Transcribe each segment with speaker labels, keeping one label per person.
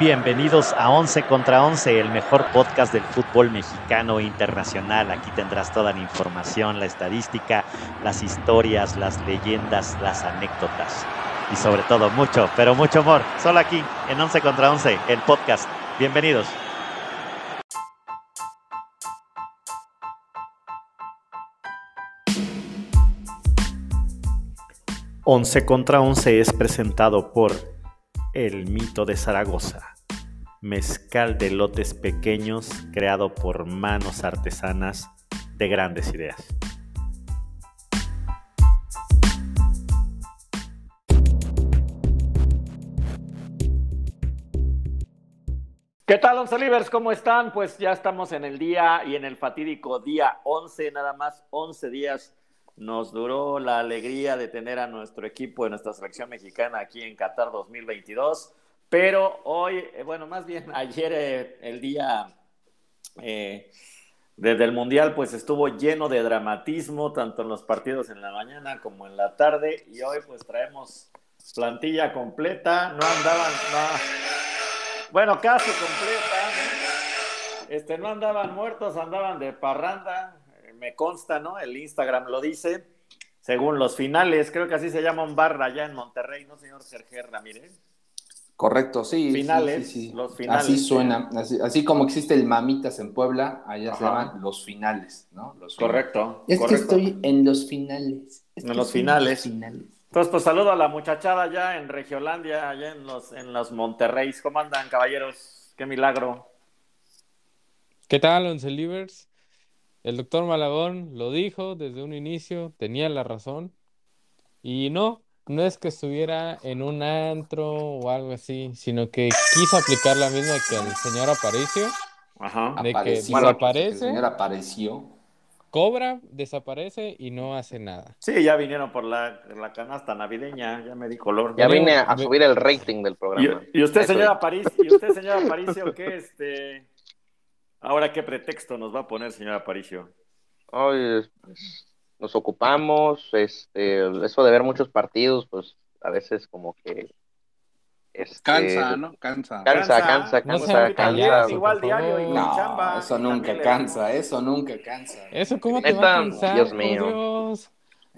Speaker 1: Bienvenidos a 11 contra 11, el mejor podcast del fútbol mexicano e internacional. Aquí tendrás toda la información, la estadística, las historias, las leyendas, las anécdotas. Y sobre todo mucho, pero mucho amor. Solo aquí, en 11 contra 11, el podcast. Bienvenidos. Once contra 11 es presentado por El mito de Zaragoza, mezcal de lotes pequeños creado por manos artesanas de grandes ideas.
Speaker 2: ¿Qué tal, Once Livers? ¿Cómo están? Pues ya estamos en el día y en el fatídico día 11, nada más 11 días nos duró la alegría de tener a nuestro equipo de nuestra selección mexicana aquí en Qatar 2022. Pero hoy, eh, bueno, más bien ayer eh, el día eh, desde el Mundial, pues estuvo lleno de dramatismo, tanto en los partidos en la mañana como en la tarde. Y hoy pues traemos plantilla completa, no andaban, no. bueno, casi completa. ¿no? Este, no andaban muertos, andaban de parranda, eh, me consta, ¿no? El Instagram lo dice. Según los finales, creo que así se llama un bar allá en Monterrey, ¿no, señor Sergio Ramírez?
Speaker 3: Correcto, sí.
Speaker 2: Finales,
Speaker 3: sí, sí, sí.
Speaker 2: los finales.
Speaker 3: Así suena, así, así, como existe el Mamitas en Puebla, allá
Speaker 2: Ajá.
Speaker 3: se llaman los finales, ¿no? Los finales.
Speaker 2: Correcto.
Speaker 3: Es
Speaker 2: correcto.
Speaker 3: que estoy en los finales. Es
Speaker 2: En
Speaker 3: que
Speaker 2: los
Speaker 3: estoy
Speaker 2: finales.
Speaker 3: finales.
Speaker 2: Entonces, pues saludo a la muchachada allá en Regiolandia, allá en los, en los Monterrey. ¿Cómo andan, caballeros? Qué milagro.
Speaker 4: ¿Qué tal, Once Livers? El doctor Malagón lo dijo desde un inicio, tenía la razón. Y no, no es que estuviera en un antro o algo así, sino que quiso aplicar la misma que el señor Aparicio.
Speaker 2: Ajá.
Speaker 4: De que
Speaker 3: Apareció.
Speaker 4: desaparece.
Speaker 3: El señor apareció.
Speaker 4: Cobra, desaparece y no hace nada.
Speaker 2: Sí, ya vinieron por la, la canasta navideña, ya me di color.
Speaker 5: Ya vine a
Speaker 4: Ve-
Speaker 5: subir el rating del
Speaker 2: ¿Y,
Speaker 5: programa.
Speaker 2: y usted,
Speaker 5: Eso
Speaker 2: señora París, y usted, señora Aparicio, qué este. Ahora, ¿qué pretexto nos va a poner, señora Aparicio?
Speaker 5: Hoy pues, nos ocupamos, este, eso de ver muchos partidos, pues a veces como que... este,
Speaker 6: Cansa,
Speaker 3: Eh,
Speaker 6: ¿no? Cansa.
Speaker 5: Cansa, cansa,
Speaker 4: No
Speaker 5: cansa,
Speaker 4: sean
Speaker 5: cansa.
Speaker 4: payasos.
Speaker 2: Igual
Speaker 4: por
Speaker 2: diario y
Speaker 4: favor.
Speaker 3: No,
Speaker 2: chamba.
Speaker 3: eso
Speaker 2: y
Speaker 3: nunca
Speaker 2: también le-
Speaker 3: cansa, eso nunca cansa.
Speaker 4: ¿Eso cómo te va a
Speaker 5: Neta,
Speaker 4: cansar?
Speaker 5: Dios
Speaker 4: por
Speaker 5: mío.
Speaker 4: Dios?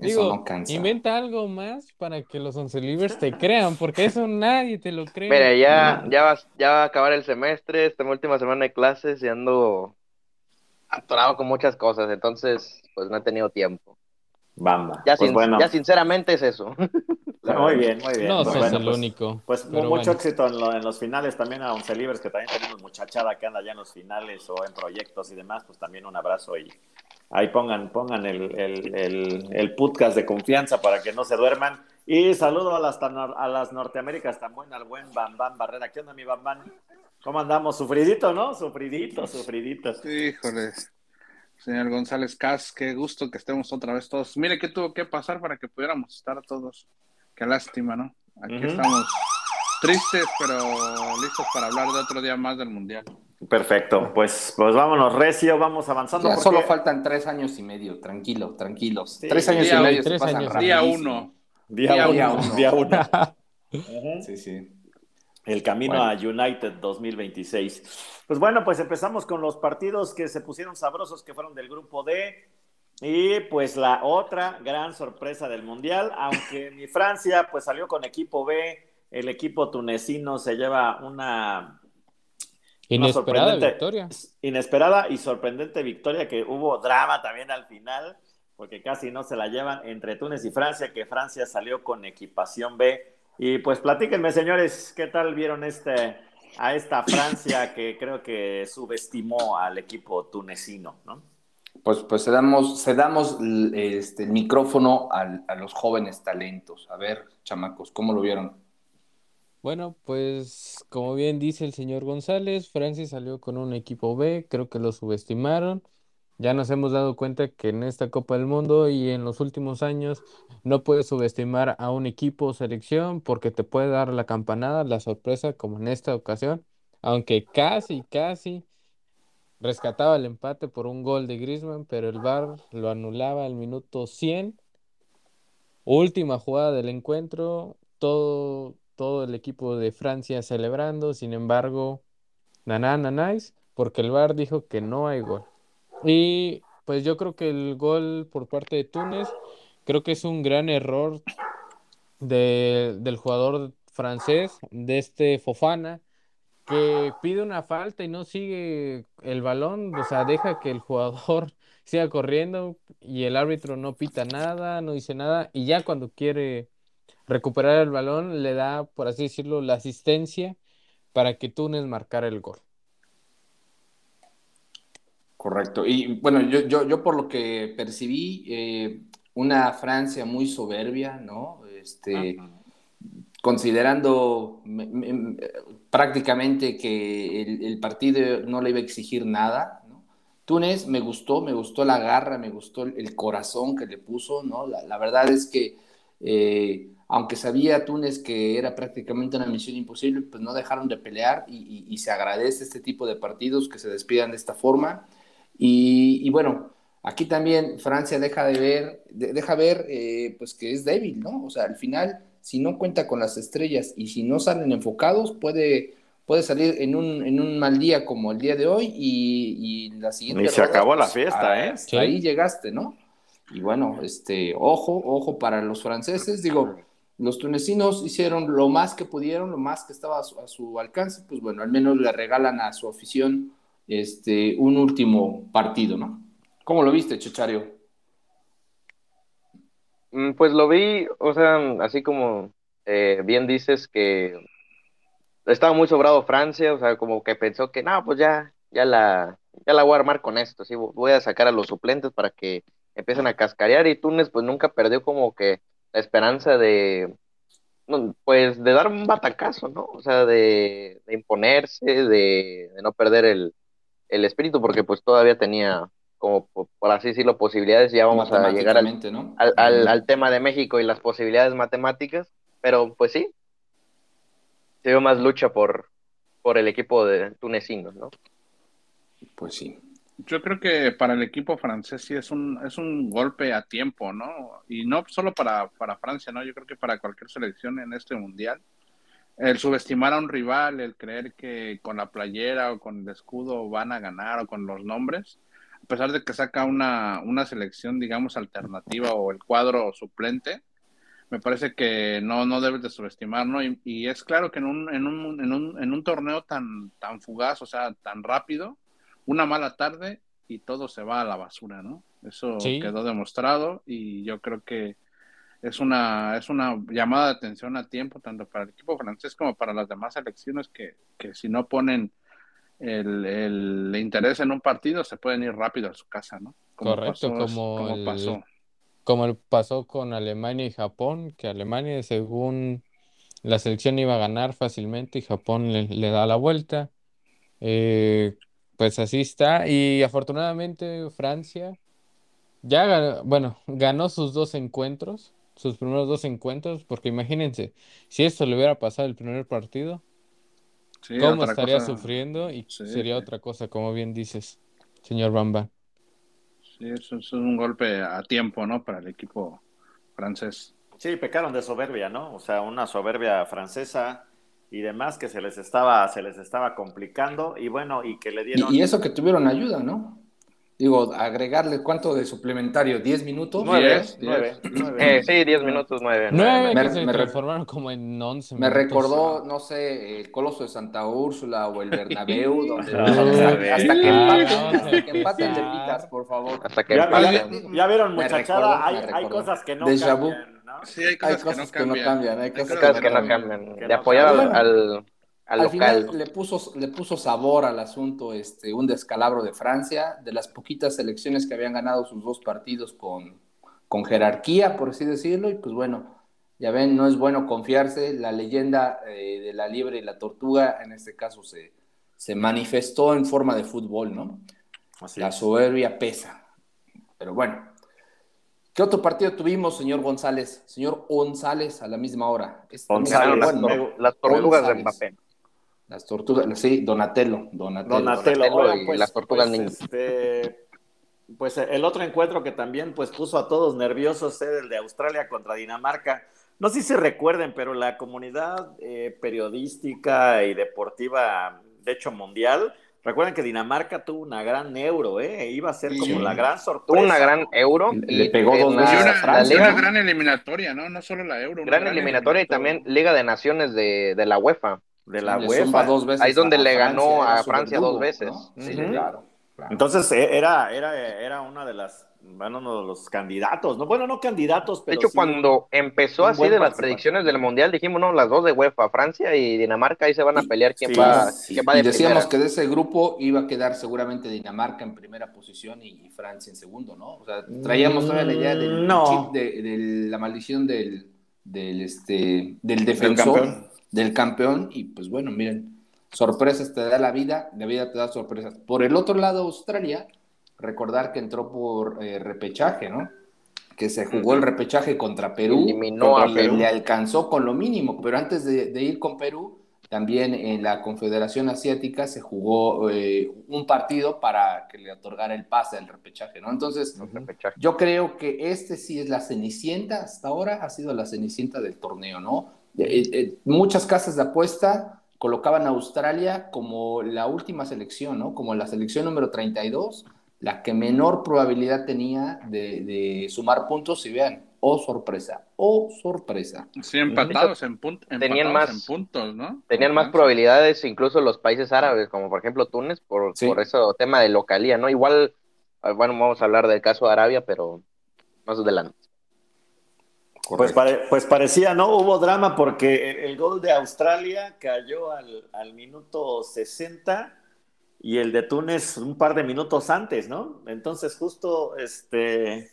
Speaker 3: Eso
Speaker 4: Digo,
Speaker 3: no cansa.
Speaker 4: inventa algo más para que los Once Livers te crean, porque eso nadie te lo cree.
Speaker 5: Mira, ya, ya, va, ya va a acabar el semestre, esta última semana de clases y ando atorado con muchas cosas, entonces pues no he tenido tiempo.
Speaker 2: Bamba.
Speaker 5: Ya,
Speaker 2: Pues
Speaker 5: sin-
Speaker 2: bueno,
Speaker 5: ya sinceramente es eso.
Speaker 2: muy bien, muy bien.
Speaker 4: No
Speaker 2: Pues
Speaker 4: sos
Speaker 2: bueno,
Speaker 4: el
Speaker 2: pues-
Speaker 4: único.
Speaker 2: Pues
Speaker 4: Pero
Speaker 2: mucho
Speaker 4: bueno.
Speaker 2: éxito en, lo- en los finales también a Once Libres, que también tenemos muchachada que anda ya en los finales o en proyectos y demás, pues también un abrazo y ahí pongan, pongan el, el, el- el podcast de confianza para que no se duerman. Y saludo a las, tan- a las norteaméricas tan buenas, al buen Bambán Barrera. ¿Qué onda, mi Bambán? ¿Cómo andamos? Sufridito, ¿no? Sufridito, sufridito.
Speaker 6: Híjole. Señor González Cas, qué gusto que estemos otra vez todos. Mire qué tuvo que pasar para que pudiéramos estar todos. Qué lástima, ¿no? Aquí
Speaker 2: Ujú.
Speaker 6: estamos tristes, pero listos para hablar de otro día más del Mundial.
Speaker 2: Perfecto, pues, pues vámonos, Recio, vamos avanzando.
Speaker 3: Ya
Speaker 2: porque-
Speaker 3: solo faltan tres años y medio, tranquilo, tranquilos.
Speaker 2: Sí,
Speaker 3: tres años
Speaker 6: día-
Speaker 3: y medio se
Speaker 4: tres
Speaker 3: pasan
Speaker 4: años.
Speaker 6: Día
Speaker 3: rapidísimo.
Speaker 6: uno.
Speaker 2: Día
Speaker 3: día
Speaker 2: uno.
Speaker 3: uno.
Speaker 2: Día uno. Ujú.
Speaker 3: Sí, sí.
Speaker 2: El camino
Speaker 3: Bueno.
Speaker 2: a United 2026. Pues bueno, pues empezamos con los partidos que se pusieron sabrosos, que fueron del grupo D. Y pues la otra gran sorpresa del Mundial, aunque mi Francia pues salió con equipo B, el equipo tunecino se lleva una
Speaker 4: Inesperada
Speaker 2: sorprendente-
Speaker 4: victoria.
Speaker 2: inesperada y sorprendente victoria que hubo drama también al final, porque casi no se la llevan entre Túnez y Francia, que Francia salió con equipación B. Y pues platíquenme, señores, ¿qué tal vieron este a esta Francia que creo que subestimó al equipo tunecino, ¿no?
Speaker 3: Pues, pues se damos, se damos l- este, el micrófono al- a los jóvenes talentos. A ver, chamacos, ¿cómo lo vieron?
Speaker 4: Bueno, pues como bien dice el señor González, Francia salió con un equipo B, creo que lo subestimaron. Ya nos hemos dado cuenta que en esta Copa del Mundo y en los últimos años no puedes subestimar a un equipo o selección porque te puede dar la campanada, la sorpresa, como en esta ocasión, aunque casi, casi rescataba el empate por un gol de Griezmann, pero el VAR lo anulaba al minuto 100. Última jugada del encuentro, todo, todo el equipo de Francia celebrando, sin embargo, naná, nanáis, porque el VAR dijo que no hay gol. Y pues yo creo que el gol por parte de Túnez, creo que es un gran error de- del jugador francés, de este Fofana, que pide una falta y no sigue el balón, o sea, deja que el jugador siga corriendo y el árbitro no pita nada, no dice nada, y ya cuando quiere recuperar el balón, le da, por así decirlo, la asistencia para que Túnez marcara el gol.
Speaker 3: Correcto. Y bueno, yo, yo, yo por lo que percibí, eh, una Francia muy soberbia, ¿no? Este, considerando me- me- me- prácticamente que el, el partido no le iba a exigir nada, ¿no? Túnez me gustó, me gustó la garra, me gustó el, el corazón que le puso, ¿no? La, la verdad es que, eh, aunque sabía Túnez que era prácticamente una misión imposible, pues no dejaron de pelear y, y- y se agradece este tipo de partidos que se despidan de esta forma. Y, y bueno, aquí también Francia deja de ver, de- deja ver eh, pues que es débil, ¿no? O sea, al final, si no cuenta con las estrellas y si no salen enfocados, puede, puede salir en un, en un mal día como el día de hoy y, y la siguiente. pues,
Speaker 2: Ni se acabó la fiesta,
Speaker 3: a-
Speaker 2: ¿eh?
Speaker 3: hasta
Speaker 4: Sí.
Speaker 3: Ahí llegaste, ¿no? Y bueno, este, ojo, ojo para los franceses, digo, los tunecinos hicieron lo más que pudieron, lo más que estaba a su, a su alcance, pues bueno, al menos le regalan a su afición este, un último partido, ¿no? ¿Cómo lo viste, Chechario?
Speaker 5: Mm, Pues lo vi, o sea, mm, así como eh, bien dices que estaba muy sobrado Francia, o sea, como que pensó que no, pues ya, ya la, ya la voy a armar con esto, sí, voy a sacar a los suplentes para que empiecen a cascarear y Túnez pues nunca perdió como que la esperanza de, no, pues de dar un batacazo, ¿no? O sea, de, de imponerse, de, de no perder el, el espíritu, porque pues todavía tenía como, por por así decirlo, posibilidades, ya vamos a llegar al
Speaker 3: Matemáticamente, ¿no?
Speaker 5: al, al- al tema de México y las posibilidades matemáticas, pero pues sí, se vio más lucha por, por el equipo de tunecinos, ¿no?
Speaker 3: Pues sí.
Speaker 6: Yo creo que para el equipo francés sí es un, es un golpe a tiempo, ¿no? Y no solo para, para Francia, ¿no? Yo creo que para cualquier selección en este mundial. El subestimar a un rival, el creer que con la playera o con el escudo van a ganar o con los nombres, a pesar de que saca una, una selección, digamos, alternativa o el cuadro suplente, me parece que no, no debes de subestimar, ¿no? Y, y es claro que en un, en un, en un, en un torneo tan, tan fugaz, o sea, tan rápido, una mala tarde y todo se va a la basura, ¿no? Eso
Speaker 4: Sí.
Speaker 6: quedó demostrado y yo creo que es una, es una llamada de atención a tiempo, tanto para el equipo francés como para las demás selecciones que, que si no ponen el, el interés en un partido, se pueden ir rápido a su casa, ¿no?
Speaker 4: Correcto, como
Speaker 6: como
Speaker 4: el-
Speaker 6: pasó.
Speaker 4: Como el- pasó con Alemania y Japón, que Alemania, según la selección, iba a ganar fácilmente y Japón le, le da la vuelta. Eh, pues así está. Y afortunadamente Francia ya ganó, bueno, ganó sus dos encuentros, sus primeros dos encuentros, porque imagínense, si esto le hubiera pasado el primer partido,
Speaker 6: Sí,
Speaker 4: ¿cómo
Speaker 6: otra
Speaker 4: estaría
Speaker 6: cosa.
Speaker 4: sufriendo? Y
Speaker 6: Sí,
Speaker 4: sería
Speaker 6: sí.
Speaker 4: otra cosa, como bien dices, señor Bamba.
Speaker 6: Sí, eso, eso es un golpe a tiempo, ¿no? Para el equipo francés.
Speaker 2: Sí, pecaron de soberbia, ¿no? O sea, una soberbia francesa y demás que se les estaba, se les estaba complicando y bueno, y que le dieron...
Speaker 3: Y, y eso que tuvieron ayuda, ¿no? Digo, agregarle cuánto de suplementario, 10 minutos.
Speaker 5: Nueve.
Speaker 6: Diez,
Speaker 2: nueve,
Speaker 6: diez.
Speaker 2: nueve.
Speaker 5: Eh, sí, 10 minutos, 9.
Speaker 4: Nueve
Speaker 3: Me-
Speaker 4: que se
Speaker 3: me-
Speaker 4: transformaron como en once
Speaker 3: Me
Speaker 4: minutos.
Speaker 3: recordó, no sé, el Coloso de Santa Úrsula o el Bernabéu, donde
Speaker 2: Ah,
Speaker 3: hasta, hasta que
Speaker 4: ah,
Speaker 3: empaten,
Speaker 4: vamos a
Speaker 3: hasta que empaten le
Speaker 4: empezar.
Speaker 3: pitas, por favor.
Speaker 5: Hasta que
Speaker 2: Ya,
Speaker 5: empate.
Speaker 2: ya- ya vieron,
Speaker 3: Me
Speaker 2: muchachada,
Speaker 3: recordó,
Speaker 2: hay,
Speaker 3: me
Speaker 2: hay
Speaker 3: recordó.
Speaker 2: cosas que no
Speaker 3: Déjà vu.
Speaker 2: cambian, ¿no?
Speaker 6: Sí, hay
Speaker 3: Hay
Speaker 6: cosas,
Speaker 3: cosas
Speaker 6: que no cambian.
Speaker 3: hay cosas,
Speaker 5: Cosas que no
Speaker 3: cambian.
Speaker 5: cambian.
Speaker 2: Que
Speaker 5: De
Speaker 2: no
Speaker 5: apoyar al,
Speaker 3: cambian.
Speaker 5: al, al
Speaker 3: Al
Speaker 5: local.
Speaker 3: final le puso, le puso sabor al asunto este, un descalabro de Francia, de las poquitas selecciones que habían ganado sus dos partidos con, con jerarquía, por así decirlo, y pues bueno, ya ven, no es bueno confiarse, la leyenda eh, de la liebre y la tortuga en este caso se, se manifestó en forma de fútbol, ¿no?
Speaker 2: Así
Speaker 3: La
Speaker 2: es.
Speaker 3: soberbia pesa. Pero bueno, ¿qué otro partido tuvimos, señor González? Señor González, a la misma hora. Este-
Speaker 2: González,
Speaker 5: Ganaron las,
Speaker 2: bueno,
Speaker 5: tor- las tortugas de
Speaker 3: González.
Speaker 5: papel.
Speaker 3: Las tortugas, sí, Donatello, Donatello.
Speaker 2: Donatello,
Speaker 5: Donatello
Speaker 2: oigan,
Speaker 5: y
Speaker 2: pues,
Speaker 5: las tortugas
Speaker 2: pues,
Speaker 5: ninja.
Speaker 2: este, eh, pues el otro encuentro que también pues puso a todos nerviosos era el de Australia contra Dinamarca. No sé si recuerden, pero la comunidad eh, periodística y deportiva, de hecho mundial, recuerden que Dinamarca tuvo una gran euro, ¿eh? Iba a ser como
Speaker 3: Sí.
Speaker 2: la gran sorpresa.
Speaker 5: Tuvo una gran euro.
Speaker 3: Le pegó dos
Speaker 5: una-
Speaker 6: Pues, Y
Speaker 3: veces a
Speaker 6: una,
Speaker 5: la
Speaker 3: Francia,
Speaker 6: una
Speaker 5: Liga-
Speaker 6: gran eliminatoria, ¿no? No solo la Euro. una
Speaker 5: gran eliminatoria y también Liga de Naciones de, de la UEFA.
Speaker 2: de la
Speaker 3: Le
Speaker 2: UEFA.
Speaker 3: zumba dos veces
Speaker 5: Ahí es donde
Speaker 3: a
Speaker 5: le ganó
Speaker 3: Francia,
Speaker 5: a
Speaker 3: era su
Speaker 5: Francia
Speaker 3: verdugo,
Speaker 5: dos veces.
Speaker 3: ¿no? Sí,
Speaker 5: Ujú.
Speaker 3: claro, claro.
Speaker 2: Entonces e- era, era, era una de las, bueno, uno de los candidatos, ¿no? Bueno, no candidatos,
Speaker 5: De
Speaker 2: pero
Speaker 5: hecho,
Speaker 2: sí-
Speaker 5: cuando empezó
Speaker 2: un
Speaker 5: así
Speaker 2: buen
Speaker 5: de las
Speaker 2: participante.
Speaker 5: predicciones del Mundial, dijimos, no, las dos de UEFA, Francia y Dinamarca, ahí se van a pelear quién
Speaker 2: sí,
Speaker 5: va,
Speaker 3: Sí,
Speaker 5: quién va de
Speaker 3: y decíamos
Speaker 5: primera.
Speaker 3: que de ese grupo iba a quedar seguramente Dinamarca en primera posición y, y Francia en segundo, ¿no? O sea, traíamos todavía la idea del
Speaker 2: No.
Speaker 3: chip de, de la maldición del, del, este, del defensor, del
Speaker 2: campeón.
Speaker 3: campeón. y pues bueno, miren, sorpresas te da la vida, la vida te da sorpresas. Por el otro lado, Australia, recordar que entró por eh, repechaje, ¿no? Que se jugó el repechaje contra Perú.
Speaker 5: Eliminó a
Speaker 3: y
Speaker 5: Perú.
Speaker 3: Le alcanzó con lo mínimo, pero antes de, de ir con Perú, también en la Confederación Asiática se jugó eh, un partido para que le otorgara el pase al repechaje, ¿no? Entonces,
Speaker 5: Repechaje.
Speaker 3: yo creo que este sí es la cenicienta, hasta ahora ha sido la cenicienta del torneo, ¿no? Eh, eh, muchas casas de apuesta colocaban a Australia como la última selección, ¿no? Como la selección número 32, la que menor probabilidad tenía de, de sumar puntos, y vean, oh sorpresa, oh sorpresa.
Speaker 6: Sí, empatados en, puntos
Speaker 5: Tenían
Speaker 6: empatados
Speaker 5: más-
Speaker 6: en puntos, ¿no?
Speaker 5: Tenían más
Speaker 6: probabilidades.
Speaker 5: probabilidades incluso los países árabes, como por ejemplo Túnez, por,
Speaker 3: Sí.
Speaker 5: por ese tema de localía, ¿no? Igual, ah, bueno, vamos a hablar del caso de Arabia, pero más adelante.
Speaker 2: Pues, pare- pues parecía, ¿no? Hubo drama porque el, el gol de Australia cayó al, al minuto 60 y el de Túnez un par de minutos antes, ¿no? Entonces justo, este,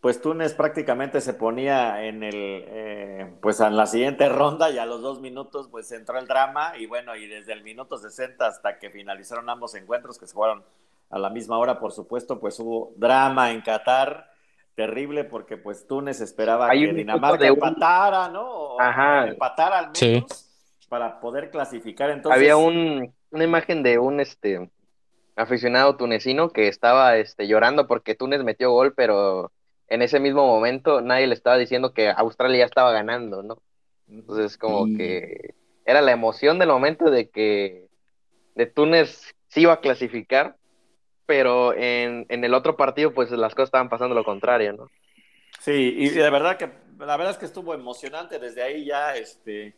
Speaker 2: pues Túnez prácticamente se ponía en el, eh, pues en la siguiente ronda y a los dos minutos pues entró el drama y bueno, y desde el minuto 60 hasta que finalizaron ambos encuentros que se jugaron a la misma hora, por supuesto, pues hubo drama en Qatar terrible porque pues Túnez esperaba
Speaker 5: Hay
Speaker 2: que
Speaker 5: un
Speaker 2: Dinamarca
Speaker 5: poco de un-
Speaker 2: empatara, ¿no? O
Speaker 5: Ajá.
Speaker 2: Empatara al menos
Speaker 4: Sí.
Speaker 2: para poder clasificar. Entonces,
Speaker 5: Había un, una imagen de un este aficionado tunecino que estaba este, llorando porque Túnez metió gol, pero en ese mismo momento nadie le estaba diciendo que Australia ya estaba ganando, ¿no? Entonces como
Speaker 3: Y-
Speaker 5: que era la emoción del momento de que de Túnez sí iba a clasificar, pero en, en el otro partido pues las cosas estaban pasando lo contrario, ¿no?
Speaker 2: Sí, y de verdad que la verdad es que estuvo emocionante. Desde ahí ya este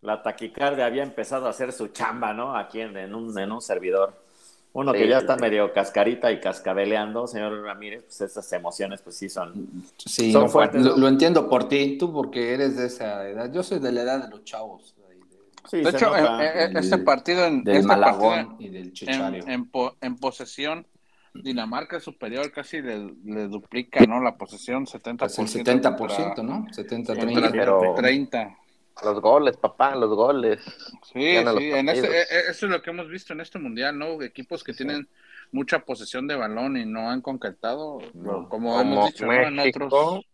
Speaker 2: la taquicardia había empezado a hacer su chamba, ¿no? Aquí en, en un, en un servidor. Uno
Speaker 5: Sí,
Speaker 2: que ya
Speaker 5: sí,
Speaker 2: está
Speaker 5: sí.
Speaker 2: medio cascarita y cascabeleando, señor Ramírez, pues esas emociones pues sí son.
Speaker 3: Sí,
Speaker 2: Son
Speaker 3: lo,
Speaker 2: fuertes,
Speaker 3: lo-
Speaker 2: ¿no?
Speaker 3: lo entiendo por ti, tú porque eres de esa edad, yo soy de la edad de los chavos. ahí, de-
Speaker 2: Sí,
Speaker 6: De
Speaker 2: se
Speaker 6: hecho,
Speaker 2: nota.
Speaker 6: eh, eh,
Speaker 3: Del-
Speaker 6: este partido en,
Speaker 3: del
Speaker 6: este partido
Speaker 3: Malagón y
Speaker 2: Em,
Speaker 3: del Chichario.
Speaker 6: en, en po- en posesión, Dinamarca es superior casi le, le duplica, ¿no? La posesión 70%.
Speaker 3: Pues el 70%, ¿no?
Speaker 6: Contra,
Speaker 3: 70-30.
Speaker 5: Pero-
Speaker 6: 30.
Speaker 5: Los goles, papá, los goles.
Speaker 6: Sí,
Speaker 5: Ganan los
Speaker 6: sí, en este-
Speaker 5: partidos.
Speaker 6: eh, eh, eso es lo que hemos visto en este mundial, ¿no? Equipos que tienen mucha posesión de balón y no han concretado,
Speaker 2: No.
Speaker 6: como, hemos dicho, ¿no? En otros.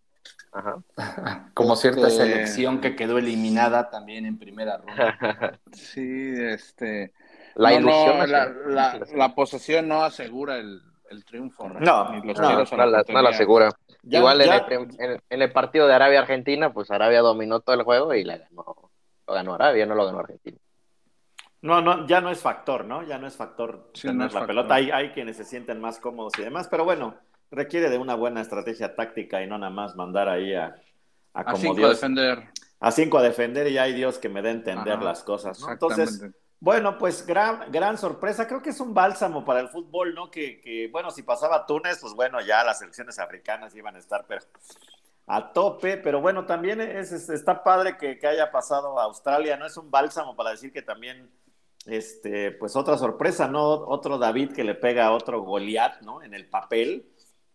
Speaker 5: Ajá.
Speaker 3: Como cierta
Speaker 6: Este-
Speaker 3: selección que quedó eliminada también en primera ronda.
Speaker 6: Sí, este.
Speaker 5: La
Speaker 6: no,
Speaker 5: ilusión.
Speaker 6: no, la,
Speaker 5: nacional.
Speaker 6: la- la posesión no asegura el, el triunfo.
Speaker 2: No,
Speaker 6: ni los
Speaker 2: no,
Speaker 6: tiros a
Speaker 5: no, la, no la
Speaker 6: portería.
Speaker 5: asegura.
Speaker 2: Ya-
Speaker 5: Igual
Speaker 2: ya-
Speaker 5: En, el, prim- en- en el partido de Arabia-Argentina, pues Arabia dominó todo el juego y la ganó. Lo ganó Arabia, no lo ganó Argentina.
Speaker 2: No, no, ya no es factor, ¿no? Ya no es factor
Speaker 6: Sí,
Speaker 2: tener
Speaker 6: no es
Speaker 2: la
Speaker 6: factor.
Speaker 2: pelota. Hay, hay quienes se sienten más cómodos y demás, pero bueno, requiere de una buena estrategia táctica y no nada más mandar ahí a, a
Speaker 6: A
Speaker 2: como
Speaker 6: cinco
Speaker 2: Dios.
Speaker 6: defender.
Speaker 2: A cinco a defender y hay Dios que me dé a entender
Speaker 6: Ajá,
Speaker 2: las cosas, ¿no?
Speaker 6: Exactamente.
Speaker 2: Entonces, bueno, pues gran, gran sorpresa. Creo que es un bálsamo para el fútbol, ¿no? Que, que, bueno, si pasaba Túnez, pues bueno, ya las selecciones africanas iban a estar pero a tope. Pero bueno, también es, es- está padre que, que haya pasado a Australia, ¿no? Es un bálsamo para decir que también, este, pues otra sorpresa, ¿no? Otro David que le pega a otro Goliat, ¿no? En el papel.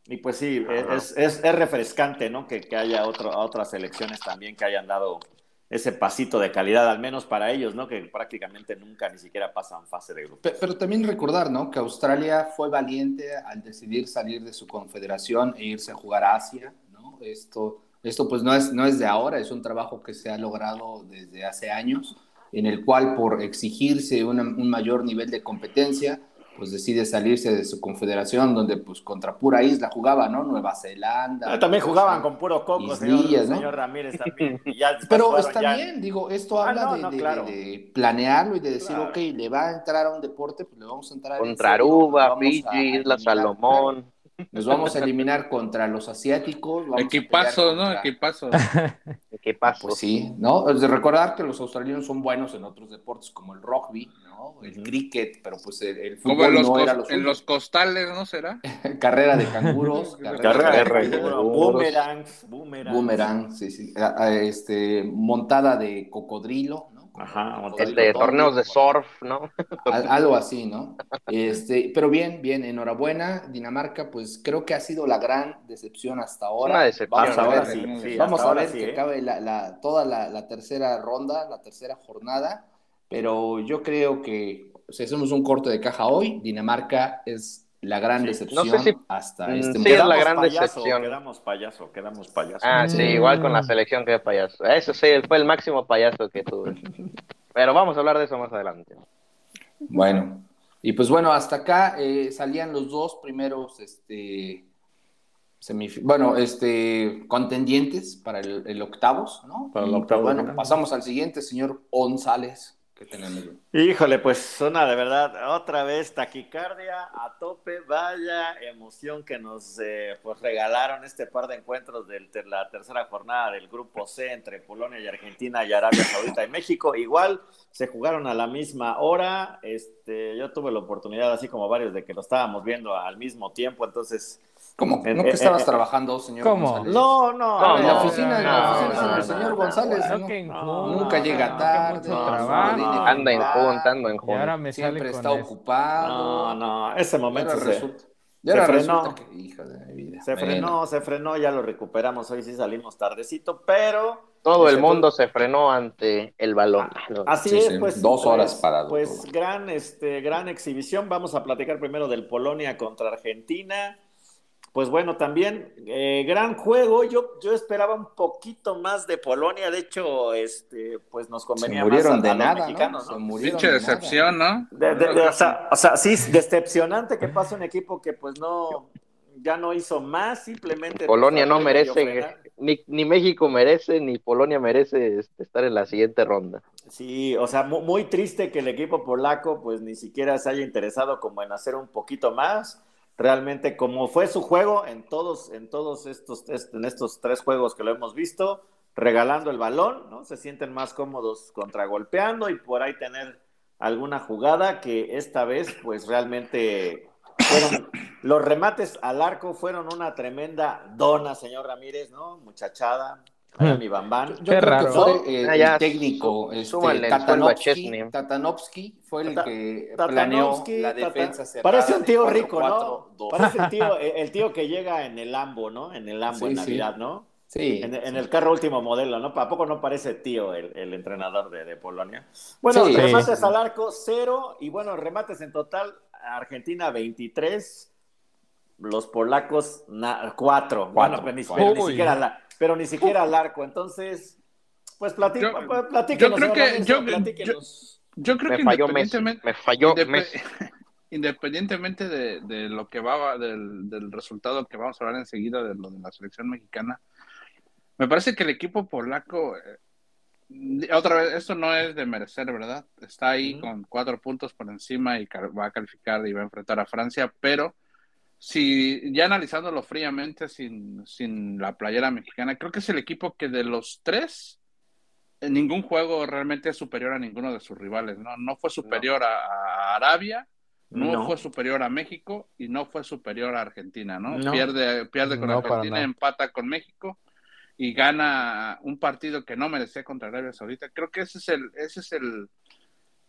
Speaker 2: Y pues sí,
Speaker 5: Ajá.
Speaker 2: es, es- es refrescante, ¿no? Que, que haya otro, otras selecciones también que hayan dado ese pasito de calidad, al menos para ellos, ¿no? Que prácticamente nunca ni siquiera pasan fase de grupo.
Speaker 3: Pe- Pero también recordar, ¿no? Que Australia fue valiente al decidir salir de su confederación e irse a jugar a Asia, ¿no? Esto, esto pues no es, no es de ahora, es un trabajo que se ha logrado desde hace años, en el cual por exigirse una- un mayor nivel de competencia, pues decide salirse de su confederación, donde pues contra pura isla jugaba, ¿no? Nueva Zelanda.
Speaker 2: Ah, También jugaban con puro coco, señor,
Speaker 3: Islillas, ¿no?
Speaker 2: señor Ramírez también. y ya después
Speaker 3: Pero
Speaker 2: fueron
Speaker 3: está
Speaker 2: ya-
Speaker 3: bien, digo, esto
Speaker 2: Ah,
Speaker 3: habla
Speaker 2: no,
Speaker 3: de,
Speaker 2: no,
Speaker 3: de-
Speaker 2: claro.
Speaker 3: de planearlo y de decir,
Speaker 2: Claro.
Speaker 3: ok, le va a entrar a un deporte, pues le vamos a entrar en
Speaker 5: Contra
Speaker 3: serio, nos
Speaker 5: Aruba,
Speaker 3: vamos a
Speaker 5: Fiji, Isla
Speaker 3: eliminar,
Speaker 5: Salomón.
Speaker 3: claro, Nos vamos a eliminar contra los asiáticos. vamos a
Speaker 6: Equipazos,
Speaker 3: pelear
Speaker 6: ¿no?
Speaker 3: contra-
Speaker 6: Equipazos.
Speaker 5: ¿Qué pasó?
Speaker 3: Pues sí, ¿no? Es de recordar que los australianos son buenos en otros deportes como el rugby, ¿no? El cricket, pero pues el, el
Speaker 6: Como en
Speaker 3: fútbol
Speaker 6: los,
Speaker 3: no era
Speaker 6: cos-
Speaker 3: los
Speaker 6: en los costales, ¿no será?
Speaker 3: Carrera de canguros,
Speaker 2: Carrera de
Speaker 5: Carrera de
Speaker 3: canguros,
Speaker 2: Bueno,
Speaker 5: Seguros.
Speaker 2: Boomerangs, boomerangs.
Speaker 3: Boomerang, sí, sí. Ah, ah, Este, montada de cocodrilo, ¿no?
Speaker 2: Ajá,
Speaker 3: Cocodrilo
Speaker 5: Este,
Speaker 3: tonto,
Speaker 5: torneos de surf, ¿no?
Speaker 3: al- Algo así, ¿no? Este, pero bien, bien, enhorabuena. Dinamarca, pues creo que ha sido la gran decepción hasta ahora.
Speaker 5: Una decepción,
Speaker 3: Vamos a
Speaker 2: ahora
Speaker 3: ver,
Speaker 2: sí, sí,
Speaker 3: vamos
Speaker 2: hasta
Speaker 3: a
Speaker 2: ahora
Speaker 3: ver
Speaker 2: sí,
Speaker 3: que
Speaker 2: ¿eh?
Speaker 3: acabe la, la- toda la, la tercera ronda, la tercera jornada. Pero yo creo que si hacemos un corte de caja hoy, Dinamarca es la gran
Speaker 2: Sí, no
Speaker 3: decepción
Speaker 5: sé si-
Speaker 3: hasta
Speaker 5: Mm,
Speaker 3: este
Speaker 5: sí,
Speaker 3: momento.
Speaker 5: es la gran
Speaker 2: payaso,
Speaker 5: decepción.
Speaker 2: Quedamos payaso, quedamos payaso.
Speaker 5: Ah, sí,
Speaker 4: Mm.
Speaker 5: igual con la selección que payaso. Eso sí, fue el máximo payaso que tuve. Pero vamos a hablar de eso más adelante.
Speaker 3: Bueno, y pues bueno, hasta acá eh, salían los dos primeros, este, semif- bueno, este, contendientes para el, el octavos, ¿no?
Speaker 2: Para el
Speaker 3: Y, pues,
Speaker 2: octavo de
Speaker 3: Bueno,
Speaker 2: final.
Speaker 3: pasamos al siguiente, señor González, que tenemos.
Speaker 2: Híjole, pues suena de verdad otra vez taquicardia a tope. Vaya emoción que nos eh, pues, regalaron este par de encuentros de la tercera jornada del Grupo C entre Polonia y Argentina y Arabia Saudita y México. Igual se jugaron a la misma hora. Este, yo tuve la oportunidad, así como varios, de que lo estábamos viendo al mismo tiempo. Entonces,
Speaker 3: ¿Cómo?
Speaker 2: Eh,
Speaker 3: ¿No que
Speaker 2: eh,
Speaker 3: estabas
Speaker 2: eh,
Speaker 3: trabajando, señor
Speaker 4: ¿Cómo?
Speaker 3: González?
Speaker 2: no, no,
Speaker 5: No,
Speaker 3: En
Speaker 5: no,
Speaker 3: la oficina, en la
Speaker 5: no,
Speaker 3: oficina
Speaker 5: no,
Speaker 3: del señor
Speaker 5: no,
Speaker 3: González,
Speaker 4: no,
Speaker 3: ¿no?
Speaker 4: que
Speaker 2: no,
Speaker 3: Nunca
Speaker 2: no,
Speaker 3: llega
Speaker 2: no,
Speaker 3: tarde,
Speaker 4: que mucho
Speaker 3: no,
Speaker 4: trabajo.
Speaker 3: tiene
Speaker 2: no,
Speaker 5: Anda en
Speaker 3: claro,
Speaker 5: junta, anda en
Speaker 4: Y ahora
Speaker 5: junta.
Speaker 4: me
Speaker 3: siempre
Speaker 4: sale con
Speaker 3: está
Speaker 4: eso.
Speaker 3: ocupado.
Speaker 2: No, no, ese
Speaker 3: Y ahora
Speaker 2: momento se,
Speaker 3: resulta, y ahora
Speaker 2: se frenó.
Speaker 3: resulta que, hijo de mi vida.
Speaker 2: se
Speaker 3: Bueno.
Speaker 2: frenó, se frenó, ya lo recuperamos hoy, sí salimos tardecito, pero
Speaker 5: Todo el
Speaker 2: Ese-
Speaker 5: mundo se frenó ante el balón. No,
Speaker 2: así
Speaker 3: Sí,
Speaker 2: es,
Speaker 3: sí,
Speaker 2: pues
Speaker 3: dos
Speaker 2: pues,
Speaker 3: horas parado
Speaker 2: Pues
Speaker 3: todo.
Speaker 2: gran, este, gran exhibición. Vamos a platicar primero del Polonia contra Argentina. Pues bueno, también eh, gran juego. Yo, yo esperaba un poquito más de Polonia. De hecho, este, pues nos
Speaker 3: Se
Speaker 2: convenía más
Speaker 3: murieron
Speaker 2: a- a,
Speaker 3: de
Speaker 2: los
Speaker 3: nada, ¿no?
Speaker 2: mexicanos,
Speaker 3: Se
Speaker 2: ¿no?
Speaker 3: murieron
Speaker 6: Pinche
Speaker 3: de nada.
Speaker 6: decepción, ¿no?
Speaker 2: De- de- de- o, sea, o sea, sí, es decepcionante que pase un equipo que pues no, ya no hizo más, simplemente...
Speaker 5: Polonia no
Speaker 2: trató de medio
Speaker 5: merece,
Speaker 2: frenar.
Speaker 5: ni, ni México merece, ni Polonia merece este, estar en la siguiente ronda.
Speaker 2: Sí, o sea, mu- muy, triste que el equipo polaco pues ni siquiera se haya interesado como en hacer un poquito más. Realmente como fue su juego en todos, en todos estos, est- en estos tres juegos que lo hemos visto, regalando el balón, ¿no? Se sienten más cómodos contragolpeando y por ahí tener alguna jugada que esta vez pues realmente fueron, los remates al arco fueron una tremenda dona, señor Ramírez, ¿no? Muchachada, allá mi bambán.
Speaker 3: Yo
Speaker 4: Qué
Speaker 3: creo
Speaker 4: raro.
Speaker 3: que fue eh,
Speaker 5: Ah, ya,
Speaker 3: el técnico, este,
Speaker 5: súbanle el sueldo a
Speaker 3: Tatanovsky,
Speaker 5: Chesney.
Speaker 3: Tatanovsky fue el
Speaker 2: Tata-
Speaker 3: que Eh, planeó
Speaker 2: Tatanovsky,
Speaker 3: la
Speaker 2: Tata-
Speaker 3: defensa cerrada.
Speaker 2: Parece un
Speaker 3: de
Speaker 2: tío rico,
Speaker 3: 4-4-2.
Speaker 2: ¿no? Parece el tío, eh, el tío que llega en el Lambo, ¿no? En el Lambo
Speaker 3: Sí,
Speaker 2: en
Speaker 3: sí.
Speaker 2: Navidad, ¿no?
Speaker 3: Sí.
Speaker 2: En, en el carro último modelo, ¿no? ¿A poco no parece tío el, el entrenador de, de Polonia? Bueno,
Speaker 3: Sí.
Speaker 2: remates
Speaker 3: Sí.
Speaker 2: al arco, cero. Y bueno, remates en total, Argentina 23, los polacos 4. Bueno,
Speaker 3: Cuatro,
Speaker 2: pero ni,
Speaker 3: cuatro.
Speaker 2: pero ni
Speaker 4: Uy.
Speaker 2: siquiera la- pero ni siquiera al arco. Entonces, pues platí-
Speaker 6: Yo-
Speaker 2: pues, platíquenos.
Speaker 6: yo
Speaker 2: señor
Speaker 6: creo que-
Speaker 2: Ramírez,
Speaker 6: yo-
Speaker 2: platíquenos.
Speaker 6: Yo creo
Speaker 5: Me
Speaker 6: que
Speaker 5: falló Messi,
Speaker 6: independientemente,
Speaker 5: me falló
Speaker 6: Indepe-
Speaker 5: Messi.
Speaker 6: Independientemente de, de lo que va, del, del resultado que vamos a hablar enseguida de lo de la selección mexicana, me parece que el equipo polaco, eh, otra vez, esto no es de merecer, ¿verdad? Está ahí
Speaker 2: Ujú.
Speaker 6: con cuatro puntos por encima y cal- va a calificar y va a enfrentar a Francia, pero si ya analizándolo fríamente sin, sin la playera mexicana, creo que es el equipo que de los tres, en ningún juego realmente es superior a ninguno de sus rivales, ¿no? No fue superior a- a Arabia no,
Speaker 2: No.
Speaker 6: fue superior a México y no fue superior a Argentina, ¿no?
Speaker 2: No.
Speaker 6: Pierde, pierde con
Speaker 4: No, para
Speaker 6: Argentina,
Speaker 4: nada.
Speaker 6: empata con México y gana un partido que no merecía contra Arabia Saudita. Creo que ese es el, ese es el,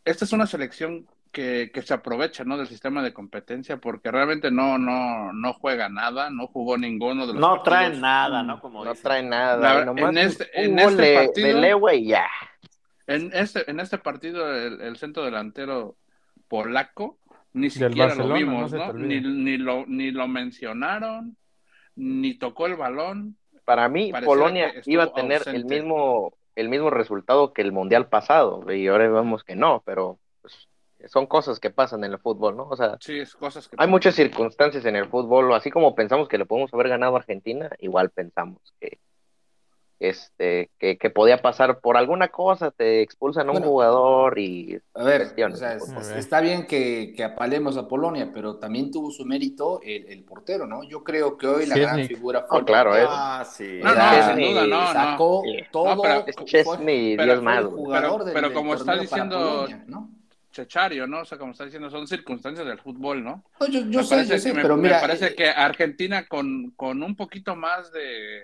Speaker 6: esta es una selección que, que se aprovecha, ¿no? Del sistema de competencia porque realmente no, no, no juega nada, no jugó ninguno de los
Speaker 2: No traen
Speaker 6: partidos. Mm.
Speaker 2: nada, ¿no? Como
Speaker 5: No
Speaker 2: dicen.
Speaker 5: trae
Speaker 6: La
Speaker 5: nada.
Speaker 6: verdad,
Speaker 5: nomás
Speaker 6: en este-
Speaker 5: un
Speaker 6: en
Speaker 5: gol
Speaker 6: este
Speaker 5: de-
Speaker 6: partido-
Speaker 5: de Lewe y ya.
Speaker 6: En este, en este partido, el, el centro delantero polaco, ni
Speaker 4: Del
Speaker 6: siquiera lo
Speaker 4: Barcelona, no
Speaker 6: vimos,
Speaker 4: se te
Speaker 6: ¿no? Ni,
Speaker 4: olvide.
Speaker 6: ni lo, ni lo mencionaron, ni tocó el balón.
Speaker 5: Para mí,
Speaker 6: Pareciera
Speaker 5: Polonia
Speaker 6: que estuvo
Speaker 5: iba a tener el
Speaker 6: ausente.
Speaker 5: mismo, el mismo resultado que el Mundial pasado, y ahora vemos que no, pero pues, son cosas que pasan en el fútbol, ¿no? O sea,
Speaker 6: Sí, es cosas que...
Speaker 5: hay muchas circunstancias en el fútbol, así como pensamos que le podemos haber ganado a Argentina, igual pensamos que este que, que podía pasar por alguna cosa, te expulsan a un
Speaker 3: Bueno.
Speaker 5: jugador y
Speaker 3: A ver,
Speaker 5: Cuestiones,
Speaker 3: o sea, es-
Speaker 4: pues.
Speaker 3: es- está bien que, que apalemos a Polonia, pero también tuvo su mérito el, el portero, ¿no? Yo creo que hoy la
Speaker 4: Sí,
Speaker 3: gran
Speaker 4: Nick.
Speaker 3: figura fue.
Speaker 5: no, claro, es
Speaker 2: Ah, sí.
Speaker 6: No,
Speaker 3: Era-
Speaker 6: no, sin duda, no, no.
Speaker 3: Sacó
Speaker 5: Sí.
Speaker 3: todo.
Speaker 6: No, pero
Speaker 5: es
Speaker 3: fue-
Speaker 5: Chesney y
Speaker 6: pero
Speaker 5: Dios
Speaker 3: fue
Speaker 5: más,
Speaker 3: el
Speaker 5: güey.
Speaker 3: jugador
Speaker 6: Pero-
Speaker 3: del-
Speaker 6: pero
Speaker 3: del
Speaker 6: como está
Speaker 3: torneo para
Speaker 6: diciendo-
Speaker 3: Polonia, ¿no?
Speaker 6: Chechario, ¿no? O sea, como está diciendo, son circunstancias del fútbol, ¿no?
Speaker 3: No, yo yo
Speaker 6: Me
Speaker 3: sé,
Speaker 6: parece
Speaker 3: yo sé,
Speaker 6: que me-
Speaker 3: pero
Speaker 6: me
Speaker 3: mira.
Speaker 6: parece
Speaker 3: eh,
Speaker 6: que Argentina con, con un poquito más de,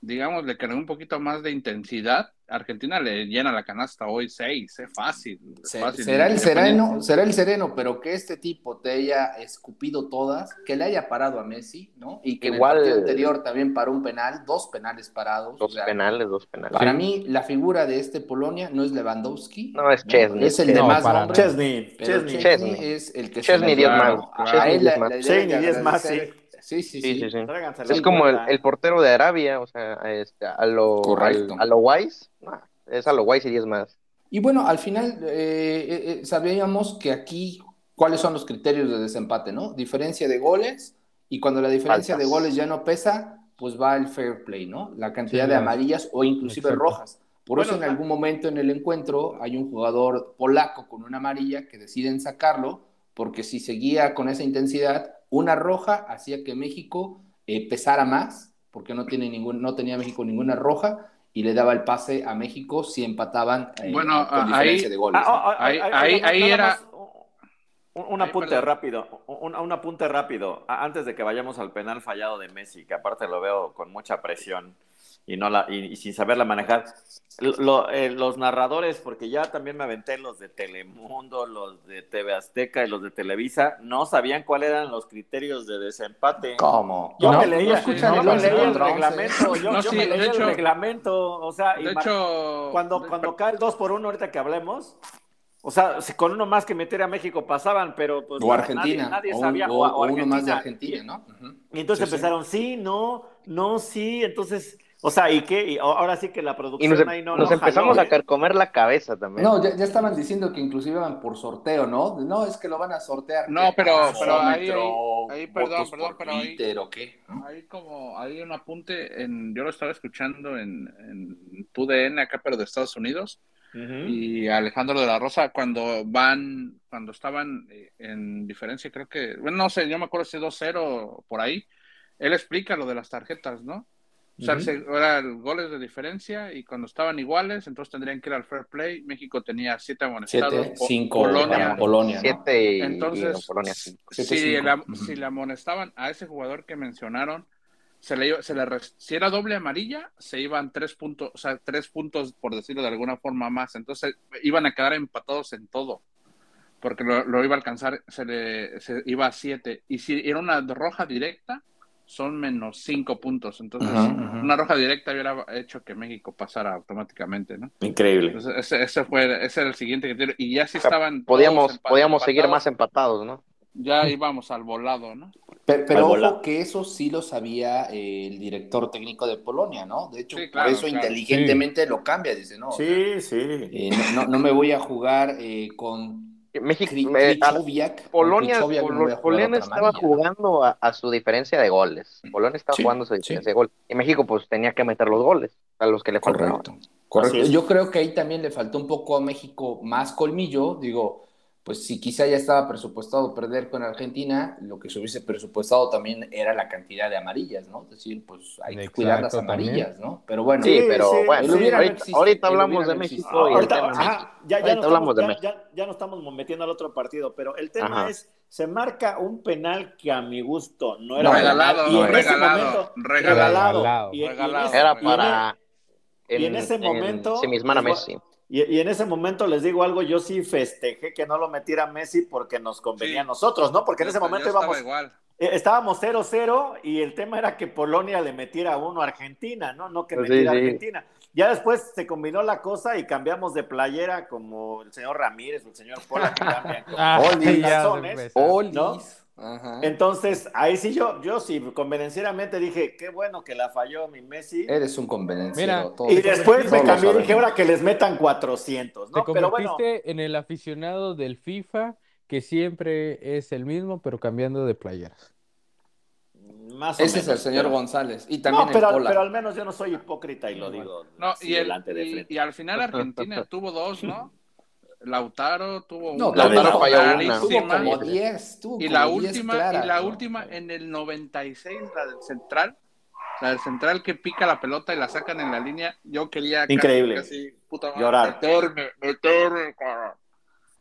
Speaker 6: digamos, le creó un poquito más de intensidad. Argentina le llena la canasta hoy seis, es fácil.
Speaker 3: se-
Speaker 6: fácil.
Speaker 3: será el sereno,
Speaker 6: Independiente.
Speaker 3: será el sereno, pero que este tipo te haya escupido todas, que le haya parado a Messi, ¿no? Y que
Speaker 5: Igual-
Speaker 3: en el partido anterior también paró un penal, dos penales parados. o
Speaker 5: dos
Speaker 3: sea,
Speaker 5: penales, dos penales.
Speaker 3: Para mí, la figura de este Polonia no es Lewandowski.
Speaker 5: No, es Chesney.
Speaker 3: Es el de
Speaker 4: No,
Speaker 3: más
Speaker 4: para
Speaker 3: nombres.
Speaker 2: Chesney,
Speaker 3: pero
Speaker 2: Chesney.
Speaker 3: Chesney,
Speaker 5: Chesney.
Speaker 3: es el que
Speaker 5: Chesney
Speaker 3: se
Speaker 5: diez
Speaker 3: la
Speaker 5: más.
Speaker 3: llevó. A
Speaker 5: Chesney
Speaker 3: él
Speaker 5: diez
Speaker 3: la-
Speaker 5: más.
Speaker 3: la deben
Speaker 2: Chesney
Speaker 3: de
Speaker 2: diez más,
Speaker 3: agradecer. Sí, sí, sí.
Speaker 5: Sí, sí, sí.
Speaker 2: Tráigansela
Speaker 5: Es
Speaker 2: en
Speaker 5: como el,
Speaker 2: cuenta.
Speaker 5: el portero de Arabia, o sea, a este, a lo,
Speaker 3: Correcto.
Speaker 5: al- a lo Wise, no, es a lo Wise y 10 más.
Speaker 3: Y bueno, al final eh, eh, eh, sabíamos que aquí cuáles son los criterios de desempate, ¿no? Diferencia de goles y cuando la diferencia
Speaker 5: Faltas.
Speaker 3: de goles ya no pesa, pues va el fair play, ¿no? La cantidad
Speaker 4: Sí,
Speaker 3: de
Speaker 4: la-
Speaker 3: amarillas o inclusive
Speaker 4: Exacto. ah
Speaker 3: rojas. Por
Speaker 2: Bueno,
Speaker 3: eso en
Speaker 2: la-
Speaker 3: algún momento en el encuentro hay un jugador polaco con una amarilla que deciden sacarlo porque si seguía con esa intensidad, una roja hacía que México eh, pesara más porque no, tiene ningún, no tenía México ninguna roja y le daba el pase a México si empataban eh,
Speaker 6: Bueno,
Speaker 3: con
Speaker 6: ah,
Speaker 3: diferencia
Speaker 6: ahí-
Speaker 3: de goles.
Speaker 2: Ah,
Speaker 3: ¿no?
Speaker 2: ah, ah,
Speaker 6: Ahí-
Speaker 2: ah,
Speaker 6: ahí-
Speaker 2: nada
Speaker 6: ahí
Speaker 2: más
Speaker 6: era-
Speaker 2: Un, un apunte
Speaker 6: perdón.
Speaker 2: rápido, un, un apunte rápido, a- antes de que vayamos al penal fallado de Messi, que aparte lo veo con mucha presión y, no la, y, y sin saberla manejar. Lo- lo- eh, los narradores, porque ya también me aventé los de Telemundo, los de TV Azteca y los de Televisa, no sabían cuáles eran los criterios de desempate.
Speaker 3: ¿Cómo?
Speaker 2: Yo
Speaker 4: No,
Speaker 2: me leía,
Speaker 3: no escuchan
Speaker 2: yo
Speaker 3: el ¿eh?
Speaker 2: me
Speaker 3: once
Speaker 2: leía el
Speaker 3: contra once.
Speaker 2: reglamento, yo,
Speaker 6: No,
Speaker 2: yo
Speaker 6: sí,
Speaker 2: me
Speaker 6: de
Speaker 2: leía
Speaker 6: hecho-
Speaker 2: el reglamento, o sea, y
Speaker 6: De
Speaker 2: mar-
Speaker 6: hecho,
Speaker 2: cuando,
Speaker 6: de-
Speaker 2: cuando cae el 2 por 1 ahorita que hablemos, o sea, si con uno más que meter a México pasaban, pero pues
Speaker 3: O Argentina,
Speaker 2: nadie, nadie
Speaker 3: o, un-
Speaker 2: sabía,
Speaker 3: o- o uno más de Argentina, ¿no? Ujú.
Speaker 2: Y, y entonces
Speaker 3: Sí, sí.
Speaker 2: empezaron, sí. no, no, sí, entonces, o sea, ¿y qué? Y ahora sí que la
Speaker 5: Y
Speaker 2: producción
Speaker 5: nos, em-
Speaker 2: ahí no
Speaker 5: nos
Speaker 2: no
Speaker 5: empezamos
Speaker 2: jaló, ¿eh?
Speaker 5: a carcomer la cabeza también.
Speaker 3: No, ya, ya estaban diciendo que inclusive van por sorteo, ¿no? No, es que lo van a sortear.
Speaker 6: No,
Speaker 3: ¿Qué?
Speaker 6: pero-
Speaker 3: Ah,
Speaker 6: pero ahí-
Speaker 3: metro,
Speaker 6: ahí- ahí, perdón,
Speaker 3: votos
Speaker 6: perdón,
Speaker 3: por
Speaker 6: pero ahí-
Speaker 3: Twitter, ¿o qué? ¿No?
Speaker 6: Hay como, hay un apunte, en, yo lo estaba escuchando en, en TUDN acá, pero de Estados Unidos,
Speaker 2: Ujú.
Speaker 6: y Alejandro de la Rosa, cuando van, cuando estaban eh, en diferencia, creo que, bueno, no sé, yo me acuerdo si 2-0 o por ahí, él explica lo de las tarjetas, ¿no? O sea,
Speaker 2: Ujú.
Speaker 6: se- era el goles de diferencia y cuando estaban iguales, entonces tendrían que ir al fair play. México tenía siete amonestados,
Speaker 3: Siete,
Speaker 6: Po-
Speaker 3: cinco,
Speaker 6: Polonia,
Speaker 3: para Polonia. ¿no?
Speaker 5: Siete y,
Speaker 6: Entonces,
Speaker 5: y en Polonia cinco.
Speaker 3: Siete,
Speaker 6: si,
Speaker 3: cinco.
Speaker 6: la-
Speaker 3: Ujú.
Speaker 6: si le amonestaban a ese jugador que mencionaron, se le, iba- se le res- si era doble amarilla, se iban tres puntos, o sea, tres puntos, por decirlo de alguna forma más. Entonces iban a quedar empatados en todo, porque lo, lo iba a alcanzar, se le se iba a siete. Y si era una roja directa, son menos cinco puntos. Entonces,
Speaker 3: Ujú, ujú.
Speaker 6: una roja directa hubiera hecho que México pasara automáticamente, ¿no?
Speaker 2: Increíble.
Speaker 6: Entonces, ese, ese fue, ese era el siguiente criterio. Y ya si estaban.
Speaker 5: Podíamos,
Speaker 6: todos empa-
Speaker 5: podíamos seguir
Speaker 6: empatados,
Speaker 5: más empatados, ¿no?
Speaker 6: ya íbamos al volado, ¿no?
Speaker 3: Pero,
Speaker 2: Al
Speaker 3: pero
Speaker 2: volar.
Speaker 3: ojo que eso sí lo sabía eh, el director técnico de Polonia, ¿no? De hecho,
Speaker 6: Sí, claro,
Speaker 3: por eso
Speaker 6: claro.
Speaker 3: inteligentemente lo cambia, dice, no,
Speaker 2: Sí, sí.
Speaker 3: eh, no, no- no me voy a jugar eh, con Kri-
Speaker 5: México, me- a-
Speaker 3: Krychowiak. con
Speaker 5: Polonia,
Speaker 3: Krychowiak no me voy a jugar
Speaker 5: Polo- Polonia
Speaker 3: otra
Speaker 5: estaba
Speaker 3: amarilla, ¿no?
Speaker 5: jugando a, a su diferencia de goles. Polonia estaba
Speaker 3: Mm. Sí,
Speaker 5: jugando a su
Speaker 3: sí.
Speaker 5: diferencia de goles. Y México, pues tenía que meter los goles a los que le faltaban.
Speaker 3: Correcto, correcto.
Speaker 2: Así es.
Speaker 3: Yo creo que ahí también le faltó un poco a México más colmillo, digo, pues si quizá ya estaba presupuestado perder con Argentina, lo que se hubiese presupuestado también era la cantidad de amarillas, ¿no? Es decir, pues hay que
Speaker 4: Exacto,
Speaker 3: cuidar las
Speaker 4: también.
Speaker 3: amarillas, ¿no? Pero bueno,
Speaker 5: Sí,
Speaker 2: Sí,
Speaker 5: pero
Speaker 2: sí,
Speaker 5: bueno,
Speaker 2: sí.
Speaker 5: ahorita,
Speaker 3: El hubiera no existe,
Speaker 5: ahorita
Speaker 3: el
Speaker 5: hablamos
Speaker 3: hubiera
Speaker 5: de
Speaker 3: no
Speaker 5: México.
Speaker 3: existe.
Speaker 5: y Ah, el
Speaker 2: Ahorita,
Speaker 5: tema de
Speaker 2: ajá,
Speaker 5: México.
Speaker 2: ya, ya,
Speaker 5: Ahorita
Speaker 2: no
Speaker 5: hablamos
Speaker 2: estamos,
Speaker 5: de
Speaker 2: ya-
Speaker 5: México.
Speaker 2: ya- ya no estamos metiendo al otro partido, pero el tema
Speaker 5: Ajá.
Speaker 2: es, se marca un penal que a mi gusto no era
Speaker 3: No,
Speaker 2: penal,
Speaker 6: regalado,
Speaker 2: y en ese
Speaker 6: regalado,
Speaker 2: momento-
Speaker 6: regalado.
Speaker 4: Regalado.
Speaker 2: y- y en
Speaker 6: Regalado.
Speaker 2: ese-
Speaker 5: Era
Speaker 2: y en
Speaker 5: para.
Speaker 2: y en ese momento-
Speaker 5: Sí, misma
Speaker 2: les voy-
Speaker 5: Messi.
Speaker 2: Y, y en ese momento les digo algo, yo sí festejé que no lo metiera Messi porque nos convenía
Speaker 6: Sí.
Speaker 2: a nosotros, ¿no? Porque en ese
Speaker 6: Yo- yo
Speaker 2: momento
Speaker 6: estaba
Speaker 2: íbamos,
Speaker 6: igual.
Speaker 2: eh, estábamos 0-0 y el tema era que Polonia le metiera uno a Argentina, ¿no? No que
Speaker 5: Pues Sí,
Speaker 2: metiera a
Speaker 5: sí.
Speaker 2: Argentina. Ya después se combinó la cosa y cambiamos de playera como el señor Ramírez, el señor Pola que cambian como
Speaker 4: Ah,
Speaker 2: Oli,
Speaker 4: ya
Speaker 2: calzones.
Speaker 4: se empezó.
Speaker 3: Olis.
Speaker 2: ¿No?
Speaker 3: Ajá.
Speaker 2: Entonces, ahí sí yo, yo sí, convenencieramente dije, qué bueno que la falló mi Messi.
Speaker 3: Eres un convenenciero.
Speaker 4: Mira,
Speaker 3: todo-
Speaker 2: Y después me
Speaker 3: todos
Speaker 2: cambié y
Speaker 3: saben.
Speaker 2: dije, ahora que les metan 400,
Speaker 4: Te
Speaker 2: ¿no? Pero bueno,
Speaker 4: convertiste en el aficionado del FIFA que siempre es el mismo, pero cambiando de playeras.
Speaker 2: más o
Speaker 3: Ese es
Speaker 2: menos,
Speaker 3: el señor
Speaker 2: pero-
Speaker 3: González. Y también
Speaker 2: no, pero,
Speaker 3: el
Speaker 2: al-
Speaker 3: Pola.
Speaker 2: pero al menos yo no soy hipócrita y lo digo
Speaker 6: No,
Speaker 2: así
Speaker 6: y, el-
Speaker 2: delante de
Speaker 6: y-
Speaker 2: frente.
Speaker 6: y al final Argentina tuvo dos, ¿no? Lautaro tuvo
Speaker 3: No,
Speaker 6: una.
Speaker 3: la
Speaker 2: Lautaro
Speaker 3: verdad,
Speaker 2: falló
Speaker 6: clarísima,
Speaker 5: una.
Speaker 3: Tuvo como 10. tuvo
Speaker 6: Y
Speaker 3: como
Speaker 6: la
Speaker 3: 10
Speaker 6: última,
Speaker 3: claras,
Speaker 6: y la
Speaker 3: ¿no?
Speaker 6: última en el 96, la del central. La del central que pica la pelota y la sacan en la línea. Yo quería casi-
Speaker 2: Increíble.
Speaker 6: casi, puta madre,
Speaker 2: Llorar.
Speaker 6: Meterme, meterme, cara.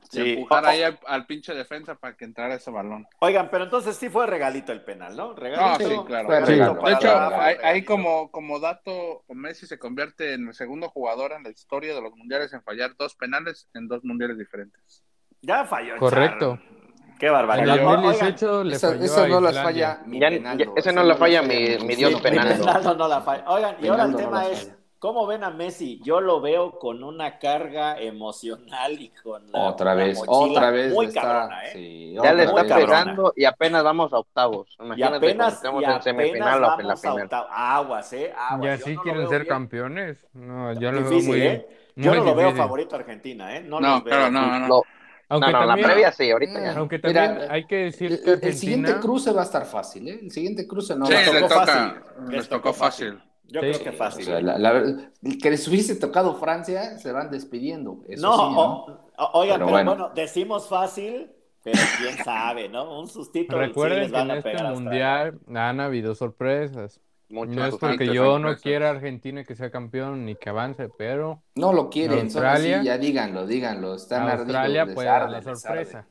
Speaker 6: Y
Speaker 2: Sí.
Speaker 6: empujar
Speaker 2: O- o-
Speaker 6: ahí al, al pinche defensa para que entrara ese balón.
Speaker 2: Oigan, pero entonces sí fue regalito el penal, ¿no?
Speaker 6: No,
Speaker 2: Regalito.
Speaker 6: sí,
Speaker 3: sí,
Speaker 6: claro.
Speaker 3: fue
Speaker 6: Sí.
Speaker 3: regalo.
Speaker 6: De hecho,
Speaker 3: Regalo.
Speaker 6: ahí, ahí como, como dato, Messi se convierte en el segundo jugador en la historia de los mundiales en fallar dos penales en dos mundiales diferentes.
Speaker 2: Ya falló. el
Speaker 4: Correcto.
Speaker 2: Char. Qué
Speaker 4: En
Speaker 2: barbaridad.
Speaker 4: el
Speaker 2: Oigan,
Speaker 4: 2018 le
Speaker 3: Esa,
Speaker 4: falló
Speaker 3: esa
Speaker 4: a
Speaker 3: no las
Speaker 4: Islandia.
Speaker 3: falla mi
Speaker 5: Ya-
Speaker 3: Penaldo,
Speaker 5: ya- esa
Speaker 3: esa
Speaker 5: no la falla
Speaker 3: falla
Speaker 5: mi-
Speaker 3: ni
Speaker 5: mi
Speaker 2: sí,
Speaker 5: Dios
Speaker 2: mi
Speaker 5: Penaldo.
Speaker 2: Penaldo no la falla. Oigan, y ahora el
Speaker 3: Penaldo no
Speaker 2: tema
Speaker 3: la
Speaker 2: es,
Speaker 3: falla.
Speaker 2: ¿cómo ven a Messi? Yo lo veo con una carga emocional y con la,
Speaker 3: Otra
Speaker 2: una
Speaker 3: vez,
Speaker 2: mochila
Speaker 3: otra vez.
Speaker 2: muy
Speaker 3: está-
Speaker 2: cabrona, ¿eh?
Speaker 3: sí,
Speaker 5: Ya
Speaker 3: otra
Speaker 5: le está
Speaker 3: vez.
Speaker 2: cabrona.
Speaker 5: pegando y apenas vamos a octavos.
Speaker 2: Y
Speaker 5: Imagínate
Speaker 2: apenas,
Speaker 5: cuando
Speaker 2: y
Speaker 5: estemos en
Speaker 2: apenas
Speaker 5: semifinal o en la
Speaker 2: vamos a
Speaker 5: final.
Speaker 2: octavo. Aguas, ¿eh?
Speaker 4: Y
Speaker 2: Aguas. Yo
Speaker 4: así
Speaker 2: no lo
Speaker 4: quieren
Speaker 2: veo
Speaker 4: ser
Speaker 2: bien.
Speaker 4: campeones. No, yo lo veo
Speaker 2: Difícil,
Speaker 4: muy,
Speaker 2: ¿eh? Yo
Speaker 4: muy
Speaker 2: no lo veo
Speaker 4: difícil.
Speaker 2: favorito a Argentina, ¿eh? No,
Speaker 6: No,
Speaker 2: los veo.
Speaker 6: claro, no, no.
Speaker 5: Lo-
Speaker 4: Aunque
Speaker 5: no, no,
Speaker 4: también, Mm.
Speaker 5: la previa sí, ahorita ya.
Speaker 4: aunque
Speaker 3: Mira,
Speaker 4: también hay que decir
Speaker 3: El,
Speaker 4: que
Speaker 3: el- el siguiente
Speaker 4: Argentina-
Speaker 3: cruce va a estar fácil, ¿eh? El siguiente cruce no
Speaker 6: Sí,
Speaker 3: va a
Speaker 2: les
Speaker 6: le
Speaker 3: estar
Speaker 2: tocó
Speaker 6: toca,
Speaker 2: fácil.
Speaker 6: les
Speaker 2: Les
Speaker 6: tocó
Speaker 2: tocó
Speaker 6: fácil.
Speaker 2: Yo
Speaker 4: Sí.
Speaker 2: creo que
Speaker 3: O
Speaker 2: fácil.
Speaker 3: sea, la- la verdad, que les hubiese tocado Francia, se van despidiendo. Eso
Speaker 2: no,
Speaker 3: sí, ¿no?
Speaker 2: o- o- oigan,
Speaker 3: Pero
Speaker 2: pero bueno.
Speaker 3: bueno.
Speaker 2: decimos fácil, pero quién sabe, ¿no? Un sustito. sí
Speaker 4: Recuerden
Speaker 2: les
Speaker 4: que
Speaker 2: van
Speaker 4: en
Speaker 2: a
Speaker 4: este
Speaker 2: pegar a Australia.
Speaker 4: mundial han habido sorpresas.
Speaker 5: Muchos
Speaker 4: no es porque
Speaker 5: suscriptores
Speaker 4: yo
Speaker 5: son
Speaker 4: no
Speaker 5: presos.
Speaker 4: quiera a Argentina que sea campeón ni que avance, pero
Speaker 3: No lo quieren, son así,
Speaker 4: Australia.
Speaker 3: ya díganlo, díganlo. Están
Speaker 4: Australia
Speaker 3: ardidos, les
Speaker 4: puede
Speaker 3: arde,
Speaker 4: dar la
Speaker 3: les arde.
Speaker 4: sorpresa.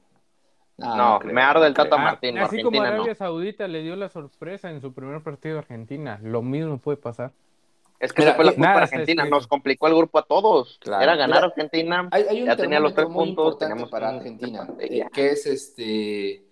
Speaker 3: Ah,
Speaker 5: No,
Speaker 3: creo,
Speaker 5: me arde el
Speaker 3: creo.
Speaker 5: Tata
Speaker 4: Ah,
Speaker 5: Martino,
Speaker 4: así como
Speaker 5: Argentina no.
Speaker 4: Arabia Saudita le dio la sorpresa en su primer partido a Argentina, lo mismo puede pasar.
Speaker 5: Es que
Speaker 3: Mira,
Speaker 5: se fue la
Speaker 3: eh,
Speaker 5: culpa
Speaker 4: nada,
Speaker 5: de
Speaker 4: está
Speaker 5: Argentina,
Speaker 4: escrito.
Speaker 5: nos complicó el grupo a todos.
Speaker 3: Claro.
Speaker 5: Era ganar
Speaker 3: Mira,
Speaker 5: Argentina.
Speaker 3: Hay, hay un
Speaker 5: Ya tenía los
Speaker 3: termómetro
Speaker 5: tres
Speaker 3: muy
Speaker 5: puntos,
Speaker 3: importante
Speaker 5: teníamos
Speaker 3: para
Speaker 5: un-
Speaker 3: Argentina,
Speaker 5: eh, ya.
Speaker 3: eh, que es este,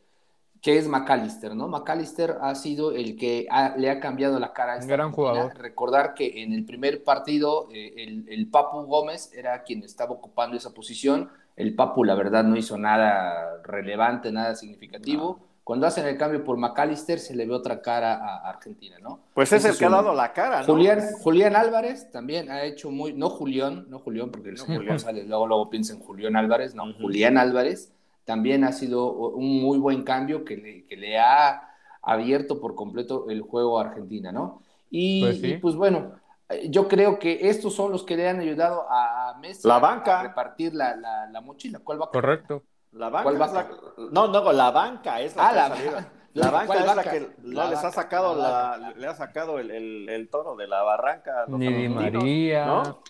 Speaker 3: que es McAllister, ¿no? McAllister ha sido el que ha- le ha cambiado la cara a esta
Speaker 4: Gran
Speaker 3: Argentina.
Speaker 4: jugador.
Speaker 3: Recordar que en el primer partido eh, el, el Papu Gómez era quien estaba ocupando esa posición. El Papu, la verdad, no hizo nada relevante, nada significativo. Cuando hacen el cambio por McAllister, se le ve otra cara a a Argentina, ¿no?
Speaker 2: Pues es
Speaker 3: Ese
Speaker 2: el que ha
Speaker 3: uno.
Speaker 2: dado la cara, ¿no?
Speaker 3: Julián, Julián Álvarez también ha hecho muy, no Julián, no Julián, porque el señor
Speaker 4: Julián.
Speaker 3: González luego, luego piensa en Julián Álvarez, no,
Speaker 2: Ujú.
Speaker 3: Julián Álvarez también ha sido un muy buen cambio que le, que le ha abierto por completo el juego a Argentina, ¿no? Y y,
Speaker 4: Pues
Speaker 3: pues,
Speaker 4: sí.
Speaker 3: bueno, eh, yo creo que estos son los que le han ayudado a a Messi
Speaker 2: La
Speaker 3: a-
Speaker 2: banca.
Speaker 3: a repartir la, la- la mochila. ¿Cuál va
Speaker 4: Correcto.
Speaker 2: La banca.
Speaker 3: ¿Cuál
Speaker 2: es la-
Speaker 3: vaca?
Speaker 2: No, no, la banca es la
Speaker 3: Ah,
Speaker 2: que
Speaker 3: la
Speaker 2: ha salido.
Speaker 3: vaca.
Speaker 2: La banca
Speaker 3: ¿Cuál
Speaker 2: es la
Speaker 3: vaca?
Speaker 2: que no
Speaker 3: La
Speaker 2: les ha
Speaker 3: vaca,
Speaker 2: sacado
Speaker 3: la
Speaker 2: la,
Speaker 3: vaca.
Speaker 2: le ha sacado el, el, el toro de la barranca. a los
Speaker 4: Ni Di
Speaker 2: argentinos,
Speaker 4: María.
Speaker 2: ¿no?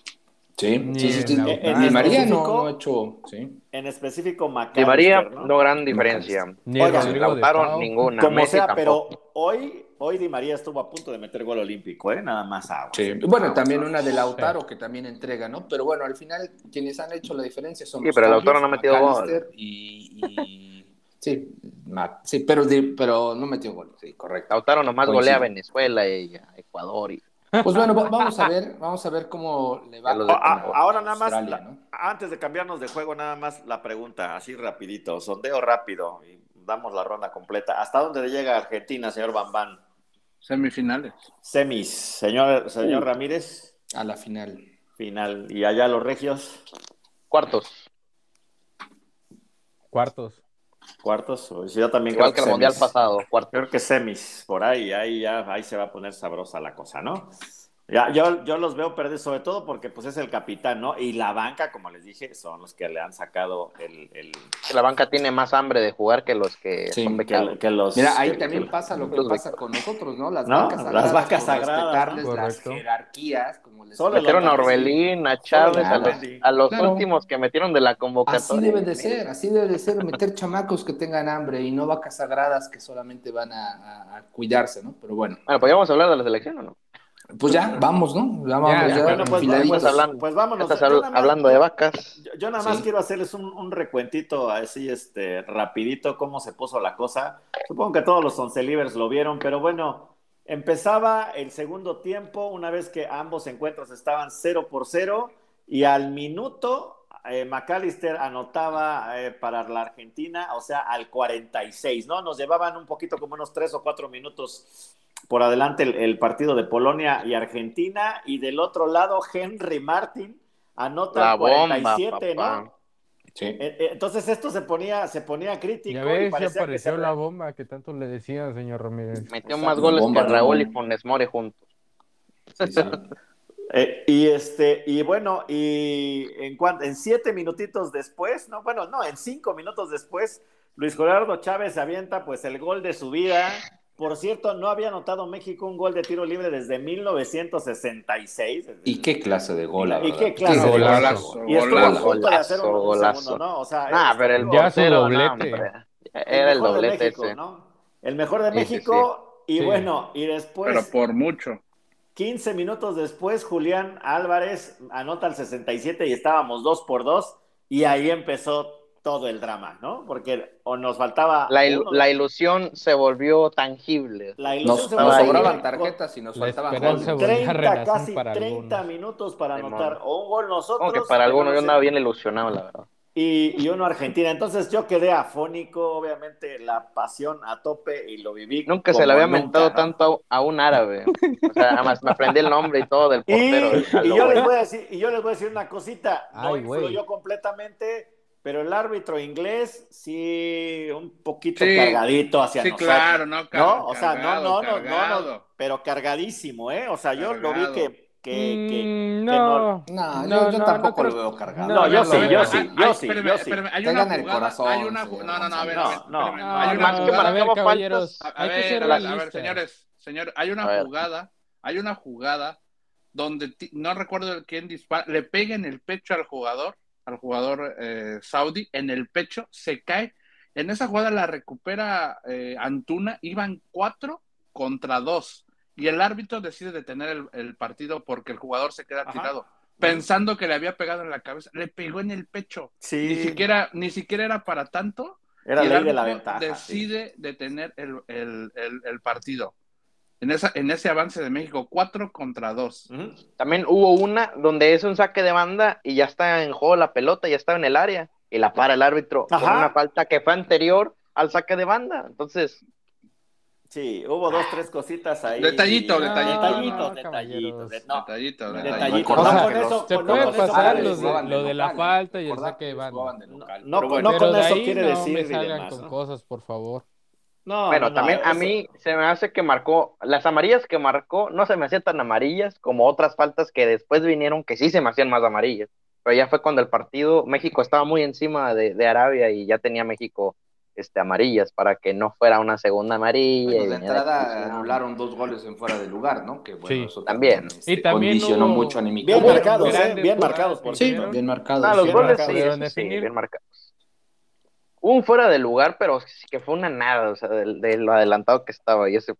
Speaker 3: Sí,
Speaker 4: Ni
Speaker 3: sí, sí, sí.
Speaker 4: en la
Speaker 3: Eh,
Speaker 4: UNAM.
Speaker 3: Di María no,
Speaker 2: Específico.
Speaker 3: no ha hecho, sí.
Speaker 2: En específico Macalester,
Speaker 5: Di María,
Speaker 2: ¿no?
Speaker 5: no gran diferencia.
Speaker 4: Ni
Speaker 2: Oigan,
Speaker 4: Rodrigo de
Speaker 5: Lautaro,
Speaker 4: Pau.
Speaker 5: ninguna.
Speaker 2: Como
Speaker 5: Messi
Speaker 2: sea,
Speaker 5: tampoco.
Speaker 2: Ah, pero hoy, hoy Di María estuvo a punto de meter gol olímpico, ¿eh? Nada más agua.
Speaker 3: Sí. Bueno, también una de Lautaro que también entrega, ¿no? Pero bueno, al final quienes han hecho la diferencia son
Speaker 5: Sí, pero
Speaker 3: cambios,
Speaker 5: Lautaro no metió
Speaker 3: McAllister Y, y- sí, Ma- sí, pero, de- pero no metió gol, sí, correcto.
Speaker 5: Lautaro nomás
Speaker 3: Coincido.
Speaker 5: golea a Venezuela y a Ecuador. Y...
Speaker 3: Pues bueno, va- vamos a ver, vamos a ver cómo le va.
Speaker 5: Ya lo
Speaker 3: con-
Speaker 2: A-
Speaker 5: Como
Speaker 2: ahora nada más,
Speaker 3: Australia,
Speaker 2: la-
Speaker 3: ¿no?
Speaker 2: antes de cambiarnos de juego, nada más la pregunta, así rapidito, sondeo rápido y damos la ronda completa. ¿Hasta dónde llega Argentina, señor Bambán?
Speaker 6: Semifinales.
Speaker 2: Semis, señor, señor Ramírez,
Speaker 3: A la final.
Speaker 2: final. Y allá los regios,
Speaker 5: Cuartos.
Speaker 4: Cuartos.
Speaker 2: cuartos. o- Yo también
Speaker 5: Igual
Speaker 2: creo
Speaker 5: que el mundial
Speaker 2: semis.
Speaker 5: pasado. Cuartos.
Speaker 2: Creo que semis, por ahí, ahí ya, ahí se va a poner sabrosa la cosa, ¿no? Ya, yo, yo los veo perder, sobre todo porque pues es el capitán, ¿no? Y la banca, como les dije, son los que le han sacado el, el
Speaker 5: La banca tiene más hambre de jugar que los Eh, que
Speaker 3: Sí,
Speaker 5: son
Speaker 2: que,
Speaker 5: becados.
Speaker 2: que los.
Speaker 3: Mira, ahí
Speaker 2: que-
Speaker 3: también
Speaker 2: que-
Speaker 3: pasa lo que
Speaker 5: los
Speaker 3: pasa con nosotros, ¿no? Las
Speaker 2: No,
Speaker 3: vacas
Speaker 2: las
Speaker 3: sagradas.
Speaker 2: vacas
Speaker 3: por
Speaker 2: sagradas,
Speaker 3: Respetarles
Speaker 4: ¿no?
Speaker 3: las
Speaker 4: Correcto.
Speaker 3: jerarquías, como les
Speaker 2: Solo
Speaker 5: Metieron a
Speaker 2: Lautaro,
Speaker 5: Orbelín, a Chávez, a los,
Speaker 2: Lautaro.
Speaker 5: a los
Speaker 3: Claro.
Speaker 5: últimos que metieron de la
Speaker 3: Así
Speaker 5: convocatoria.
Speaker 2: ¿eh?
Speaker 3: debe de ser, así debe de ser, meter chamacos que tengan hambre y no vacas sagradas que solamente van a, a- a cuidarse, ¿no? Pero bueno,
Speaker 5: Bueno, podríamos hablar de la selección o no?
Speaker 3: pues ya, vamos, ¿no? Ya vamos,
Speaker 4: Ya,
Speaker 3: ya,
Speaker 2: Bueno, pues,
Speaker 3: enfiladitos.
Speaker 2: pues,
Speaker 5: hablando-
Speaker 2: pues vámonos.
Speaker 5: Estás
Speaker 2: Yo
Speaker 5: habl-
Speaker 2: nada más-
Speaker 5: hablando de vacas.
Speaker 2: Yo, yo nada más
Speaker 3: Sí.
Speaker 2: quiero hacerles un, un recuentito así, este, rapidito, cómo se puso la cosa. Supongo que todos los oncelivers lo vieron, pero bueno, empezaba el segundo tiempo, una vez que ambos encuentros estaban 0 por 0, y al minuto eh, McAllister anotaba eh, para la Argentina, o sea, al 46, ¿no? Nos llevaban un poquito como unos 3 o 4 minutos por adelante el, el partido de Polonia y Argentina, y del otro lado Henry Martin anota
Speaker 5: La
Speaker 2: al
Speaker 5: bomba,
Speaker 2: 47,
Speaker 5: papá.
Speaker 2: ¿no?
Speaker 3: Sí.
Speaker 2: Eh, eh, Entonces esto se ponía, se ponía crítico.
Speaker 4: Ya
Speaker 2: y
Speaker 4: ves, ya
Speaker 2: parecía que se
Speaker 4: apareció
Speaker 2: re-
Speaker 4: la bomba que tanto le decía, señor Ramírez.
Speaker 5: Metió
Speaker 2: Exacto,
Speaker 5: más goles
Speaker 3: bomba,
Speaker 5: que Raúl y
Speaker 3: ¿no?
Speaker 5: Funes Mori juntos.
Speaker 3: sí, sí.
Speaker 2: Eh, y este, y bueno, y en cuan- en siete minutitos después, no, bueno, no, en cinco minutos después, Luis Gerardo Chávez avienta pues el gol de su vida. Por cierto, no había anotado México un gol de tiro libre desde 1966.
Speaker 3: Y qué clase de gol, la
Speaker 2: Y
Speaker 3: verdad.
Speaker 2: qué clase
Speaker 4: de
Speaker 3: golazo.
Speaker 6: Golazo,
Speaker 2: Y estuvo a
Speaker 3: Golazo,
Speaker 2: punto de hacer un, un
Speaker 5: golazo.
Speaker 2: segundo, ¿no? O sea,
Speaker 5: Ah,
Speaker 2: es-
Speaker 5: pero el
Speaker 4: Ya su
Speaker 5: portero, no,
Speaker 4: doblete.
Speaker 5: hombre.
Speaker 2: el
Speaker 5: Era el
Speaker 2: mejor de
Speaker 5: doblete
Speaker 2: México,
Speaker 5: ese.
Speaker 2: ¿no? El mejor de
Speaker 5: Sí, sí,
Speaker 2: México. Y
Speaker 4: Sí.
Speaker 2: bueno, y después.
Speaker 6: pero por mucho.
Speaker 2: 15 minutos después, Julián Álvarez anota el 67 y estábamos 2 por 2 y ahí empezó todo el drama, ¿no? Porque o nos faltaba
Speaker 5: Ah, La, il-
Speaker 2: uno-
Speaker 5: la ilusión se volvió tangible.
Speaker 2: la ilusión
Speaker 3: Nos,
Speaker 2: se
Speaker 3: nos
Speaker 5: va
Speaker 2: volvió
Speaker 5: ahí.
Speaker 3: sobraban
Speaker 2: con-
Speaker 3: tarjetas y nos
Speaker 4: La
Speaker 3: faltaban
Speaker 4: esperanza
Speaker 2: con
Speaker 3: goles.
Speaker 4: volvió a
Speaker 2: 30,
Speaker 4: renacer
Speaker 2: casi
Speaker 4: para
Speaker 2: 30
Speaker 4: algunos.
Speaker 2: minutos para
Speaker 5: Simón.
Speaker 2: anotar o un gol nosotros
Speaker 5: Aunque para
Speaker 2: y
Speaker 5: algunos
Speaker 2: uno
Speaker 5: yo
Speaker 2: se-
Speaker 5: andaba bien ilusionado, la verdad.
Speaker 2: y, y uno Argentina. Entonces yo quedé afónico, obviamente la pasión a tope y lo viví.
Speaker 5: Nunca se
Speaker 2: como
Speaker 5: le había
Speaker 2: nunca,
Speaker 5: mentado
Speaker 2: ¿no?
Speaker 5: tanto a, a un árabe. O sea, nada más me aprendí el nombre y todo del
Speaker 2: Y,
Speaker 5: portero. del
Speaker 2: y
Speaker 5: Calo,
Speaker 2: yo
Speaker 5: güey.
Speaker 2: les voy a decir, y yo les voy a decir una cosita, no
Speaker 4: Ay, güey.
Speaker 2: influyó completamente, pero el árbitro inglés sí un poquito
Speaker 6: Sí.
Speaker 2: cargadito hacia
Speaker 6: Sí,
Speaker 2: nosotros.
Speaker 6: claro, no, Car-
Speaker 2: no, o sea,
Speaker 6: cargado,
Speaker 2: no, no, no, no, no,
Speaker 6: cargado.
Speaker 2: pero cargadísimo, ¿eh? O sea, yo lo vi
Speaker 6: Cargado.
Speaker 2: que, que, que-
Speaker 4: Mm,
Speaker 2: que
Speaker 4: no.
Speaker 3: No,
Speaker 4: No,
Speaker 3: yo, yo
Speaker 4: no,
Speaker 3: tampoco
Speaker 4: no
Speaker 3: lo
Speaker 4: creo-
Speaker 3: veo cargado.
Speaker 2: No, yo sí, yo
Speaker 6: ah,
Speaker 2: sí,
Speaker 6: ah,
Speaker 2: yo
Speaker 6: ay,
Speaker 2: sí.
Speaker 6: espérame,
Speaker 2: yo sí.
Speaker 6: espérame, Hay una
Speaker 3: Tengan el
Speaker 6: jugada,
Speaker 3: corazón,
Speaker 6: hay una
Speaker 3: señor
Speaker 6: ju- No, no, no, a ver, a ver,
Speaker 2: No, no.
Speaker 6: espérame,
Speaker 4: No,
Speaker 6: hay
Speaker 4: no,
Speaker 6: una
Speaker 5: más
Speaker 4: no,
Speaker 5: que
Speaker 6: jugada-
Speaker 4: a ver,
Speaker 5: marcamos
Speaker 4: caballeros,
Speaker 5: faltas.
Speaker 6: A
Speaker 4: hay que ser
Speaker 6: ver, a ver, a ver,
Speaker 4: realistas.
Speaker 6: señores, señor, hay
Speaker 5: A
Speaker 6: una
Speaker 5: ver.
Speaker 6: jugada, hay una jugada donde ti- no recuerdo quién dispara, le pega en el pecho al jugador, al jugador eh, saudí, en el pecho, se cae. En esa jugada la recupera eh, Antuna, iban cuatro contra dos. Y el árbitro decide detener el, el partido porque el jugador se queda
Speaker 2: Ajá.
Speaker 6: tirado, pensando que le había pegado en la cabeza, le pegó en el pecho.
Speaker 2: sí,
Speaker 6: Ni siquiera, ni siquiera era para tanto
Speaker 2: era
Speaker 6: y el
Speaker 2: ley de la
Speaker 6: árbitro
Speaker 2: ventaja. sí.
Speaker 6: Decide detener el, el- el- el partido. En, esa, en ese avance de México, 4 contra 2.
Speaker 2: Ujú.
Speaker 5: También hubo una donde es un saque de banda y ya está en juego la pelota, ya estaba en el área y la para el árbitro con
Speaker 2: Ajá.
Speaker 5: una falta que fue anterior al saque de banda. Entonces,
Speaker 2: Sí, hubo dos, tres cositas ahí.
Speaker 6: Detallito,
Speaker 2: No,
Speaker 6: detallito.
Speaker 2: Detallitos,
Speaker 4: No,
Speaker 2: detallitos.
Speaker 4: caballeros.
Speaker 2: de- no,
Speaker 6: Detallito,
Speaker 3: no,
Speaker 6: detallito.
Speaker 2: detallitos.
Speaker 3: Cosas
Speaker 2: No,
Speaker 3: que
Speaker 2: con
Speaker 3: los-
Speaker 2: eso,
Speaker 4: Mm. se
Speaker 2: con-
Speaker 4: puede
Speaker 2: con eso-
Speaker 4: pasar
Speaker 2: ah,
Speaker 4: los de-
Speaker 3: jugaban
Speaker 4: lo de la
Speaker 3: local, ¿eh?
Speaker 4: falta y el
Speaker 3: Recordar
Speaker 4: saque de
Speaker 3: que
Speaker 4: banda.
Speaker 3: jugaban de
Speaker 2: No,
Speaker 3: local.
Speaker 2: no,
Speaker 3: Pero bueno,
Speaker 2: no.
Speaker 4: Pero
Speaker 2: con
Speaker 4: de
Speaker 2: eso
Speaker 4: ahí
Speaker 2: quiere
Speaker 4: no
Speaker 2: decir y
Speaker 4: me salgan
Speaker 2: demás,
Speaker 4: con
Speaker 2: ¿no?
Speaker 4: cosas, por favor.
Speaker 2: No,
Speaker 5: bueno,
Speaker 2: no, no,
Speaker 5: también a
Speaker 2: eso-
Speaker 5: mí se me hace que marcó, las amarillas que marcó no se me hacían tan amarillas como otras faltas que después vinieron que sí se me hacían más amarillas. Pero ya fue cuando el partido, México estaba muy encima de, de Arabia y ya tenía México este, amarillas para que no fuera una segunda amarilla.
Speaker 3: Bueno,
Speaker 5: y pues,
Speaker 3: de
Speaker 5: viniera
Speaker 3: entrada
Speaker 5: expulsión.
Speaker 3: anularon dos goles en fuera de lugar, ¿no? Que bueno,
Speaker 4: Sí.
Speaker 3: eso
Speaker 5: También.
Speaker 3: este,
Speaker 4: Y también
Speaker 3: condicionó
Speaker 4: hubo-
Speaker 3: mucho anímicamente.
Speaker 2: Bien
Speaker 4: Hubo
Speaker 2: marcados, ¿eh?
Speaker 4: grandes
Speaker 2: Bien
Speaker 4: jugadas
Speaker 2: marcados, por
Speaker 4: que
Speaker 3: Sí,
Speaker 4: hicieron.
Speaker 3: bien marcado.
Speaker 5: No, Ah, los
Speaker 2: Bien
Speaker 5: goles
Speaker 2: marcados.
Speaker 5: sí,
Speaker 4: Pudieron
Speaker 5: eso sí,
Speaker 4: definir.
Speaker 5: bien marcados. Hubo Un fuera de lugar, pero sí que fue una nada, o sea, de, de lo adelantado que estaba. Y ese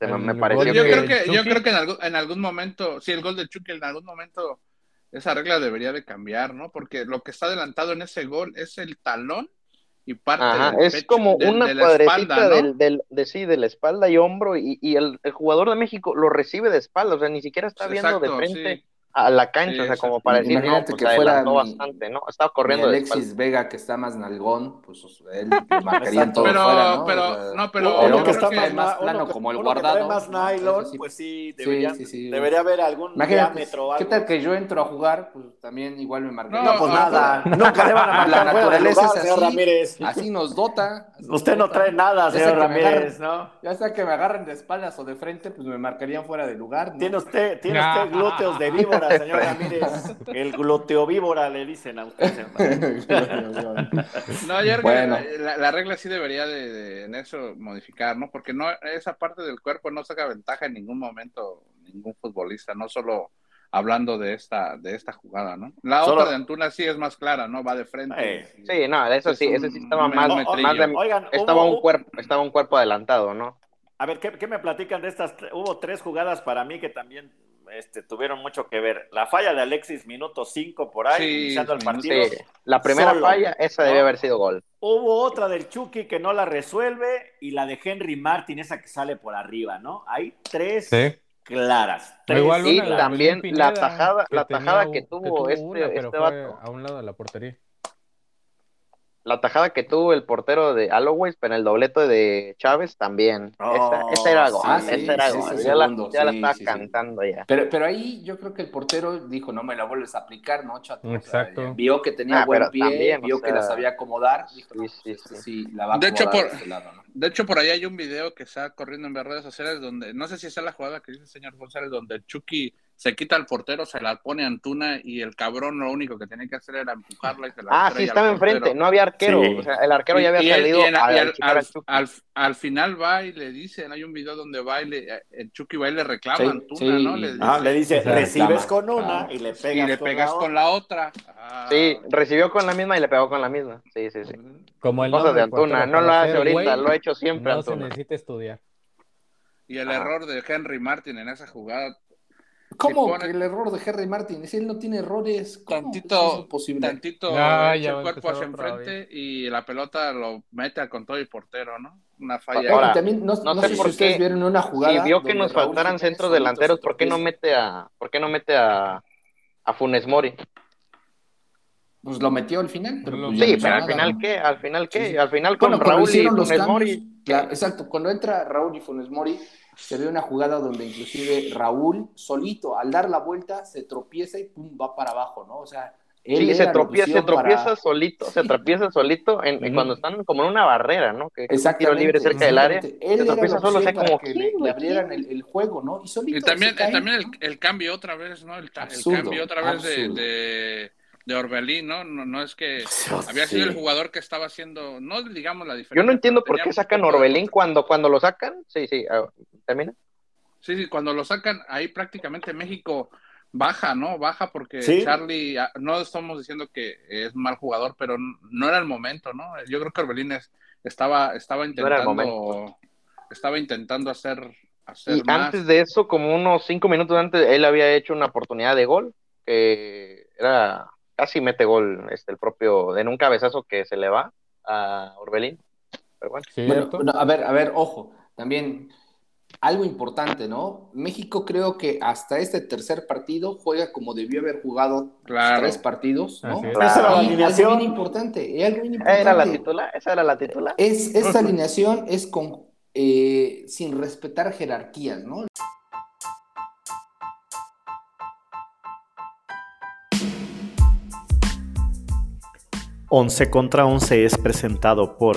Speaker 5: se me,
Speaker 4: El
Speaker 5: me
Speaker 4: gol
Speaker 5: pareció
Speaker 6: Yo
Speaker 4: de-
Speaker 5: que.
Speaker 6: creo que,
Speaker 4: Chucky.
Speaker 6: yo creo que en, algún, en algún momento, si el gol de Chucky, en algún momento esa regla debería de cambiar, ¿no? Porque lo que está adelantado en ese gol es el talón y parte
Speaker 5: Ajá,
Speaker 6: del
Speaker 5: es
Speaker 6: pecho-
Speaker 5: como
Speaker 6: del-
Speaker 5: una
Speaker 6: de la
Speaker 5: cuadrecita
Speaker 6: espalda, ¿no?
Speaker 5: del, del- de sí, de la espalda y hombro, y, y el, el jugador de México lo recibe de espalda, o sea, ni siquiera está viendo
Speaker 6: Exacto,
Speaker 5: de frente
Speaker 6: sí.
Speaker 5: a la cancha,
Speaker 6: Sí,
Speaker 5: o sea,
Speaker 6: exacto.
Speaker 5: como para decir, no,
Speaker 3: Imagínate
Speaker 5: pues
Speaker 3: que fuera
Speaker 5: adelantó
Speaker 3: mi-
Speaker 5: bastante, ¿no? Estaba corriendo
Speaker 3: Y
Speaker 5: de
Speaker 3: Alexis
Speaker 5: espalda.
Speaker 3: Vega, que está más nalgón, pues él le marcarían todo
Speaker 6: Pero,
Speaker 3: fuera, ¿no?
Speaker 6: pero,
Speaker 3: O sea,
Speaker 6: no, pero,
Speaker 2: Pero
Speaker 3: Pero
Speaker 2: uno que
Speaker 3: creo
Speaker 2: está
Speaker 3: que
Speaker 2: más,
Speaker 3: el más
Speaker 2: na- uno
Speaker 3: plano
Speaker 2: que-
Speaker 3: como el
Speaker 2: uno que trae
Speaker 3: guardado,
Speaker 2: más
Speaker 3: ¿no?
Speaker 2: nylon,
Speaker 3: Entonces, sí.
Speaker 2: pues sí,
Speaker 3: Sí,
Speaker 2: deberían-
Speaker 3: sí, sí.
Speaker 2: debería haber algún
Speaker 3: Imagínate,
Speaker 2: diámetro o
Speaker 3: ¿qué
Speaker 2: algo.
Speaker 3: tal que yo entro a jugar? Pues también igual me marcarían.
Speaker 2: No, pues
Speaker 6: No,
Speaker 2: nada, nunca le van a marcar
Speaker 3: La
Speaker 2: fuera de
Speaker 3: naturaleza
Speaker 2: lugar,
Speaker 3: es
Speaker 2: señor
Speaker 3: así.
Speaker 2: Ramírez.
Speaker 3: Así nos dota. así
Speaker 2: Usted
Speaker 3: nos
Speaker 2: no
Speaker 3: dota.
Speaker 2: trae nada,
Speaker 3: Ese
Speaker 2: señor
Speaker 3: que me agarra.
Speaker 2: Ramírez, ¿no?
Speaker 3: Ya sea que me agarren de espaldas o de frente, pues me marcarían fuera de lugar. ¿no?
Speaker 2: Tiene usted, tiene
Speaker 4: Nah.
Speaker 2: usted glúteos de víbora, señor Ramírez. El glúteo víbora le dicen a usted, señor Ramírez.
Speaker 6: No, yo creo que
Speaker 3: Bueno.
Speaker 6: la, la regla sí debería de, de- en eso modificar, ¿no? Porque no esa parte del cuerpo no saca ventaja en ningún momento ningún futbolista, no solo hablando de esta de esta jugada, ¿no? La
Speaker 2: Solo-
Speaker 6: otra de Antuna sí es más clara, ¿no? Va de frente.
Speaker 2: Eh,
Speaker 5: Sí, no, eso
Speaker 6: Es
Speaker 5: sí,
Speaker 6: un
Speaker 5: ese sí estaba más,
Speaker 6: metrillo.
Speaker 5: más de-
Speaker 2: Oigan,
Speaker 5: estaba
Speaker 2: hubo-
Speaker 5: un cuerpo, estaba un cuerpo adelantado, ¿no?
Speaker 2: A ver, ¿qué, qué me platican de estas? tre- Hubo tres jugadas para mí que también este, tuvieron mucho que ver. La falla de Alexis, minuto 5 por ahí,
Speaker 6: Sí,
Speaker 2: iniciando el
Speaker 6: sí,
Speaker 2: partido.
Speaker 5: Sí, la primera
Speaker 2: solo,
Speaker 5: falla, esa
Speaker 2: ¿no?
Speaker 5: debe haber sido gol.
Speaker 2: Hubo otra del Chucky que no la resuelve y la de Henry Martin, esa que sale por arriba, ¿no? Hay tres,
Speaker 4: Sí.
Speaker 2: claras.
Speaker 4: Pero igual
Speaker 5: Y
Speaker 4: una de
Speaker 5: también
Speaker 4: Agustín
Speaker 5: la
Speaker 4: Pineda,
Speaker 5: tajada- la
Speaker 4: tenía
Speaker 5: tajada
Speaker 4: u-
Speaker 5: que tuvo este-
Speaker 4: una, pero
Speaker 5: este
Speaker 4: fue
Speaker 5: vato.
Speaker 4: a un lado de la portería.
Speaker 5: La tajada que tuvo el portero de Alloways, pero en el doblete de Chávez también.
Speaker 2: Oh,
Speaker 5: esa, esa era gol,
Speaker 3: sí,
Speaker 5: esa era
Speaker 3: sí,
Speaker 5: gol.
Speaker 3: sí,
Speaker 5: ya la,
Speaker 3: segundo,
Speaker 5: ya la
Speaker 3: sí,
Speaker 5: estaba
Speaker 3: sí, sí.
Speaker 5: cantando ya.
Speaker 3: Pero, pero ahí yo creo que el portero dijo, no me la vuelves a aplicar, ¿no, chato? O sea,
Speaker 4: Exacto.
Speaker 3: vio que tenía
Speaker 5: Ah,
Speaker 3: buen
Speaker 5: pero
Speaker 3: pie,
Speaker 5: también, o
Speaker 3: vio que
Speaker 5: sea,
Speaker 3: la sabía acomodar, dijo, no,
Speaker 5: sí, sí,
Speaker 3: pues,
Speaker 5: sí.
Speaker 3: este sí, la va a
Speaker 6: De hecho,
Speaker 3: acomodar
Speaker 6: por-
Speaker 3: este lado, ¿no?
Speaker 6: De hecho, por ahí hay un video que está corriendo en mis redes sociales donde, no sé si es la jugada que dice el señor González, donde Chucky se quita al portero, se la pone a Antuna y el cabrón lo único que tenía que hacer era empujarla y se la
Speaker 5: Ah,
Speaker 6: estrella
Speaker 5: sí,
Speaker 6: al
Speaker 5: estaba
Speaker 6: portero.
Speaker 5: enfrente, no había arquero.
Speaker 2: Sí.
Speaker 5: O sea, el arquero ya
Speaker 6: Y- y
Speaker 5: había
Speaker 6: él-
Speaker 5: salido
Speaker 6: y en- y
Speaker 5: a-
Speaker 6: al,
Speaker 5: a chicar al
Speaker 6: al-
Speaker 5: Chucky.
Speaker 6: al- al final va y le dicen, hay un video donde va y le, el Chucky va y le reclama
Speaker 3: Sí,
Speaker 6: a Antuna,
Speaker 3: sí.
Speaker 6: ¿no? Le dice,
Speaker 2: Ah, le dice,
Speaker 4: Claro.
Speaker 2: recibes con
Speaker 3: Claro.
Speaker 2: una y le
Speaker 6: y
Speaker 2: pegas,
Speaker 6: le pegas con
Speaker 2: con,
Speaker 6: la otra. Ah.
Speaker 5: Sí, recibió con la misma y le pegó con la misma. Sí, sí, sí.
Speaker 4: Como el
Speaker 5: Cosas
Speaker 4: nombre
Speaker 5: de
Speaker 4: del portero,
Speaker 5: Antuna, no
Speaker 4: para
Speaker 5: lo hace
Speaker 4: ser
Speaker 5: ahorita,
Speaker 4: güey,
Speaker 5: lo ha hecho siempre
Speaker 4: No se
Speaker 5: Antuna.
Speaker 4: necesita estudiar.
Speaker 6: Y el
Speaker 5: Ajá.
Speaker 6: error de Henry Martin en esa jugada,
Speaker 3: ¿Cómo?
Speaker 6: pone-
Speaker 3: que El error de Henry Martin, si él no tiene errores, ¿cómo?
Speaker 6: Tantito-
Speaker 3: Eso es imposible.
Speaker 6: tantito
Speaker 4: Ah,
Speaker 6: echa
Speaker 4: ya va
Speaker 6: el
Speaker 4: a
Speaker 6: cuerpo hacia
Speaker 4: empezar otra
Speaker 6: enfrente y la pelota lo mete con todo y portero, ¿no? Una
Speaker 3: Oye,
Speaker 6: falla.
Speaker 5: Ahora,
Speaker 3: y también, no,
Speaker 5: no
Speaker 3: no
Speaker 5: sé
Speaker 3: sé, si
Speaker 5: por
Speaker 3: ustedes
Speaker 5: qué,
Speaker 3: vieron una jugada.
Speaker 5: Si vio que
Speaker 3: donde
Speaker 5: nos
Speaker 3: Raúl
Speaker 5: faltaran
Speaker 3: Jiménez
Speaker 5: centros
Speaker 3: solito
Speaker 5: delanteros,
Speaker 3: se
Speaker 5: ¿por qué no
Speaker 3: tropieza.
Speaker 5: mete a, por qué no mete a, a Funes Mori?
Speaker 3: Pues lo metió al final. Pero
Speaker 4: Lo-
Speaker 3: pues ya
Speaker 5: Sí,
Speaker 3: no hizo
Speaker 5: pero al
Speaker 3: nada,
Speaker 5: final
Speaker 3: ¿no?
Speaker 5: qué, al final qué,
Speaker 3: Sí, sí.
Speaker 5: al final con
Speaker 3: Bueno, cuando
Speaker 5: Raúl y
Speaker 3: hicieron los
Speaker 5: Funes
Speaker 3: cambios,
Speaker 5: Mori.
Speaker 3: claro, exacto, cuando entra Raúl y Funes Mori, se ve una jugada donde inclusive Raúl solito, al dar la vuelta, se tropieza y pum, va para abajo, ¿no? O sea, él
Speaker 5: Sí,
Speaker 3: era
Speaker 5: se
Speaker 3: la
Speaker 5: tropieza, se
Speaker 3: opción para-
Speaker 5: tropieza solito, se
Speaker 3: Sí.
Speaker 5: tropieza solito en, en
Speaker 3: Ujú.
Speaker 5: cuando están como en una barrera, ¿no? Que
Speaker 3: Exactamente,
Speaker 5: tiro libre cerca del área,
Speaker 3: exactamente. Él
Speaker 5: se
Speaker 3: era
Speaker 5: tropieza
Speaker 3: la
Speaker 5: solo, o sea,
Speaker 3: opción para
Speaker 5: como,
Speaker 3: que le,
Speaker 5: ¿quién,
Speaker 3: le
Speaker 5: güey?
Speaker 3: abrieron el, el juego, ¿no? Y solito
Speaker 6: Y también,
Speaker 3: se cae,
Speaker 6: también el,
Speaker 3: ¿no?
Speaker 6: el cambio otra vez, ¿no? El, ta- el
Speaker 3: Absurdo,
Speaker 6: cambio otra vez de,
Speaker 3: absurdo.
Speaker 6: de, de Orbelín, ¿no? ¿no? No es que había sido el jugador que estaba haciendo, no digamos la diferencia.
Speaker 5: Yo no entiendo
Speaker 6: pero
Speaker 5: por qué
Speaker 6: tenía
Speaker 5: sacan
Speaker 6: un poco de
Speaker 5: Orbelín
Speaker 6: control.
Speaker 5: cuando cuando lo sacan. Sí, sí, ah, termina.
Speaker 6: Sí, sí, cuando lo sacan, ahí prácticamente México baja, ¿no? Baja porque
Speaker 2: Sí.
Speaker 6: Charlie, ah, no estamos diciendo que es mal jugador, pero n- no era el momento, ¿no? Yo creo que Orbelín es- estaba, estaba
Speaker 5: era el
Speaker 6: intentando, estaba intentando hacer, hacer
Speaker 5: Y
Speaker 6: más.
Speaker 5: antes de eso, como unos cinco minutos antes, él había hecho una oportunidad de gol, que era casi mete gol, este, el propio, en un cabezazo que se le va a Orbelín. Pero bueno,
Speaker 3: Bueno,
Speaker 4: ¿Cierto?
Speaker 3: no, a ver, a ver, ojo, también algo importante, ¿no? México creo que hasta este tercer partido juega como debió haber jugado
Speaker 6: Claro.
Speaker 3: tres partidos, ¿no?
Speaker 4: Así es.
Speaker 5: Claro.
Speaker 2: Esa era la
Speaker 3: Y algo
Speaker 2: alineación.
Speaker 3: bien importante, y algo bien importante.
Speaker 5: era la titular, esa era la titular.
Speaker 3: Es, esta alineación es con, eh, sin respetar jerarquías, ¿no?
Speaker 1: Once contra Once es presentado por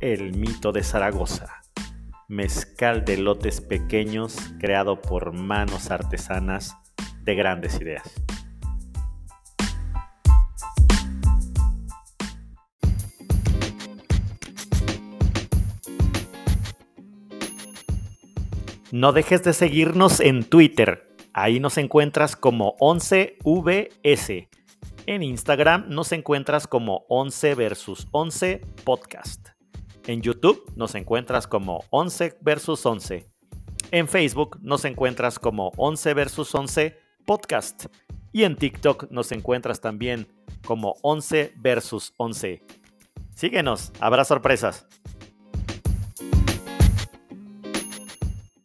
Speaker 1: El Mito de Zaragoza, mezcal de lotes pequeños creado por manos artesanas de grandes ideas. No dejes de seguirnos en Twitter. Ahí nos encuentras como 11VS. En Instagram nos encuentras como 11 versus 11 podcast. En YouTube nos encuentras como 11 versus 11. En Facebook nos encuentras como 11 versus 11 podcast. Y en TikTok nos encuentras también como 11 versus 11. Síguenos, habrá sorpresas.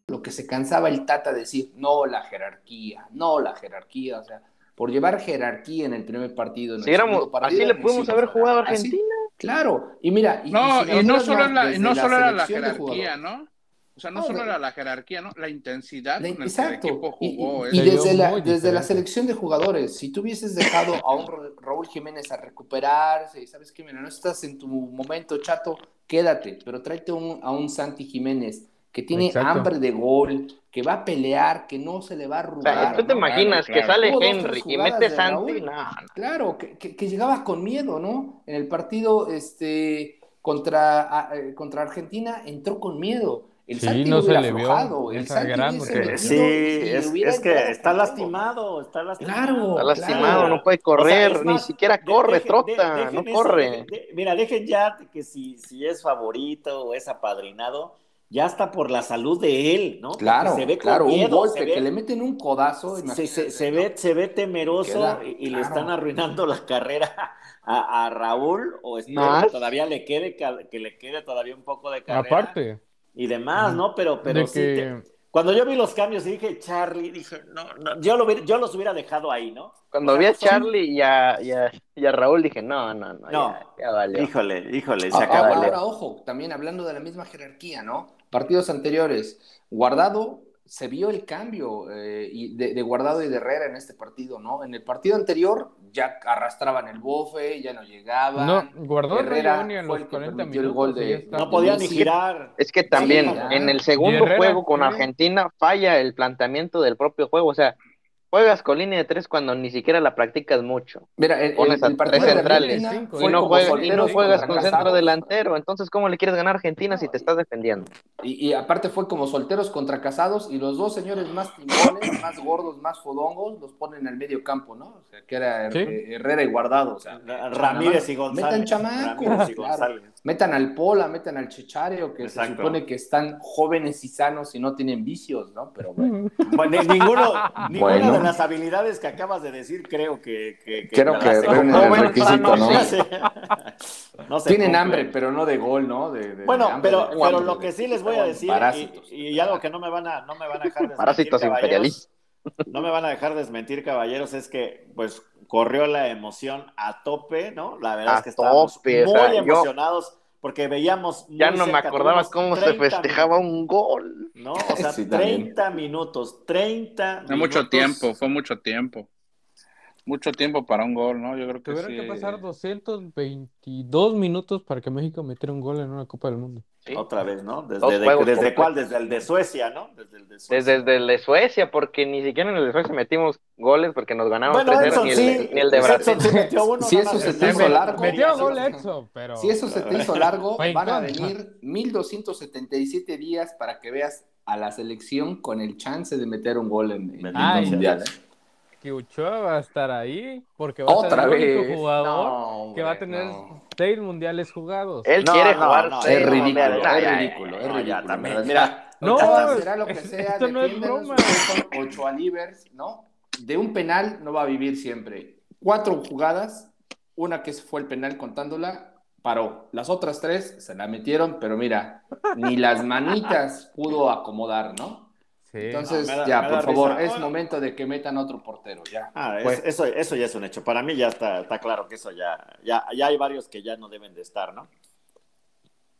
Speaker 3: Lo que se cansaba el Tata decir, no la jerarquía, no la jerarquía, o sea, por llevar jerarquía en el primer partido. En el
Speaker 5: Si éramos,
Speaker 3: segundo partido,
Speaker 5: así le
Speaker 3: no
Speaker 5: pudimos
Speaker 3: hicimos
Speaker 5: haber
Speaker 3: nada.
Speaker 5: jugado a
Speaker 3: Así-
Speaker 5: Argentina.
Speaker 3: Claro, y mira, y,
Speaker 6: No,
Speaker 3: si
Speaker 6: y no
Speaker 3: nosotros
Speaker 6: solo,
Speaker 3: vamos
Speaker 6: la, y
Speaker 3: desde
Speaker 6: no solo era la
Speaker 3: selección de
Speaker 6: jerarquía,
Speaker 3: jugadores,
Speaker 6: ¿no? O sea, no
Speaker 3: No,
Speaker 6: solo
Speaker 3: de-
Speaker 6: era la jerarquía, ¿no? La intensidad
Speaker 3: la-
Speaker 6: con la que el equipo
Speaker 3: exacto. Y,
Speaker 6: jugó.
Speaker 3: y- y
Speaker 6: es-
Speaker 4: Se vio
Speaker 3: desde, la,
Speaker 4: muy
Speaker 3: desde la
Speaker 4: diferente.
Speaker 3: selección de jugadores, si tú hubieses dejado a un Ra- Raúl Jiménez a recuperarse, y sabes que, mira, no estás en tu momento chato, quédate, pero tráete un- a un Santi Jiménez que tiene
Speaker 4: Exacto.
Speaker 3: hambre de gol, que va a pelear, que no se le va a
Speaker 5: O sea,
Speaker 3: arrugar.
Speaker 5: tú te
Speaker 3: ¿no?
Speaker 5: imaginas
Speaker 6: claro.
Speaker 5: que sale
Speaker 3: Hubo dos,
Speaker 5: Henry
Speaker 3: tres
Speaker 5: y
Speaker 3: jugadas
Speaker 5: mete
Speaker 3: de Oh,
Speaker 5: Santi.
Speaker 3: Raúl.
Speaker 5: No, no.
Speaker 3: Claro, que, que- que llegaba con miedo, ¿no? En el partido este, contra, a- eh, contra Argentina entró con miedo. El
Speaker 4: Sí,
Speaker 3: Santi
Speaker 4: no
Speaker 3: lo
Speaker 4: se
Speaker 3: hubiera
Speaker 4: le vio
Speaker 3: aflojado, el
Speaker 4: esa
Speaker 3: Santi
Speaker 4: gran
Speaker 3: hubiese
Speaker 4: mujer.
Speaker 2: Eh,
Speaker 3: metido
Speaker 2: Sí,
Speaker 3: y
Speaker 2: es,
Speaker 3: hubiera
Speaker 2: es que
Speaker 3: entrado
Speaker 2: está
Speaker 3: con todo.
Speaker 2: lastimado, está lastimado.
Speaker 3: Claro,
Speaker 5: Está lastimado,
Speaker 3: claro.
Speaker 5: no puede
Speaker 2: O
Speaker 5: correr,
Speaker 2: sea, es
Speaker 5: ni
Speaker 2: más,
Speaker 5: siquiera
Speaker 2: de-
Speaker 5: corre,
Speaker 2: deje-
Speaker 5: trota,
Speaker 2: de- dejen
Speaker 5: no
Speaker 2: eso,
Speaker 5: corre.
Speaker 2: de- de- mira, dejen ya que si, si es favorito o es apadrinado, ya está por la salud de él, ¿no? Porque
Speaker 3: Claro,
Speaker 2: se ve con
Speaker 3: claro, un
Speaker 2: miedo,
Speaker 3: golpe
Speaker 2: se ve-
Speaker 3: que le meten un codazo,
Speaker 2: se, se-
Speaker 3: imagínate,
Speaker 2: se
Speaker 3: ¿no?
Speaker 2: ve, se ve temeroso
Speaker 3: Queda,
Speaker 2: y, y le
Speaker 3: claro.
Speaker 2: están arruinando la carrera a, a Raúl o espero
Speaker 5: Más.
Speaker 2: que todavía le quede cal- que le quede todavía un poco de carrera
Speaker 4: Aparte
Speaker 2: y demás, ¿no? Pero pero
Speaker 4: de
Speaker 2: sí te-
Speaker 4: que
Speaker 2: Cuando yo vi los cambios y dije Charlie, dije, no, no, yo, lo hubiera- yo los hubiera dejado ahí, ¿no?
Speaker 5: Cuando vi a Charlie y a, y a- y a Raúl dije, no, no, no,
Speaker 2: No.
Speaker 5: ya, ya valió.
Speaker 2: Híjole, híjole, se
Speaker 5: Ah,
Speaker 2: acabó.
Speaker 5: acabó.
Speaker 3: Ahora, ahora, ojo, también hablando de la misma jerarquía, ¿no? Partidos anteriores, Guardado, se vio el cambio eh, y de, de Guardado y de Herrera en este partido, ¿no? En el partido anterior ya arrastraban el bofe, ya no llegaban.
Speaker 4: No, Guardado no
Speaker 3: Herrera
Speaker 4: llegó ni a
Speaker 3: fue
Speaker 4: los
Speaker 3: el que
Speaker 4: 40
Speaker 3: permitió el
Speaker 4: minutos.
Speaker 3: gol de-
Speaker 4: y ya está.
Speaker 2: No podía ni
Speaker 3: Sí.
Speaker 2: girar.
Speaker 5: Es que también
Speaker 3: Sí, ya.
Speaker 5: en el segundo
Speaker 4: Y Herrera,
Speaker 5: juego con
Speaker 4: ¿no?
Speaker 5: Argentina falla el planteamiento del propio juego. O sea, juegas con línea de tres cuando ni siquiera la practicas mucho.
Speaker 3: Mira, el,
Speaker 5: Pones
Speaker 3: el-
Speaker 5: a
Speaker 3: el partido
Speaker 5: tres
Speaker 3: de
Speaker 5: centrales.
Speaker 3: Argentina
Speaker 4: Cinco,
Speaker 3: fue
Speaker 5: Si no
Speaker 3: como
Speaker 5: juegas,
Speaker 3: Solinos
Speaker 5: no juegas
Speaker 3: contra
Speaker 5: con centro
Speaker 3: Casados.
Speaker 5: delantero. Entonces, ¿cómo le quieres ganar a Argentina si te estás defendiendo?
Speaker 3: Y, y aparte fue como solteros contra casados y los dos señores más timones, más gordos, más fodongos, los ponen al medio campo, ¿no? O sea, que era Her-
Speaker 4: Sí.
Speaker 3: eh, Herrera y Guardado. O sea,
Speaker 2: Ramírez y González.
Speaker 3: Metan chamacos,
Speaker 2: Ramírez y
Speaker 3: claro.
Speaker 2: González.
Speaker 3: metan al Pola, metan al Chechareo, que se
Speaker 2: Exacto.
Speaker 3: supone que están jóvenes y sanos y no tienen vicios, ¿no? Pero bueno.
Speaker 2: Bueno, ninguno, ninguna
Speaker 3: Bueno.
Speaker 2: de las habilidades que acabas de decir creo que... que, que
Speaker 3: Creo
Speaker 2: las
Speaker 3: que
Speaker 2: hace
Speaker 3: reúnen
Speaker 2: como
Speaker 3: el
Speaker 2: jóvenes
Speaker 3: requisito,
Speaker 2: para
Speaker 3: ¿no?
Speaker 2: no se- no se
Speaker 3: tienen
Speaker 2: cumplen.
Speaker 3: hambre, pero no de gol, ¿no? De, de- de
Speaker 2: Bueno,
Speaker 3: hambre,
Speaker 2: pero,
Speaker 3: de-
Speaker 2: pero
Speaker 3: de-
Speaker 2: lo que sí les voy a decir,
Speaker 3: Parásitos.
Speaker 2: y, y algo que no me van a, no me van a dejar desmentir,
Speaker 5: Parásitos
Speaker 2: caballeros,
Speaker 5: imperialistas.
Speaker 2: No me van a dejar desmentir, caballeros, es que pues corrió la emoción a tope, ¿no? La verdad
Speaker 5: A
Speaker 2: es que estábamos
Speaker 5: tope, o
Speaker 2: muy
Speaker 5: sea, yo-
Speaker 2: emocionados porque veíamos... muy
Speaker 5: Ya no me
Speaker 2: cerca,
Speaker 5: acordaba
Speaker 2: tuvimos
Speaker 5: cómo se
Speaker 2: 30
Speaker 5: festejaba un gol.
Speaker 2: ¿no? O sea,
Speaker 3: Sí, también.
Speaker 2: 30 minutos, 30
Speaker 6: Fue mucho
Speaker 2: minutos.
Speaker 6: tiempo, fue mucho tiempo. Mucho tiempo para un gol, ¿no? Yo creo que
Speaker 4: Tuvieron
Speaker 6: sí.
Speaker 4: que pasar 222 minutos para que México metiera un gol en una Copa del Mundo.
Speaker 5: Sí.
Speaker 2: Otra vez, ¿no? Desde,
Speaker 5: Dos
Speaker 2: de-
Speaker 5: juegos
Speaker 2: ¿desde
Speaker 5: completos.
Speaker 2: cuál? Desde el de Suecia, ¿no? Desde el de Suecia.
Speaker 5: Desde, desde el de Suecia, porque ni siquiera en el de Suecia metimos goles porque nos ganaron
Speaker 2: Bueno,
Speaker 5: 3-0,
Speaker 2: Edson
Speaker 5: ni, el,
Speaker 2: sí.
Speaker 5: ni el de
Speaker 2: Edson
Speaker 5: Brasil.
Speaker 2: sí metió uno,
Speaker 3: Si
Speaker 2: nada
Speaker 3: eso
Speaker 2: más
Speaker 3: se
Speaker 2: que
Speaker 3: te
Speaker 2: sí.
Speaker 3: hizo largo,
Speaker 4: Metió
Speaker 3: sí,
Speaker 4: gol
Speaker 2: ¿eh?
Speaker 3: sí.
Speaker 4: Edson, pero
Speaker 3: Si eso se te hizo largo,
Speaker 4: Fue en
Speaker 3: van a
Speaker 4: contra.
Speaker 3: venir 1277 días para que veas a la selección con el chance de meter un gol en, en el
Speaker 2: Ay.
Speaker 3: mundial. ¿eh?
Speaker 4: que Ochoa va a estar ahí porque va
Speaker 3: Otra
Speaker 4: a ser el
Speaker 3: vez.
Speaker 4: único jugador
Speaker 3: No,
Speaker 4: que va a
Speaker 3: hombre,
Speaker 4: tener
Speaker 3: no.
Speaker 4: seis mundiales jugados.
Speaker 5: Él
Speaker 2: No,
Speaker 5: quiere
Speaker 2: no,
Speaker 5: jugar.
Speaker 2: no,
Speaker 5: seis
Speaker 3: Es ridículo,
Speaker 5: mundiales. No,
Speaker 3: es
Speaker 5: ya, ya,
Speaker 3: ridículo, es
Speaker 2: ya,
Speaker 3: ridículo.
Speaker 2: ya, también.
Speaker 3: ¿verdad? Mira,
Speaker 4: No,
Speaker 3: ahorita será lo que
Speaker 4: es-
Speaker 3: sea,
Speaker 4: esto no es
Speaker 3: defiéndanos,
Speaker 4: broma.
Speaker 3: ustedes son Ochoa Livers, ¿no? De un penal no va a vivir siempre. Cuatro jugadas, una que fue el penal contándola, paró. Las otras tres se la metieron, pero mira, ni las manitas pudo acomodar, ¿no?
Speaker 4: Sí.
Speaker 3: Entonces,
Speaker 2: No, me da-
Speaker 3: ya,
Speaker 2: me da
Speaker 3: por favor,
Speaker 2: risa.
Speaker 3: es momento de que metan otro portero, ya.
Speaker 2: Ah, es-
Speaker 3: Pues.
Speaker 2: eso, eso ya es un hecho. Para mí ya está, está claro que eso ya, ya, ya hay varios que ya no deben de estar, ¿no?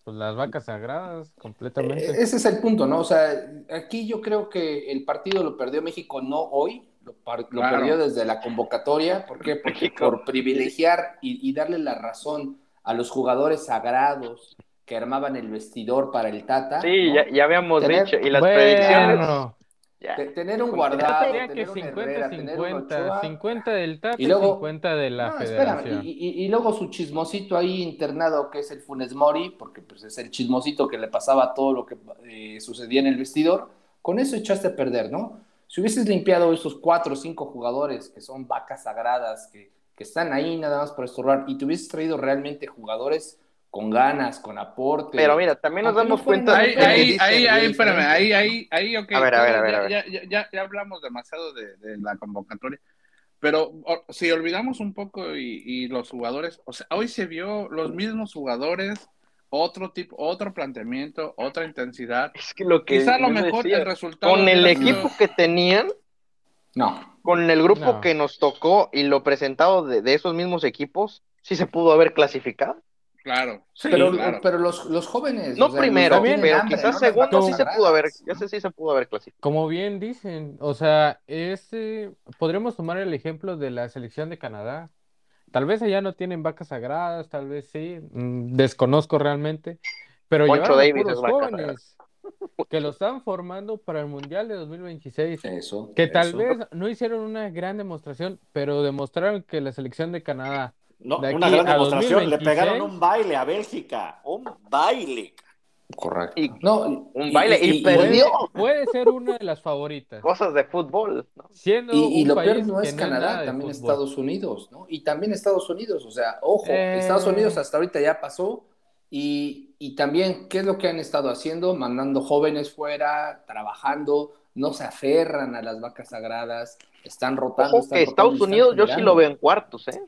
Speaker 4: Pues las vacas sagradas,
Speaker 3: Eh,
Speaker 4: completamente.
Speaker 3: Ese es el punto, ¿no? O sea, aquí yo creo que el partido lo perdió México no hoy, lo, par- lo
Speaker 6: Claro.
Speaker 3: perdió desde la convocatoria. ¿Por qué? Porque
Speaker 5: México.
Speaker 3: por privilegiar y, y darle la razón a los jugadores sagrados que armaban el vestidor para el Tata.
Speaker 5: Sí,
Speaker 3: ¿no?
Speaker 5: ya, ya habíamos
Speaker 3: Tener-
Speaker 5: dicho. Y las
Speaker 4: Bueno,
Speaker 5: predicciones. ya.
Speaker 3: Te- tener un
Speaker 4: yo
Speaker 3: guardado,
Speaker 4: diría que
Speaker 3: tener un Herrera, tener un
Speaker 4: 50-50,
Speaker 3: Ochoa.
Speaker 4: 50 del Tata
Speaker 3: Y
Speaker 4: y
Speaker 3: luego-
Speaker 4: 50 de la
Speaker 3: No, espérame,
Speaker 4: Federación.
Speaker 3: Y, y- y luego su chismosito ahí internado que es el Funes Mori, porque pues, es el chismosito que le pasaba todo lo que eh, sucedía en el vestidor, con eso echaste a perder, ¿no? Si hubieses limpiado esos cuatro o cinco jugadores que son vacas sagradas, que, que están ahí nada más para estorbar, y te hubieses traído realmente jugadores con ganas, con aporte.
Speaker 5: Pero mira, también nos
Speaker 3: Aunque no
Speaker 5: damos
Speaker 3: fueran
Speaker 5: cuenta.
Speaker 6: Ahí,
Speaker 3: Entonces,
Speaker 6: ahí,
Speaker 3: dice,
Speaker 6: ahí, ahí,
Speaker 3: güey,
Speaker 6: espérame,
Speaker 3: ¿no?
Speaker 6: ahí, ahí, ahí, ok.
Speaker 5: A ver, a ver, a ver,
Speaker 6: ya,
Speaker 5: a ver.
Speaker 6: Ya, ya- ya- ya hablamos demasiado de, de la convocatoria, pero o- si olvidamos un poco y, y los jugadores, o sea, hoy se vio los mismos jugadores, otro tipo, otro planteamiento, otra intensidad.
Speaker 5: Es que lo que.
Speaker 6: Quizá a lo
Speaker 5: yo
Speaker 6: mejor
Speaker 5: decía,
Speaker 6: el resultado.
Speaker 5: Con el
Speaker 6: hubiera sido-
Speaker 5: equipo que tenían,
Speaker 3: No.
Speaker 5: con el grupo
Speaker 4: No.
Speaker 5: que nos tocó y lo presentado de, de esos mismos equipos, sí se pudo haber clasificado.
Speaker 6: Claro, sí,
Speaker 3: pero
Speaker 6: claro.
Speaker 3: pero los, los jóvenes.
Speaker 5: No
Speaker 3: o sea,
Speaker 5: primero,
Speaker 3: los que tienen
Speaker 5: pero
Speaker 3: hambre,
Speaker 5: quizás
Speaker 3: ¿no? Las
Speaker 5: segundo
Speaker 3: vacas
Speaker 5: sí se
Speaker 3: sagradas,
Speaker 5: pudo haber.
Speaker 3: ¿no?
Speaker 5: Yo sé sí se pudo haber clasificado.
Speaker 4: Como bien dicen, o sea, este, podríamos tomar el ejemplo de la selección de Canadá. Tal vez allá no tienen vacas sagradas, tal vez sí, mm, desconozco realmente, pero llevaron
Speaker 5: Poncho
Speaker 4: a
Speaker 5: Davis
Speaker 4: puros
Speaker 5: es vaca
Speaker 4: jóvenes que lo están formando para el Mundial de 2026,
Speaker 3: Eso.
Speaker 4: que tal
Speaker 3: eso.
Speaker 4: vez no hicieron una gran demostración, pero demostraron que la selección de Canadá,
Speaker 2: No,
Speaker 4: De
Speaker 2: una
Speaker 4: aquí
Speaker 2: gran
Speaker 4: a
Speaker 2: demostración. Le
Speaker 4: 2026.
Speaker 2: pegaron un baile a Bélgica. Un baile.
Speaker 3: Correcto.
Speaker 5: Y-
Speaker 3: no,
Speaker 5: Un baile y,
Speaker 3: pues,
Speaker 5: perdió
Speaker 4: puede ser una de las favoritas,
Speaker 5: cosas de fútbol. ¿no?
Speaker 4: siendo
Speaker 3: Y, y
Speaker 4: un
Speaker 3: lo
Speaker 4: país
Speaker 3: peor no
Speaker 4: que
Speaker 3: es
Speaker 4: nada
Speaker 3: Canadá,
Speaker 4: de
Speaker 3: también
Speaker 4: fútbol.
Speaker 3: Estados Unidos, ¿no? Y también Estados Unidos, o sea, ojo,
Speaker 4: Eh.
Speaker 3: Estados Unidos hasta ahorita ya pasó y, y también, ¿qué es lo que han estado haciendo? Mandando jóvenes fuera, trabajando, no se aferran a las vacas sagradas, están rotando.
Speaker 5: Ojo
Speaker 3: están
Speaker 5: que
Speaker 3: rotando,
Speaker 5: Estados
Speaker 3: están
Speaker 5: Unidos yo sí
Speaker 3: generando.
Speaker 5: lo veo en cuartos, ¿eh?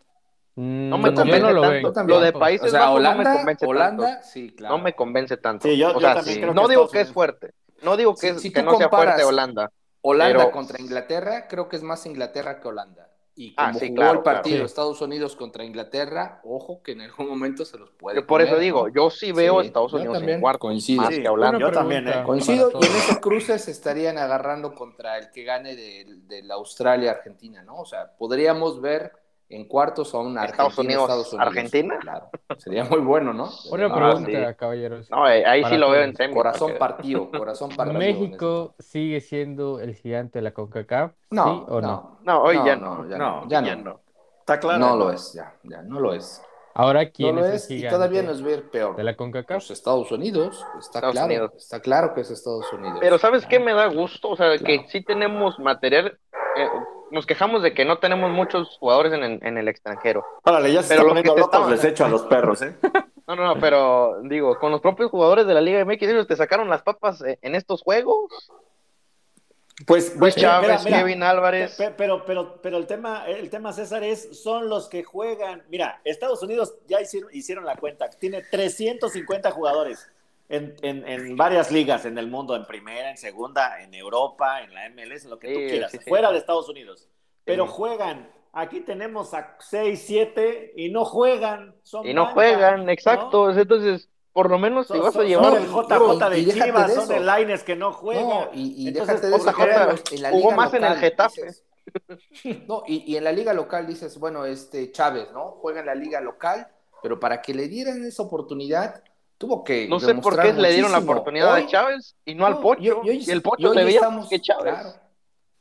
Speaker 4: Mm,
Speaker 5: No me
Speaker 4: yo
Speaker 5: convence
Speaker 4: lo
Speaker 5: tanto.
Speaker 4: veo.
Speaker 3: Yo también.
Speaker 5: Lo de
Speaker 3: O
Speaker 5: Países
Speaker 3: sea,
Speaker 5: Bajos no me
Speaker 3: Holanda,
Speaker 5: convence
Speaker 3: Holanda,
Speaker 5: tanto.
Speaker 3: sí, claro.
Speaker 5: No me convence tanto.
Speaker 2: Sí, yo-
Speaker 5: o
Speaker 2: yo
Speaker 5: sea,
Speaker 2: también
Speaker 5: sí.
Speaker 2: creo que
Speaker 5: no digo
Speaker 2: Estados
Speaker 5: que es
Speaker 2: Unidos-
Speaker 5: fuerte, No digo que,
Speaker 3: Si- si
Speaker 5: que
Speaker 3: tú
Speaker 5: no sea
Speaker 3: comparas-
Speaker 5: fuerte Holanda.
Speaker 3: Holanda
Speaker 5: Pero-
Speaker 3: contra Inglaterra, creo que es más Inglaterra que Holanda. Y como
Speaker 5: Ah, sí,
Speaker 3: jugó
Speaker 5: claro,
Speaker 3: el partido
Speaker 4: claro. Sí.
Speaker 3: Estados Unidos contra Inglaterra, ojo que en algún momento se los puede.
Speaker 5: Yo por eso
Speaker 3: comer,
Speaker 5: digo,
Speaker 3: ¿no?
Speaker 5: yo sí veo a
Speaker 3: Sí,
Speaker 5: Estados
Speaker 3: yo
Speaker 5: Unidos
Speaker 3: también
Speaker 5: en cuarto.
Speaker 3: Coincido.
Speaker 5: más
Speaker 2: Sí,
Speaker 5: que Holanda.
Speaker 2: yo
Speaker 4: Buena
Speaker 2: también,
Speaker 4: pregunta.
Speaker 2: ¿eh?
Speaker 3: Coincido,
Speaker 4: Para
Speaker 3: y en
Speaker 4: todos.
Speaker 3: esos cruces se estarían agarrando contra el que gane de, de la Australia-Argentina, ¿no? O sea, podríamos ver en cuartos a un
Speaker 5: Estados
Speaker 3: Argentina-Estados
Speaker 5: Unidos, Argentina.
Speaker 3: Claro, sería muy bueno, ¿no?
Speaker 4: Buena
Speaker 3: Ah,
Speaker 4: pregunta,
Speaker 5: sí.
Speaker 4: caballeros.
Speaker 5: No, eh, ahí
Speaker 4: Para
Speaker 5: sí lo veo
Speaker 4: todos.
Speaker 5: en semis.
Speaker 3: Corazón
Speaker 5: porque-
Speaker 3: partido, corazón partido.
Speaker 4: ¿México sigue siendo el gigante de la CONCACAF?
Speaker 3: No,
Speaker 4: ¿Sí o no?
Speaker 3: no.
Speaker 5: No, hoy ya no.
Speaker 3: ya
Speaker 2: No,
Speaker 3: ya
Speaker 5: ya
Speaker 3: no.
Speaker 5: no.
Speaker 2: Está claro.
Speaker 3: No lo es, ya, ya, no lo es.
Speaker 4: Ahora,
Speaker 3: No
Speaker 4: ¿quién
Speaker 3: lo
Speaker 4: es el
Speaker 3: es y
Speaker 4: gigante
Speaker 3: todavía nos ve peor.
Speaker 4: de la CONCACAF?
Speaker 3: Pues Estados Unidos, está
Speaker 5: Estados
Speaker 3: claro,
Speaker 5: Unidos.
Speaker 3: está claro que es Estados Unidos.
Speaker 5: Pero ¿sabes qué me da gusto? O sea,
Speaker 3: Claro.
Speaker 5: que sí tenemos material. eh, nos quejamos de que no tenemos muchos jugadores en, el- en el extranjero.
Speaker 2: Órale, ya se
Speaker 5: Pero
Speaker 2: está
Speaker 5: los que
Speaker 2: poniendo
Speaker 5: te
Speaker 2: locos,
Speaker 5: estaban-
Speaker 2: les echo a los perros, ¿eh?
Speaker 5: No, no, no, pero digo, con los propios jugadores de la Liga MX, ellos te sacaron las papas eh, en estos juegos.
Speaker 2: Pues,
Speaker 5: Luis
Speaker 2: mira, mira,
Speaker 5: Chávez,
Speaker 2: mira.
Speaker 5: Kevin Álvarez.
Speaker 2: Pe- Pero, pero, pero el tema, el tema, César, es son los que juegan. Mira, Estados Unidos ya hicieron, hicieron la cuenta. Tiene 350 jugadores en, en- en varias ligas en el mundo, en primera, en segunda, en Europa, en la MLS, en lo que tú
Speaker 5: Sí,
Speaker 2: quieras,
Speaker 5: sí, sí.
Speaker 2: fuera de Estados Unidos. Pero
Speaker 5: Sí.
Speaker 2: juegan. Aquí tenemos a 6, 7 y no juegan. Son
Speaker 5: y no
Speaker 2: banca,
Speaker 5: juegan,
Speaker 2: ¿no?
Speaker 5: exacto. Entonces, por lo menos si
Speaker 2: Son-
Speaker 5: vas a
Speaker 2: son-
Speaker 5: llevar.
Speaker 2: son el JJ de
Speaker 3: Y- y déjate
Speaker 2: Chivas,
Speaker 3: de
Speaker 2: son
Speaker 3: eso.
Speaker 2: el Lines que no juega.
Speaker 3: No, y, y
Speaker 2: Entonces,
Speaker 3: déjate de eso,
Speaker 5: JJ,
Speaker 3: Gerardo, en la
Speaker 5: jugó
Speaker 3: liga
Speaker 5: más en el Getafe.
Speaker 3: dices- no, y, y en la liga local dices, bueno, este Chávez, ¿no? Juega en la liga local, pero para que le dieran esa oportunidad, tuvo que.
Speaker 5: No sé por qué
Speaker 3: demostrar
Speaker 5: le dieron la
Speaker 3: muchísimo.
Speaker 5: oportunidad
Speaker 3: Hoy-
Speaker 5: a Chávez y no,
Speaker 3: no,
Speaker 5: al Pocho.
Speaker 3: y- y hoy-
Speaker 5: y el
Speaker 3: y
Speaker 5: Pocho
Speaker 3: hoy
Speaker 5: se veía
Speaker 3: estamos-
Speaker 5: más que Chávez.
Speaker 3: claro.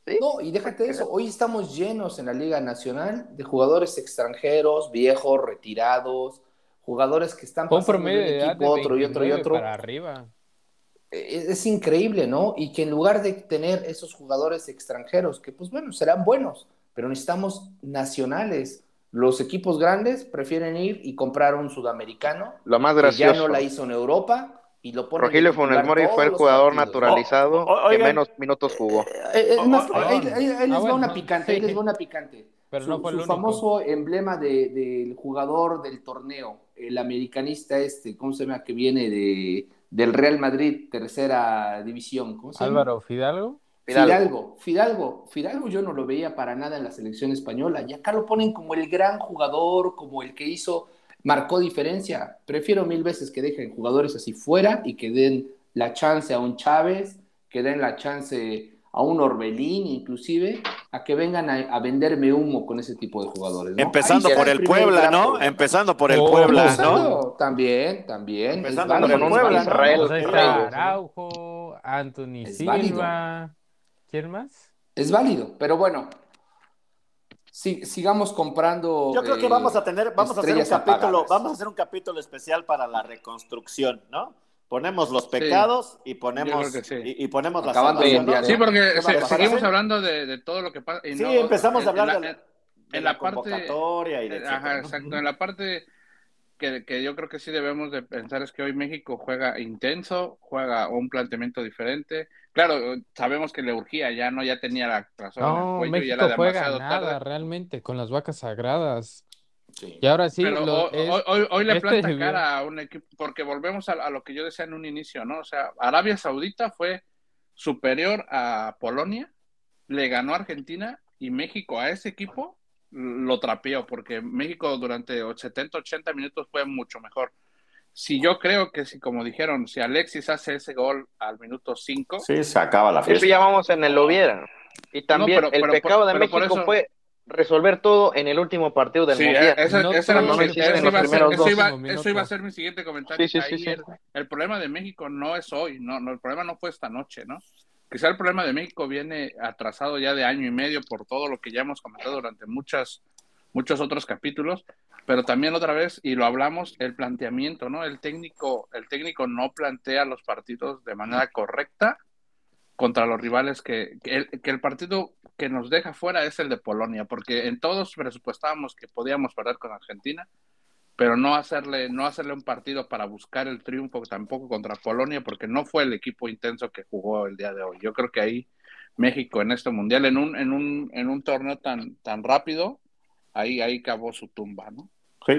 Speaker 5: ¿sí?
Speaker 3: No, y déjate eso, hoy estamos llenos en la Liga Nacional de jugadores extranjeros, viejos, retirados, jugadores que están
Speaker 4: Con
Speaker 3: pasando
Speaker 4: promedio
Speaker 3: de un
Speaker 4: de edad de
Speaker 3: equipo a otro y otro y
Speaker 4: 29
Speaker 3: otro.
Speaker 4: para arriba.
Speaker 3: Es, e-, es increíble, ¿no? Y que en lugar de tener esos jugadores extranjeros, que pues bueno, serán buenos, pero necesitamos nacionales. Los equipos grandes prefieren ir y comprar un sudamericano
Speaker 5: Lo más
Speaker 3: que ya
Speaker 5: gracioso.
Speaker 3: no la hizo en Europa y lo ponen. de
Speaker 5: Rogelio
Speaker 3: titular
Speaker 5: Funes Mori
Speaker 3: todos
Speaker 5: fue el
Speaker 3: los
Speaker 5: jugador
Speaker 3: partidos.
Speaker 5: naturalizado
Speaker 2: O- o-
Speaker 5: que
Speaker 2: oigan.
Speaker 5: menos minutos jugó.
Speaker 3: Eh, es más,
Speaker 2: Oh,
Speaker 3: ahí,
Speaker 4: perdón.
Speaker 3: ahí- ahí
Speaker 4: Ah,
Speaker 3: les va
Speaker 4: bueno.
Speaker 3: una picante, ahí
Speaker 4: Sí.
Speaker 3: les va una picante.
Speaker 4: Pero
Speaker 3: su
Speaker 4: no fue el
Speaker 3: su
Speaker 4: único.
Speaker 3: famoso emblema de- del jugador del torneo, el americanista este, ¿cómo se llama? Que viene de, del Real Madrid, tercera división. ¿Cómo se llama?
Speaker 4: Álvaro Fidalgo.
Speaker 3: Fidalgo. Fidalgo, Fidalgo yo no lo veía para nada en la selección española y acá lo ponen como el gran jugador, como el que hizo, marcó diferencia. Prefiero mil veces que dejen jugadores así fuera y que den la chance a un Chávez, que den la chance a un Orbelín inclusive, a que vengan a, a venderme humo con ese tipo de jugadores. ¿no?
Speaker 2: Empezando
Speaker 3: Ahí está
Speaker 2: por el
Speaker 3: primer
Speaker 2: Puebla, ¿no?
Speaker 3: trapo.
Speaker 2: Empezando por el
Speaker 4: Oh,
Speaker 2: Puebla, ¿no?
Speaker 3: Empezando, También, también.
Speaker 2: Empezando
Speaker 3: Es
Speaker 5: por
Speaker 3: válido,
Speaker 5: un
Speaker 3: es válido.
Speaker 5: Israel
Speaker 4: Pues ahí
Speaker 5: el
Speaker 4: está
Speaker 5: Fidalgo.
Speaker 4: Araujo, Anthony
Speaker 3: Es
Speaker 4: Silva. ¿Quién más?
Speaker 3: Es válido, pero bueno. si- sigamos comprando.
Speaker 2: Yo creo que
Speaker 3: eh,
Speaker 2: vamos a tener, vamos a hacer un
Speaker 3: estrellas
Speaker 2: capítulo,
Speaker 3: apagadas.
Speaker 2: vamos a hacer un capítulo especial para la reconstrucción, ¿no? Ponemos los pecados y
Speaker 6: Yo
Speaker 2: ponemos
Speaker 6: creo que sí.
Speaker 2: y, y ponemos las
Speaker 3: Acabando
Speaker 5: el
Speaker 2: salvaciones.
Speaker 3: mundial,
Speaker 6: Sí, porque
Speaker 3: ¿Qué
Speaker 6: se-
Speaker 3: va a pasar?
Speaker 6: seguimos
Speaker 2: Sí.
Speaker 6: hablando de, de todo lo que pasa. y
Speaker 2: Sí,
Speaker 6: no-
Speaker 2: empezamos
Speaker 6: en-
Speaker 2: a hablar
Speaker 6: en
Speaker 2: de
Speaker 6: la-
Speaker 2: la,
Speaker 6: en
Speaker 2: de la
Speaker 6: la parte-
Speaker 2: convocatoria y de
Speaker 6: eh,
Speaker 2: etcétera,
Speaker 6: Ajá,
Speaker 2: ¿no?
Speaker 6: exacto. En la parte que, que yo creo que sí debemos de pensar es que hoy México juega intenso, juega un planteamiento diferente. Claro, sabemos que le urgía ya, ¿no? Ya tenía la razón. en el
Speaker 4: No,
Speaker 6: cuello, ya
Speaker 4: México
Speaker 6: era
Speaker 4: juega
Speaker 6: demasiado
Speaker 4: nada
Speaker 6: tarde.
Speaker 4: realmente con las vacas sagradas.
Speaker 3: Sí.
Speaker 4: Y ahora sí,
Speaker 6: Pero
Speaker 4: lo-
Speaker 6: hoy,
Speaker 4: es-
Speaker 6: hoy- hoy- hoy le
Speaker 4: este
Speaker 6: planta
Speaker 4: debió-
Speaker 6: cara a un equipo, porque volvemos a, a lo que yo decía en un inicio, ¿no? O sea, Arabia Saudita fue superior a Polonia, le ganó a Argentina y México a ese equipo lo trapeó, porque México durante 70, 80 minutos fue mucho mejor. Si yo creo que si, como dijeron, si Alexis hace ese gol al minuto 5,
Speaker 2: Sí, se acaba la
Speaker 5: Eso ya vamos en el hubiera. Y también
Speaker 6: No, pero-
Speaker 5: el
Speaker 6: pero por-
Speaker 5: pecado de
Speaker 6: pero por
Speaker 5: México
Speaker 6: eso-
Speaker 5: fue resolver todo en el último partido del
Speaker 6: Sí,
Speaker 5: Mundial.
Speaker 6: eh, eso,
Speaker 4: No
Speaker 6: eso era
Speaker 4: todos
Speaker 6: mi-
Speaker 5: los
Speaker 6: eso
Speaker 5: hicieron
Speaker 6: iba a
Speaker 5: los
Speaker 6: ser-
Speaker 5: primeros
Speaker 6: eso
Speaker 4: 12
Speaker 6: iba- eso iba a
Speaker 4: minutos.
Speaker 6: ser mi siguiente comentario.
Speaker 5: Sí, sí, sí,
Speaker 6: Ahí
Speaker 5: sí.
Speaker 6: El, el problema de México no es hoy, no, no, el problema no fue esta noche, ¿no? Quizá el problema de México viene atrasado ya de año y medio por todo lo que ya hemos comentado durante muchas, muchos otros capítulos, pero también otra vez, y lo hablamos, el planteamiento, ¿no? El técnico, el técnico no plantea los partidos de manera correcta contra los rivales que, que el, que el partido que nos deja fuera es el de Polonia, porque en todos presupuestábamos que podíamos perder con Argentina, pero no hacerle, no hacerle un partido para buscar el triunfo tampoco contra Polonia, porque no fue el equipo intenso que jugó el día de hoy. Yo creo que ahí México en este mundial, en un, en un, en un torneo tan, tan rápido, ahí, ahí cavó su tumba, ¿no?
Speaker 2: Sí,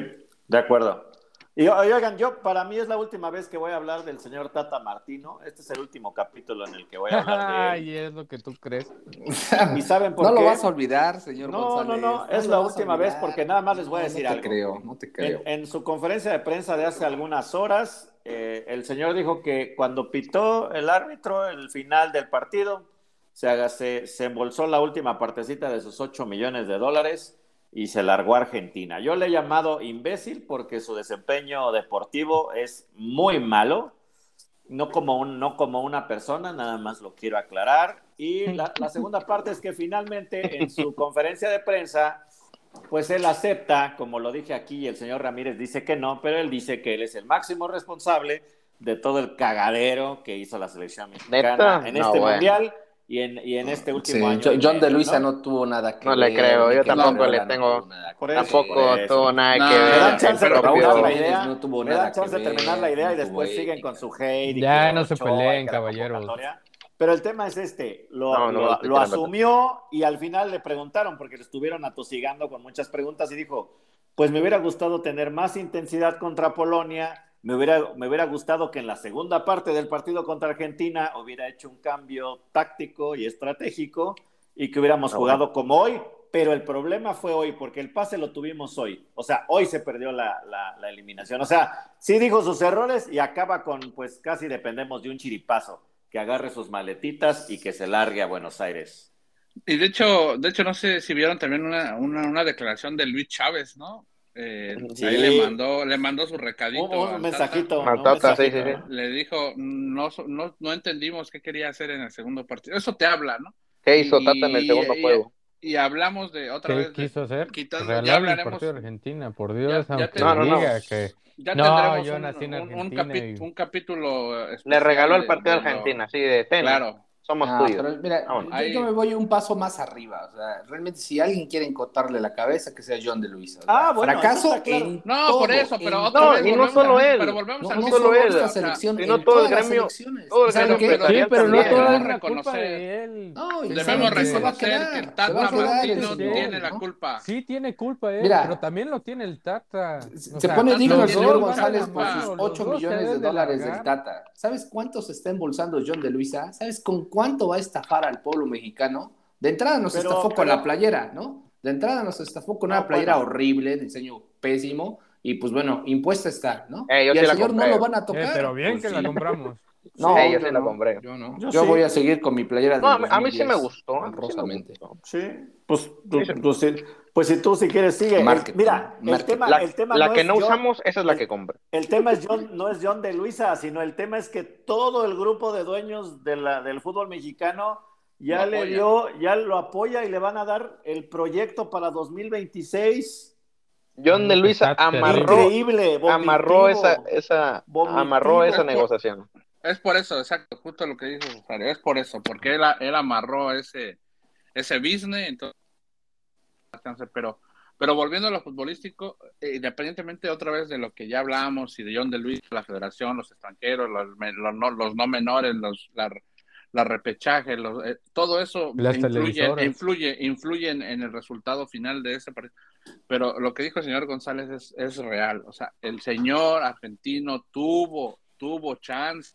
Speaker 2: de acuerdo. Y, y oigan, yo para mí es la última vez que voy a hablar del señor Tata Martino. Este es el último capítulo en el que voy a hablar de él.
Speaker 4: Ay,
Speaker 6: eh,
Speaker 4: es lo que tú crees.
Speaker 2: ¿Y saben por
Speaker 3: No
Speaker 2: qué?
Speaker 3: lo vas a olvidar, señor
Speaker 2: No,
Speaker 3: González.
Speaker 2: no, no, es
Speaker 3: lo
Speaker 2: la
Speaker 3: vas a
Speaker 2: última vez
Speaker 3: olvidar.
Speaker 2: porque nada más les voy a
Speaker 3: No,
Speaker 2: decir
Speaker 3: no te
Speaker 2: algo.
Speaker 3: creo, no te creo.
Speaker 2: En, en su conferencia de prensa de hace algunas horas, eh, el señor dijo que cuando pitó el árbitro el final del partido, se, haga- se, se embolsó la última partecita de sus 8 millones de dólares y se largó a Argentina. Yo le he llamado imbécil porque su desempeño deportivo es muy malo, no como, un, no como una persona, nada más lo quiero aclarar. Y la, la segunda parte es que finalmente en su conferencia de prensa, pues él acepta, como lo dije aquí, y el señor Ramírez dice que no, pero él dice que él es el máximo responsable de todo el cagadero que hizo la selección mexicana
Speaker 5: ¿Neta?
Speaker 2: en
Speaker 5: No,
Speaker 2: este
Speaker 5: bueno.
Speaker 2: mundial y en, y en este último
Speaker 3: Sí,
Speaker 2: año.
Speaker 3: Jo-
Speaker 2: y
Speaker 3: John
Speaker 2: medio,
Speaker 3: de Luisa ¿no? tuvo nada que
Speaker 5: No le
Speaker 3: ver,
Speaker 5: creo,
Speaker 3: ni
Speaker 5: yo
Speaker 3: que ver,
Speaker 5: tampoco le
Speaker 3: no
Speaker 5: tengo-
Speaker 3: tuvo nada que
Speaker 2: Por
Speaker 3: ver.
Speaker 2: eso,
Speaker 5: Tampoco
Speaker 2: por eso.
Speaker 5: tuvo nada
Speaker 6: No,
Speaker 5: que
Speaker 6: me
Speaker 2: Me dan
Speaker 5: ver.
Speaker 2: chance de
Speaker 5: el propio-
Speaker 2: terminar la
Speaker 3: Ramírez
Speaker 2: idea.
Speaker 3: no tuvo
Speaker 2: me
Speaker 3: nada
Speaker 2: dan chance
Speaker 3: que
Speaker 2: de terminar la
Speaker 3: ver,
Speaker 2: idea y
Speaker 3: no tuvo
Speaker 2: después siguen
Speaker 3: ética.
Speaker 2: con su hate. y
Speaker 4: Ya
Speaker 2: que
Speaker 4: no se
Speaker 2: Ochoa y
Speaker 4: peleen,
Speaker 2: que la
Speaker 4: caballeros.
Speaker 2: convocatoria. Pero el tema es este, lo,
Speaker 5: No, no,
Speaker 2: lo-
Speaker 5: no estoy
Speaker 2: lo
Speaker 5: tirando.
Speaker 2: asumió y al final le preguntaron, porque lo estuvieron atosigando con muchas preguntas y dijo, pues me hubiera gustado tener más intensidad contra Polonia, me hubiera, me hubiera gustado que en la segunda parte del partido contra Argentina hubiera hecho un cambio táctico y estratégico y que hubiéramos
Speaker 5: Ah,
Speaker 2: jugado como hoy, pero el problema fue hoy, porque el pase lo tuvimos hoy. O sea, hoy se perdió la, la- la eliminación. O sea, sí dijo sus errores y acaba con, pues casi dependemos de un chiripazo, que agarre sus maletitas y que se largue a Buenos Aires.
Speaker 6: Y de hecho, de hecho, no sé si vieron también una, una, una declaración de Luis Chávez, ¿no? Eh,
Speaker 2: Sí.
Speaker 6: Ahí le mandó, le mandó su recadito.
Speaker 2: Un, un
Speaker 6: al
Speaker 2: mensajito.
Speaker 5: Al
Speaker 2: un
Speaker 5: Tata, sí,
Speaker 2: mensajito,
Speaker 5: sí, sí.
Speaker 2: ¿no?
Speaker 6: Tata. Le dijo, no, so- no, no entendimos qué quería hacer en el segundo partido. Eso te habla, ¿no?
Speaker 5: ¿Qué hizo Tata en el
Speaker 6: Y-
Speaker 5: segundo
Speaker 6: y-
Speaker 5: juego?
Speaker 6: Y hablamos de otra
Speaker 4: ¿Qué
Speaker 6: vez. de-
Speaker 4: quiso hacer?
Speaker 6: quitando- ya
Speaker 4: Regalar el
Speaker 6: hablaremos-
Speaker 4: partido de Argentina, por Dios,
Speaker 6: ya
Speaker 4: aunque
Speaker 5: No, no, no.
Speaker 4: diga que...
Speaker 6: ya
Speaker 4: No,
Speaker 6: tendremos
Speaker 4: yo
Speaker 6: un,
Speaker 4: nací en
Speaker 6: un- un
Speaker 4: Argentina
Speaker 6: capi-
Speaker 4: y-
Speaker 6: un capítulo. eh,
Speaker 5: Le
Speaker 6: especial
Speaker 5: regaló el
Speaker 6: de-
Speaker 5: partido a
Speaker 6: de lo-
Speaker 5: Argentina, sí, de tenis.
Speaker 6: Claro.
Speaker 5: Somos
Speaker 3: Ah,
Speaker 5: tuyos.
Speaker 3: pero mira,
Speaker 5: Vámonos.
Speaker 3: yo,
Speaker 6: Ahí-
Speaker 3: yo me voy un paso más arriba. O sea, realmente, si alguien quiere encotarle la cabeza, que sea John de Luisa. O sea,
Speaker 2: Ah, bueno, eso
Speaker 3: fracaso
Speaker 2: está claro.
Speaker 3: en
Speaker 6: No,
Speaker 3: todo,
Speaker 6: por eso,
Speaker 3: en
Speaker 6: pero otra
Speaker 5: No,
Speaker 3: todo.
Speaker 6: vez
Speaker 5: y no
Speaker 6: volvemos
Speaker 5: solo
Speaker 6: al-
Speaker 5: él.
Speaker 6: Pero volvemos
Speaker 3: No,
Speaker 6: al
Speaker 3: no
Speaker 6: mismo
Speaker 5: solo
Speaker 3: solo
Speaker 5: él,
Speaker 3: esta
Speaker 5: o sea,
Speaker 3: selección,
Speaker 5: sino
Speaker 3: en
Speaker 5: todo el
Speaker 3: todas las
Speaker 5: gremio-
Speaker 3: selecciones.
Speaker 5: todo el
Speaker 3: ¿Y saben
Speaker 5: gremio
Speaker 3: qué?
Speaker 5: empresarial
Speaker 4: Sí, pero no
Speaker 5: también,
Speaker 4: todo
Speaker 6: ¿no?
Speaker 4: es la culpa
Speaker 6: Reconocer.
Speaker 4: de él.
Speaker 3: No, y
Speaker 6: Debemos
Speaker 3: saben que se va a
Speaker 6: reconocer
Speaker 3: quedar,
Speaker 6: que el
Speaker 3: se va a
Speaker 6: Tata
Speaker 3: quedar
Speaker 6: Martino
Speaker 3: este,
Speaker 6: tiene la
Speaker 3: ¿no?
Speaker 6: culpa.
Speaker 4: Sí tiene culpa él,
Speaker 3: Mira.
Speaker 4: pero también lo tiene el Tata.
Speaker 3: Se
Speaker 4: O
Speaker 3: se
Speaker 4: sea,
Speaker 3: pone
Speaker 6: Tata
Speaker 3: digno el
Speaker 6: tiene
Speaker 3: señor
Speaker 6: culpa,
Speaker 3: González por
Speaker 6: papá.
Speaker 3: sus
Speaker 4: Los
Speaker 3: 8
Speaker 4: dos se
Speaker 3: millones de
Speaker 4: deben Eh,
Speaker 3: dólares del
Speaker 4: largar.
Speaker 3: Tata. ¿Sabes cuánto se está embolsando John de Luisa? ¿Sabes con cuánto va a estafar al pueblo mexicano? De entrada nos
Speaker 2: Pero-
Speaker 3: estafó con
Speaker 2: pero-
Speaker 3: la playera, ¿no? De entrada nos estafó con
Speaker 2: No,
Speaker 3: una playera
Speaker 2: bueno.
Speaker 3: horrible, de diseño pésimo, y pues bueno, impuesta está, ¿no?
Speaker 5: Eh,
Speaker 3: y
Speaker 5: yo
Speaker 3: al
Speaker 5: sí la
Speaker 3: señor
Speaker 5: compré.
Speaker 3: no lo van a
Speaker 4: Eh,
Speaker 3: tocar.
Speaker 4: pero bien
Speaker 3: Pues
Speaker 4: que
Speaker 3: sí.
Speaker 4: la compramos.
Speaker 3: No,
Speaker 5: Eh, yo sí
Speaker 3: yo
Speaker 5: la
Speaker 3: no.
Speaker 5: compré.
Speaker 3: Yo no.
Speaker 2: Yo
Speaker 3: Yo,
Speaker 2: sí.
Speaker 3: voy a seguir con mi playera de
Speaker 5: No, a mí, a mí sí me gustó. a mí sí me
Speaker 3: Honrosamente.
Speaker 5: gustó.
Speaker 2: Sí, pues, tú- tú sí- pues si tú si quieres sigue. El-
Speaker 3: Marketing,
Speaker 2: mira, el
Speaker 3: marketing.
Speaker 2: tema,
Speaker 5: La,
Speaker 2: el tema
Speaker 5: la
Speaker 2: no
Speaker 5: que
Speaker 2: es
Speaker 5: no
Speaker 2: John-
Speaker 5: usamos, esa es la que compré.
Speaker 2: El tema es John, no es John de Luisa, sino el tema es que todo el grupo de dueños de la- del fútbol mexicano ya
Speaker 6: Lo
Speaker 2: le
Speaker 6: apoya.
Speaker 2: dio, ya lo apoya y le van a dar el proyecto para 2026.
Speaker 5: John de Luisa
Speaker 4: Tata.
Speaker 5: amarró,
Speaker 2: Increíble, vomitivo.
Speaker 5: amarró esa, esa,
Speaker 2: Vomitivo.
Speaker 5: amarró esa negociación.
Speaker 6: Es por eso, exacto, justo lo que dijo Rosario, es por eso, porque él, él amarró ese, ese business, entonces, alcance, pero, pero volviendo a lo futbolístico, eh, independientemente otra vez de lo que ya hablábamos y de John de Luis, la federación, los extranjeros, los, me- los no, los no menores, los la, la repechaje, los, eh, todo eso
Speaker 4: Las
Speaker 6: influye,
Speaker 4: televisoras.
Speaker 6: influye, influye en, en el resultado final de ese partido. Pero lo que dijo el señor González es, es real. O sea, el señor argentino tuvo, tuvo chance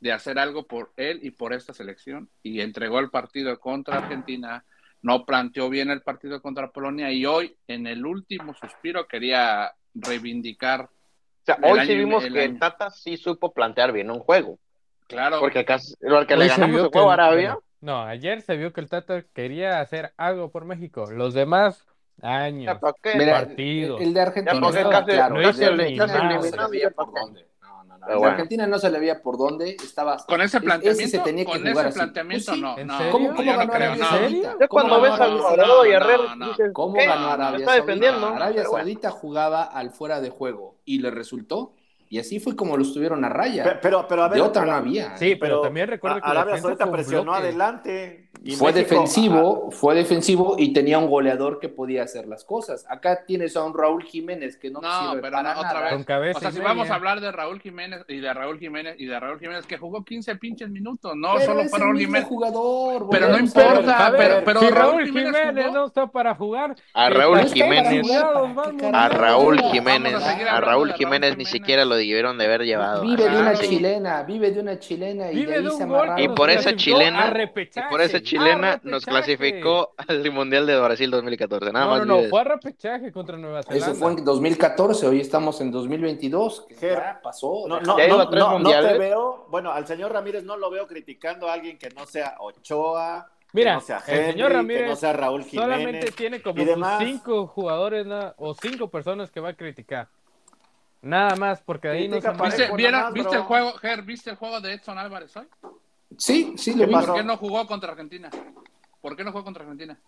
Speaker 6: de hacer algo por él y por esta selección y entregó el partido contra Argentina, no planteó bien el partido contra Polonia y hoy en el último suspiro quería reivindicar,
Speaker 5: O sea,
Speaker 6: El
Speaker 5: hoy
Speaker 6: año
Speaker 5: sí
Speaker 6: y me-
Speaker 5: vimos
Speaker 6: el
Speaker 5: que
Speaker 6: año.
Speaker 5: Tata sí supo plantear bien un juego.
Speaker 6: claro,
Speaker 5: Porque acá, lo que
Speaker 4: Hoy
Speaker 5: le
Speaker 4: se
Speaker 5: ganamos
Speaker 4: vio
Speaker 5: el
Speaker 4: que
Speaker 5: juego a
Speaker 4: el-
Speaker 5: Arabia,
Speaker 4: bueno, no, ayer se vio que el Tata quería hacer algo por México. Los demás,
Speaker 5: ya
Speaker 4: años.
Speaker 5: para qué.
Speaker 3: Mira,
Speaker 4: partido.
Speaker 3: El de Argentina
Speaker 5: Ya, porque
Speaker 3: estaba
Speaker 5: casi-
Speaker 3: claro.
Speaker 4: no
Speaker 3: el de
Speaker 4: hizo ni
Speaker 3: Argentina
Speaker 4: nada.
Speaker 3: no se le veía por
Speaker 5: Pero
Speaker 3: dónde. No, no, no.
Speaker 5: bueno.
Speaker 3: El de Argentina no se le veía por dónde. Estaba.
Speaker 6: con ese
Speaker 3: ese
Speaker 6: planteamiento,
Speaker 3: se tenía que
Speaker 6: con
Speaker 3: jugar
Speaker 6: ese
Speaker 3: así.
Speaker 6: planteamiento
Speaker 3: Pues sí,
Speaker 6: no,
Speaker 4: ¿en
Speaker 6: no,
Speaker 4: serio?
Speaker 6: ¿Cómo,
Speaker 3: ¿Cómo, cómo
Speaker 6: yo no
Speaker 3: ganó
Speaker 6: creo,
Speaker 3: Arabia
Speaker 4: ¿En
Speaker 6: no.
Speaker 4: serio?
Speaker 3: Saudita? ¿Cómo
Speaker 5: ya cuando
Speaker 3: ganó
Speaker 5: ves a
Speaker 3: Arabia Saudita?
Speaker 6: Guardado-
Speaker 5: Guardado y a
Speaker 6: no,
Speaker 5: Herrera,
Speaker 6: no.
Speaker 5: dices,
Speaker 3: ¿Cómo
Speaker 5: ¿qué?
Speaker 3: ganó
Speaker 5: Me
Speaker 3: Arabia
Speaker 5: está defendiendo.
Speaker 3: Saudita? Arabia
Speaker 5: Pero bueno.
Speaker 3: Saudita jugaba al fuera de juego y le resultó. Y así fue como los tuvieron a raya.
Speaker 2: Pe- Pero, pero a ver.
Speaker 3: de otra no había.
Speaker 4: Sí, pero,
Speaker 2: pero
Speaker 4: también recuerdo
Speaker 2: a-
Speaker 4: que la
Speaker 2: Arabia
Speaker 4: defensa
Speaker 2: Saudita
Speaker 4: fue un
Speaker 2: presionó
Speaker 4: bloque.
Speaker 2: adelante. y
Speaker 3: fue
Speaker 2: México-
Speaker 3: defensivo, fue defensivo y tenía un goleador que podía hacer las cosas. Acá tienes a un Raúl Jiménez que no,
Speaker 6: No,
Speaker 3: sirve
Speaker 6: pero
Speaker 3: para
Speaker 6: no, otra
Speaker 3: nada.
Speaker 6: vez.
Speaker 4: Con cabeza
Speaker 6: O sea,
Speaker 4: y
Speaker 6: si
Speaker 4: media.
Speaker 6: vamos a hablar de Raúl Jiménez y de Raúl Jiménez y de Raúl Jiménez, que jugó 15 pinches minutos,
Speaker 5: Ah,
Speaker 6: no
Speaker 3: Pero
Speaker 6: solo
Speaker 3: es
Speaker 6: fue
Speaker 3: el
Speaker 6: Raúl
Speaker 3: mismo
Speaker 6: Jiménez.
Speaker 3: jugador.
Speaker 6: Pero
Speaker 3: boludo.
Speaker 6: no importa,
Speaker 4: A ver,
Speaker 6: pero, pero
Speaker 4: si
Speaker 6: Raúl,
Speaker 4: Raúl
Speaker 6: Jiménez,
Speaker 4: Jiménez
Speaker 6: jugó,
Speaker 4: no está para jugar,
Speaker 5: A
Speaker 4: Sí,
Speaker 5: Raúl
Speaker 4: pero es que para
Speaker 5: Jiménez,
Speaker 4: jugar,
Speaker 5: a Raúl
Speaker 6: Vamos a
Speaker 5: Jiménez,
Speaker 6: seguir
Speaker 5: a
Speaker 6: hablando
Speaker 5: Raúl
Speaker 6: de Raúl
Speaker 5: Jiménez ni
Speaker 6: Jiménez.
Speaker 5: siquiera lo debieron de haber llevado.
Speaker 3: Vive de una
Speaker 6: Claro.
Speaker 3: chilena, vive de una chilena y de
Speaker 4: vive
Speaker 3: ahí
Speaker 4: de
Speaker 3: se
Speaker 4: un gol.
Speaker 3: amarraron.
Speaker 5: Y por
Speaker 4: nos
Speaker 5: esa
Speaker 4: clasificó
Speaker 5: chilena-
Speaker 4: a
Speaker 5: Y
Speaker 4: repechaje,
Speaker 5: por esa
Speaker 4: a
Speaker 5: chilena nos
Speaker 4: repechaje.
Speaker 5: clasificó al Mundial de Brasil 2014. Nada
Speaker 4: No,
Speaker 5: más.
Speaker 4: no, no,
Speaker 5: vive
Speaker 4: fue a repechaje contra Nueva Zelanda.
Speaker 3: Eso fue en 2014, hoy estamos en 2022. que
Speaker 2: Ger-
Speaker 3: ya pasó.
Speaker 2: No, no,
Speaker 5: Ya
Speaker 2: no,
Speaker 5: lleva tres
Speaker 2: no, no te
Speaker 5: mundiales.
Speaker 2: veo. Bueno, al señor Ramírez no lo veo criticando a alguien que no sea Ochoa, que
Speaker 4: Mira,
Speaker 2: no sea
Speaker 4: el
Speaker 2: Henry,
Speaker 4: señor
Speaker 2: que no
Speaker 4: Ramírez
Speaker 2: sea Raúl
Speaker 4: solamente
Speaker 2: Jiménez.
Speaker 4: tiene
Speaker 2: y
Speaker 4: como
Speaker 2: demás.
Speaker 4: cinco jugadores nada- o cinco personas que va a criticar. Nada más, porque de ahí no
Speaker 2: Critica
Speaker 4: se
Speaker 2: para
Speaker 4: marca.
Speaker 6: ¿Viste,
Speaker 2: Parejo
Speaker 6: vieron-
Speaker 2: nada más,
Speaker 6: ¿viste
Speaker 2: bro.
Speaker 6: el juego, Ger, ¿viste el juego de Edson Álvarez hoy?
Speaker 3: Sí, sí,
Speaker 2: ¿Qué
Speaker 3: lo vi.
Speaker 2: pasó?
Speaker 6: ¿Por qué no jugó contra Argentina? ¿Por qué no jugó contra Argentina?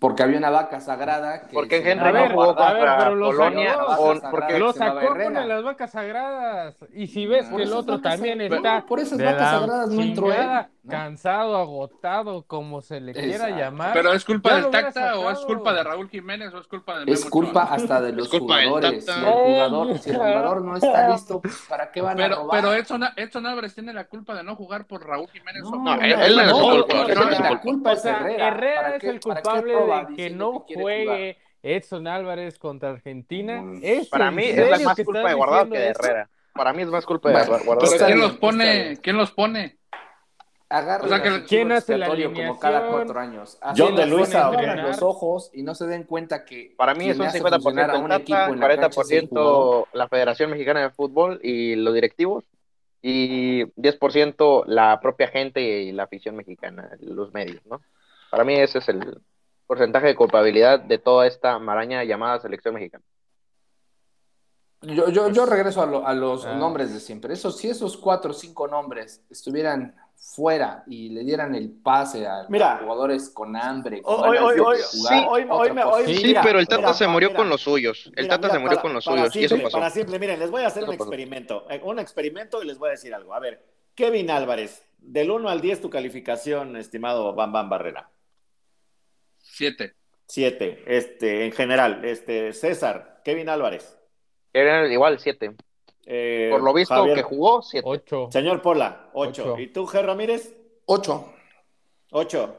Speaker 3: Porque había una vaca sagrada. que
Speaker 5: Porque
Speaker 3: se
Speaker 4: A
Speaker 5: Henry no
Speaker 3: llamaba
Speaker 4: ver,
Speaker 5: jugó
Speaker 4: a ver,
Speaker 5: contra
Speaker 4: pero los
Speaker 5: Polonia
Speaker 4: sacó.
Speaker 5: o
Speaker 3: Sagrada.
Speaker 5: porque
Speaker 3: que
Speaker 4: Lo
Speaker 3: se va
Speaker 4: sacó con
Speaker 3: Herrera.
Speaker 4: las vacas sagradas. Y si ves
Speaker 3: Por
Speaker 4: que el
Speaker 3: esas
Speaker 4: otro
Speaker 3: vacas
Speaker 4: también
Speaker 3: sagradas-
Speaker 4: está
Speaker 3: Por esas
Speaker 4: de
Speaker 3: vacas
Speaker 4: la
Speaker 3: sagradas no entró él,
Speaker 4: chingada,
Speaker 3: ¿no?
Speaker 4: cansado, agotado, como se le quiera
Speaker 3: Exacto.
Speaker 4: llamar.
Speaker 6: ¿Pero es culpa
Speaker 4: Ya
Speaker 6: del
Speaker 4: lo hubiera
Speaker 6: Tacta o es
Speaker 4: sacado.
Speaker 6: culpa de Raúl Jiménez o es culpa de Memo
Speaker 3: Es culpa
Speaker 6: Ochoa?
Speaker 3: hasta de los
Speaker 5: Es culpa del
Speaker 3: jugadores. Si
Speaker 5: Tata.
Speaker 3: el, jugador, si el jugador no está listo, pues, ¿para qué van a
Speaker 6: Pero,
Speaker 3: robar?
Speaker 6: pero Edson, Edson Álvarez tiene la culpa de no jugar por Raúl Jiménez. o-
Speaker 5: No, él- él no es
Speaker 3: no,
Speaker 5: su culpa,
Speaker 3: no, no,
Speaker 5: él no es su
Speaker 3: la
Speaker 5: culpa.
Speaker 3: culpa
Speaker 4: O
Speaker 3: es
Speaker 4: sea,
Speaker 3: Herrera.
Speaker 4: Herrera,
Speaker 3: ¿Para
Speaker 4: es
Speaker 3: qué-
Speaker 4: el
Speaker 3: para qué
Speaker 4: culpable
Speaker 3: roba
Speaker 4: de que
Speaker 3: diciendo
Speaker 4: no
Speaker 3: quiere
Speaker 4: juegue
Speaker 3: jugar?
Speaker 4: Edson Álvarez contra Argentina.
Speaker 3: Mm.
Speaker 4: ¿Es
Speaker 5: Para
Speaker 4: en
Speaker 5: mí es
Speaker 4: serio
Speaker 5: la más
Speaker 4: que
Speaker 5: culpa
Speaker 4: estás
Speaker 5: de Guardado que
Speaker 4: diciendo
Speaker 5: de
Speaker 4: esto?
Speaker 5: Herrera. Para mí es más culpa de
Speaker 3: Bueno, pues
Speaker 5: Guardado.
Speaker 6: Pero
Speaker 3: está
Speaker 6: ¿quién
Speaker 3: bien,
Speaker 6: los pone?
Speaker 3: está bien.
Speaker 6: ¿Quién los pone?
Speaker 3: Agarren
Speaker 6: O sea, que-
Speaker 3: a su
Speaker 4: ¿Quién
Speaker 3: chivo
Speaker 4: hace la
Speaker 3: expiatorio
Speaker 4: alineación?
Speaker 3: como cada cuatro años? Así
Speaker 2: John de
Speaker 3: las
Speaker 2: Luisa,
Speaker 3: ponen,
Speaker 2: ¿o qué?
Speaker 3: abran los ojos y no se den cuenta que
Speaker 5: Para mí es
Speaker 3: quien
Speaker 5: un
Speaker 3: hace
Speaker 5: 50%
Speaker 3: funcionar a
Speaker 5: el
Speaker 3: un
Speaker 5: Tata,
Speaker 3: equipo en la cancha es el jugador.
Speaker 5: 40% la Federación Mexicana de Fútbol y los directivos y 10% la propia gente y la afición mexicana, los medios, ¿no? Para mí ese es el porcentaje de culpabilidad de toda esta maraña llamada selección mexicana.
Speaker 3: Yo, yo,
Speaker 5: Pues,
Speaker 3: yo regreso a, lo- a los
Speaker 4: Ah.
Speaker 3: nombres de siempre. Esos, si esos cuatro o cinco nombres estuvieran fuera y le dieran el pase a
Speaker 2: Mira.
Speaker 3: jugadores con hambre,
Speaker 2: Hoy-
Speaker 3: con ganas
Speaker 2: hoy-
Speaker 3: de
Speaker 2: hoy-
Speaker 3: jugar,
Speaker 2: sí, hoy-
Speaker 3: otra
Speaker 2: hoy me-
Speaker 3: cosa.
Speaker 2: hoy- Sí, Mira, pero el Tata mira, se murió mira. con los
Speaker 5: suyos.
Speaker 2: Mira, mira, para- para simple, Para simple, miren, les voy a hacer
Speaker 5: Eso
Speaker 2: un
Speaker 5: pasó.
Speaker 2: experimento. eh, Un experimento y les voy a decir algo. A ver, Kevin Álvarez, del 1 al 10 tu calificación, estimado Bam Bam Barrera.
Speaker 6: Siete.
Speaker 2: 7, este, en general, este, César, Kevin Álvarez.
Speaker 5: Eran igual 7.
Speaker 2: eh,
Speaker 5: Por lo visto
Speaker 2: Javier-
Speaker 5: que jugó 7.
Speaker 4: Ocho.
Speaker 2: Señor Pola, 8.
Speaker 4: Ocho.
Speaker 2: ¿Y tú, Ger Ramírez?
Speaker 3: Ocho.
Speaker 2: 8.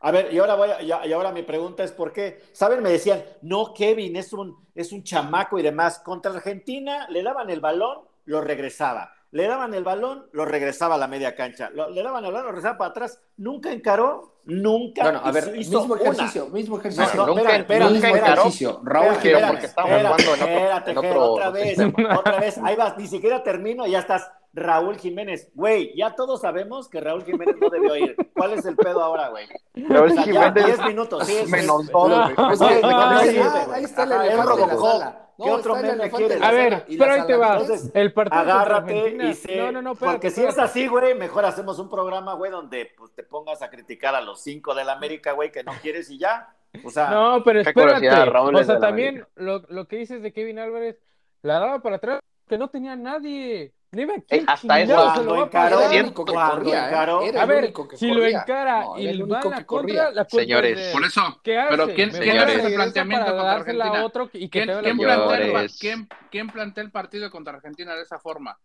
Speaker 2: A ver, y ahora voy a- y a- y ahora mi pregunta es por qué. Saben, me decían, no, Kevin es un, es un chamaco y demás. Contra Argentina le daban el balón, lo regresaba. Le daban el balón, lo regresaba a la media cancha. Lo- le daban el balón, lo regresaba para atrás. Nunca encaró, nunca
Speaker 3: Bueno, a ver,
Speaker 2: hizo
Speaker 3: mismo
Speaker 2: una.
Speaker 3: ejercicio, mismo ejercicio.
Speaker 2: No, no,
Speaker 5: nunca,
Speaker 2: espérame, espérame,
Speaker 5: nunca
Speaker 2: espérame.
Speaker 5: encaró
Speaker 3: ejercicio. Raúl
Speaker 5: Espérame,
Speaker 3: Jiménez.
Speaker 5: porque estamos jugando en otro-
Speaker 2: espérate,
Speaker 5: en otro
Speaker 2: Ger, otra vez,
Speaker 5: sistema.
Speaker 2: otra vez. Ahí vas, ni siquiera termino y ya estás. Raúl Jiménez, güey, ya todos sabemos que Raúl Jiménez no debió ir. ¿cuál es el pedo ahora, güey? O sea, ya 10 minutos, sí, sí.
Speaker 5: menos dos, güey.
Speaker 3: Pues que-
Speaker 2: Ay,
Speaker 3: ah,
Speaker 2: sí,
Speaker 3: ahí
Speaker 2: güey.
Speaker 3: está el
Speaker 2: Ajá, él
Speaker 3: elefante de la
Speaker 2: provocó.
Speaker 3: sala.
Speaker 2: ¿Qué otro
Speaker 3: está el
Speaker 2: meme
Speaker 3: elefante de
Speaker 2: quieres?
Speaker 3: la
Speaker 4: A
Speaker 3: sala.
Speaker 4: ver,
Speaker 3: Y
Speaker 4: pero
Speaker 3: la
Speaker 4: ahí te
Speaker 3: sala-
Speaker 4: va.
Speaker 2: Entonces,
Speaker 4: El partido contra
Speaker 2: Agárrate
Speaker 4: Argentina.
Speaker 2: y sé.
Speaker 4: No, no, no, espérate,
Speaker 2: porque si es
Speaker 4: espérate.
Speaker 2: así, güey, mejor hacemos un programa, güey, donde pues, te pongas a criticar a los cinco del América, güey, que no quieres y ya. O sea,
Speaker 4: No, pero
Speaker 5: Qué
Speaker 4: espérate.
Speaker 5: curiosidad, Raúl
Speaker 4: O
Speaker 5: es de
Speaker 4: sea,
Speaker 5: la
Speaker 4: también lo, lo que dices de Kevin Álvarez, la daba para atrás, que no tenía nadie. Dime a quién
Speaker 5: Eh, hasta
Speaker 4: chingados
Speaker 5: eso.
Speaker 4: se
Speaker 2: Cuando
Speaker 4: lo va a
Speaker 2: encaró,
Speaker 4: parar.
Speaker 3: Era el
Speaker 5: Siento-
Speaker 3: único que
Speaker 2: cuando
Speaker 3: corría, ¿eh?
Speaker 2: encaró-
Speaker 3: Era
Speaker 4: A
Speaker 3: el
Speaker 4: ver,
Speaker 3: único que
Speaker 4: si lo
Speaker 3: corría.
Speaker 4: encara
Speaker 3: No,
Speaker 4: y
Speaker 3: era el
Speaker 4: le va
Speaker 3: único
Speaker 4: a la
Speaker 3: que
Speaker 4: contra,
Speaker 3: corría.
Speaker 4: la culpa
Speaker 5: Señores,
Speaker 4: es de él.
Speaker 6: Por eso,
Speaker 4: ¿Qué hace?
Speaker 6: pero ¿quién-
Speaker 4: Mejor
Speaker 5: quién hace ese
Speaker 4: regresa
Speaker 6: planteamiento
Speaker 4: para
Speaker 6: contra
Speaker 4: dársela a
Speaker 6: Argentina?
Speaker 4: otro y que
Speaker 6: ¿quién,
Speaker 4: te vea la
Speaker 6: quién
Speaker 5: Señores.
Speaker 4: jugada?
Speaker 6: plantea el, par- quién- quién plantea el partido contra Argentina de esa forma?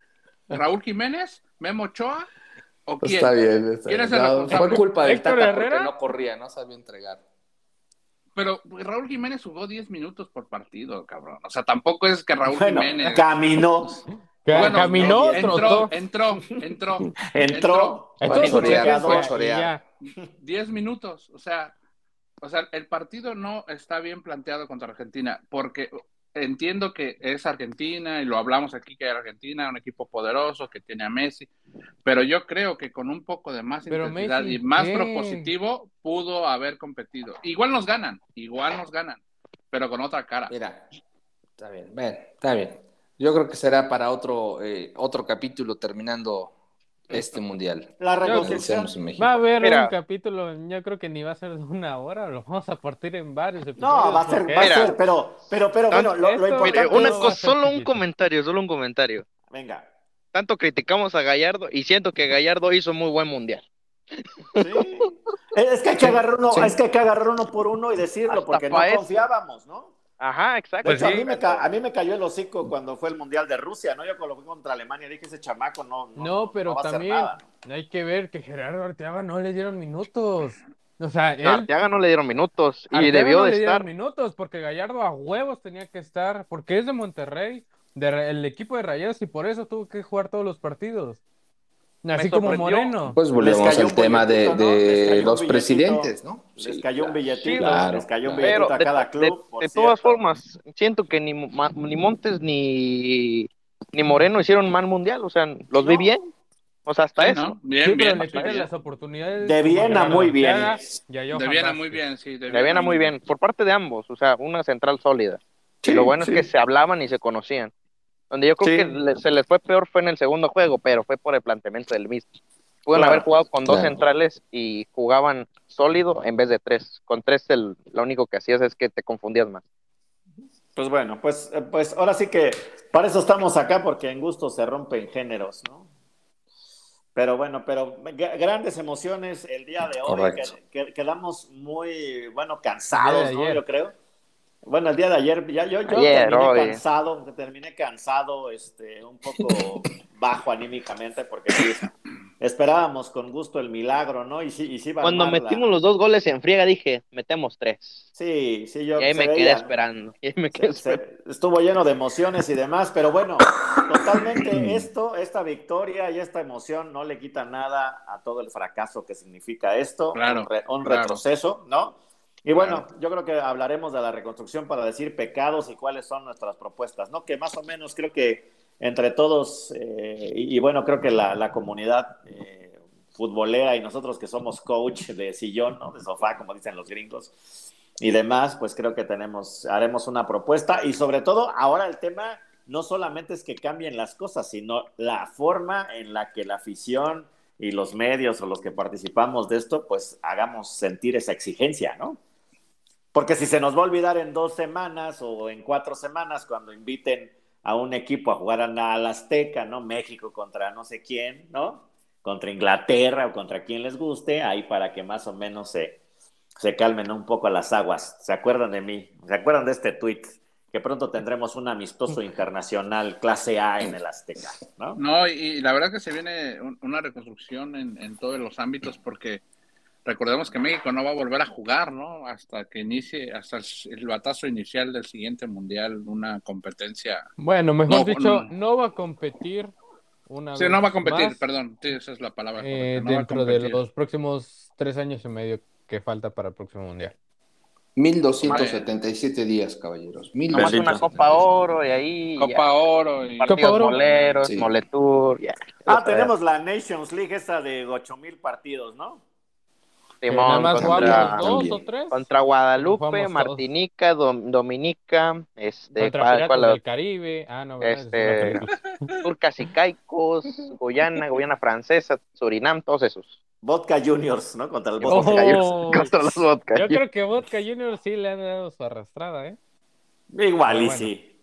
Speaker 6: ¿Raúl Jiménez? ¿Memo Ochoa? ¿O quién?
Speaker 3: Pues Está bien, está
Speaker 6: ¿Quién
Speaker 3: bien.
Speaker 6: es el
Speaker 3: No,
Speaker 6: responsable?
Speaker 3: Fue culpa del
Speaker 4: ¿Héctor
Speaker 3: Tata porque
Speaker 4: Herrera?
Speaker 3: no corría, no sabía entregar.
Speaker 6: Pero pues, Raúl Jiménez jugó 10 minutos por partido, cabrón. O sea, tampoco es que Raúl
Speaker 2: bueno,
Speaker 6: Jiménez.
Speaker 2: caminó,
Speaker 4: Ca-
Speaker 6: Bueno,
Speaker 4: Caminó,
Speaker 6: entró,
Speaker 4: trotó.
Speaker 6: entró, entró.
Speaker 2: entró.
Speaker 4: Entonces,
Speaker 3: Fue chorear,
Speaker 4: ¿qué
Speaker 3: fue
Speaker 4: fue?
Speaker 3: chorear.
Speaker 4: Y ya.
Speaker 6: 10 minutos, o sea, o sea, el partido no está bien planteado contra Argentina, porque entiendo que es Argentina y lo hablamos aquí que Argentina es un equipo poderoso que tiene a Messi, pero yo creo que con un poco de más
Speaker 4: Pero
Speaker 6: intensidad
Speaker 4: Messi,
Speaker 6: y más
Speaker 4: ¿qué?
Speaker 6: propositivo pudo haber competido. Igual nos ganan, igual nos ganan, pero con otra cara.
Speaker 3: Mira, está bien, ven, está bien. Yo creo que será para otro, eh, otro capítulo terminando este mundial.
Speaker 2: La
Speaker 3: que
Speaker 2: reconstrucción.
Speaker 3: iniciamos en México.
Speaker 4: Va a haber
Speaker 5: Mira.
Speaker 4: un capítulo, yo creo que ni va a ser de una hora, lo vamos a partir en varios episodios.
Speaker 2: No, va a ser,
Speaker 4: porque-
Speaker 2: va a
Speaker 5: Mira.
Speaker 2: ser, pero, pero, pero bueno, lo, lo
Speaker 4: Mira,
Speaker 2: importante
Speaker 5: Mire, una
Speaker 2: es-
Speaker 5: cosa, solo un comentario, solo un comentario.
Speaker 2: Venga.
Speaker 5: Tanto criticamos a Gallardo y siento que Gallardo hizo muy buen mundial.
Speaker 2: Sí. Es que hay que agarrar uno,
Speaker 3: sí.
Speaker 2: es que hay que agarrar uno por uno y decirlo,
Speaker 5: Hasta
Speaker 2: porque no
Speaker 5: pa' eso.
Speaker 2: confiábamos, ¿no?
Speaker 5: Ajá, exacto.
Speaker 2: De
Speaker 7: Pues
Speaker 2: hecho,
Speaker 7: sí.
Speaker 2: a, mí me ca- a mí me cayó el hocico cuando fue el Mundial de Rusia, ¿no? Yo coloqué contra Alemania, dije, ese chamaco no, no,
Speaker 4: No, pero
Speaker 2: va a hacer
Speaker 4: también
Speaker 2: nada.
Speaker 4: hay que ver que Gerardo Arteaga no le dieron minutos. O sea, él
Speaker 5: No, Arteaga no le dieron minutos y
Speaker 4: Arteaga
Speaker 5: debió
Speaker 4: no
Speaker 5: de
Speaker 4: le dieron
Speaker 5: estar.
Speaker 4: minutos porque Gallardo a huevos tenía que estar porque es de Monterrey, del equipo de Rayados y por eso tuvo que jugar todos los partidos. Así como
Speaker 5: sorprendió.
Speaker 4: Moreno.
Speaker 3: Pues
Speaker 2: Les
Speaker 3: volvemos
Speaker 2: cayó
Speaker 3: al
Speaker 2: un
Speaker 3: tema de,
Speaker 2: billetito, ¿no? Les
Speaker 3: de
Speaker 2: cayó un
Speaker 3: los
Speaker 2: billetito.
Speaker 3: presidentes, ¿no?
Speaker 2: les
Speaker 3: Sí,
Speaker 2: cayó un
Speaker 3: claro.
Speaker 2: billetito,
Speaker 3: claro,
Speaker 2: les cayó un
Speaker 3: claro.
Speaker 2: billetito
Speaker 5: Pero
Speaker 2: a
Speaker 5: de,
Speaker 2: cada
Speaker 5: de-
Speaker 2: club. por
Speaker 5: de todas
Speaker 2: cierto.
Speaker 5: formas, siento que ni, Ma- ni Montes ni, ni Moreno hicieron mal mundial. O sea, los vi
Speaker 2: No.
Speaker 5: bien. O sea, hasta
Speaker 6: Sí,
Speaker 5: eso.
Speaker 6: ¿no?
Speaker 4: Sí,
Speaker 6: Bien,
Speaker 4: pero
Speaker 6: bien.
Speaker 4: le
Speaker 6: sí,
Speaker 4: quitan
Speaker 6: bien.
Speaker 4: las oportunidades.
Speaker 2: De
Speaker 4: como
Speaker 2: Viena,
Speaker 4: Gerardo
Speaker 2: muy bien.
Speaker 4: Arteaga y a Johan
Speaker 6: De Viena
Speaker 4: Vázquez.
Speaker 6: muy bien, sí.
Speaker 5: Le viene muy bien. Por parte de ambos. O sea, una central sólida.
Speaker 2: Sí,
Speaker 5: y lo bueno
Speaker 2: sí.
Speaker 5: es que se hablaban y se conocían. Donde yo
Speaker 2: Sí.
Speaker 5: creo que le- se les fue peor fue en el segundo juego, pero fue por el planteamiento del mismo. Pueden
Speaker 2: Claro,
Speaker 5: haber jugado con dos
Speaker 3: claro.
Speaker 5: centrales y jugaban sólido en vez de tres. Con tres el, lo único que hacías es que te confundías más.
Speaker 2: Pues bueno, pues, eh, pues ahora sí que para eso estamos acá, porque en gusto se rompen géneros, ¿no? Pero bueno, pero g- grandes emociones el día de hoy.
Speaker 3: Correcto.
Speaker 2: que- que- quedamos muy, bueno, cansados,
Speaker 4: El día de
Speaker 2: ¿no?
Speaker 4: ayer.
Speaker 2: Yo creo. Bueno, el día de ayer, ya yo, yo
Speaker 5: Ayer,
Speaker 2: terminé
Speaker 5: hoy.
Speaker 2: cansado, terminé cansado, este, un poco bajo anímicamente, porque sí, esperábamos con gusto el milagro, ¿no? Y sí, y sí iba a
Speaker 5: Cuando
Speaker 2: armar la-
Speaker 5: metimos los dos goles en friega dije, metemos tres.
Speaker 2: Sí, sí, yo
Speaker 5: Y ahí
Speaker 2: se
Speaker 5: me quedé
Speaker 2: veía, ¿no?
Speaker 5: esperando. Y ahí me quedé
Speaker 2: Se- se- estuvo lleno de emociones y demás, pero bueno, totalmente esto, esta victoria y esta emoción no le quita nada a todo el fracaso que significa esto,
Speaker 6: Claro,
Speaker 2: un, re- un
Speaker 6: claro.
Speaker 2: retroceso, ¿no? Y bueno, yo creo que hablaremos de la reconstrucción para decir pecados y cuáles son nuestras propuestas, ¿no? Que más o menos creo que entre todos, eh, y, y bueno, creo que la, la comunidad eh, futbolera y nosotros que somos coach de sillón, ¿no? De sofá, como dicen los gringos, y demás, pues creo que tenemos, haremos una propuesta y sobre todo ahora el tema no solamente es que cambien las cosas, sino la forma en la que la afición y los medios o los que participamos de esto, pues hagamos sentir esa exigencia, ¿no? Porque si se nos va a olvidar en dos semanas o en cuatro semanas cuando inviten a un equipo a jugar a la al Azteca, ¿no? México contra no sé quién, ¿no? Contra Inglaterra o contra quien les guste, ahí para que más o menos se, se calmen un poco las aguas. ¿Se acuerdan de mí? ¿Se acuerdan de este tweet? Que pronto tendremos un amistoso internacional clase A en el Azteca, ¿no?
Speaker 6: No, y, y la verdad que se viene un- una reconstrucción en, en todos los ámbitos porque recordemos que México no va a volver a jugar, ¿no? Hasta que inicie, hasta el, el batazo inicial del siguiente mundial, una competencia.
Speaker 4: Bueno, mejor
Speaker 6: No,
Speaker 4: dicho,
Speaker 6: no.
Speaker 4: no. va a competir una
Speaker 6: Sí,
Speaker 4: vez
Speaker 6: no va a competir,
Speaker 4: más,
Speaker 6: perdón, sí, esa es la palabra. correcta,
Speaker 4: eh,
Speaker 6: no va a
Speaker 4: dentro de
Speaker 6: competir.
Speaker 4: los próximos tres años y medio que falta para el próximo mundial.
Speaker 3: 1277 días, caballeros.
Speaker 5: Nomás
Speaker 3: 1277.
Speaker 5: una Copa oh, Oro y ahí.
Speaker 6: Copa Oro y
Speaker 5: ya. Partidos
Speaker 4: Copa Oro.
Speaker 5: moleros,
Speaker 3: Sí.
Speaker 5: moletur. ya.
Speaker 2: Ah, tenemos la Nations League esa de 8000 partidos, ¿no?
Speaker 4: Que
Speaker 5: Timón
Speaker 4: nada más
Speaker 5: Este, contra,
Speaker 4: jugamos dos
Speaker 3: también.
Speaker 4: o tres
Speaker 5: contra Guadalupe,
Speaker 4: Jugamos todos.
Speaker 5: Martinica, Dom- Dominica, este,
Speaker 4: contra
Speaker 5: ¿cuál-
Speaker 4: Piratas
Speaker 5: cuál la-
Speaker 4: del Caribe. Ah, no, ¿verdad? Es una
Speaker 5: Este,
Speaker 4: película.
Speaker 5: Turcas y Caicos, Guyana, Guyana Francesa, Surinam, todos esos.
Speaker 2: Vodka Juniors, ¿no? Contra el
Speaker 5: Los
Speaker 2: Vodka
Speaker 4: Oh.
Speaker 2: Juniors.
Speaker 5: Vodka- contra los Vodka.
Speaker 4: Yo creo que Vodka Junior sí le han dado su arrastrada, ¿eh?
Speaker 2: Igual y
Speaker 4: Bueno.
Speaker 2: sí.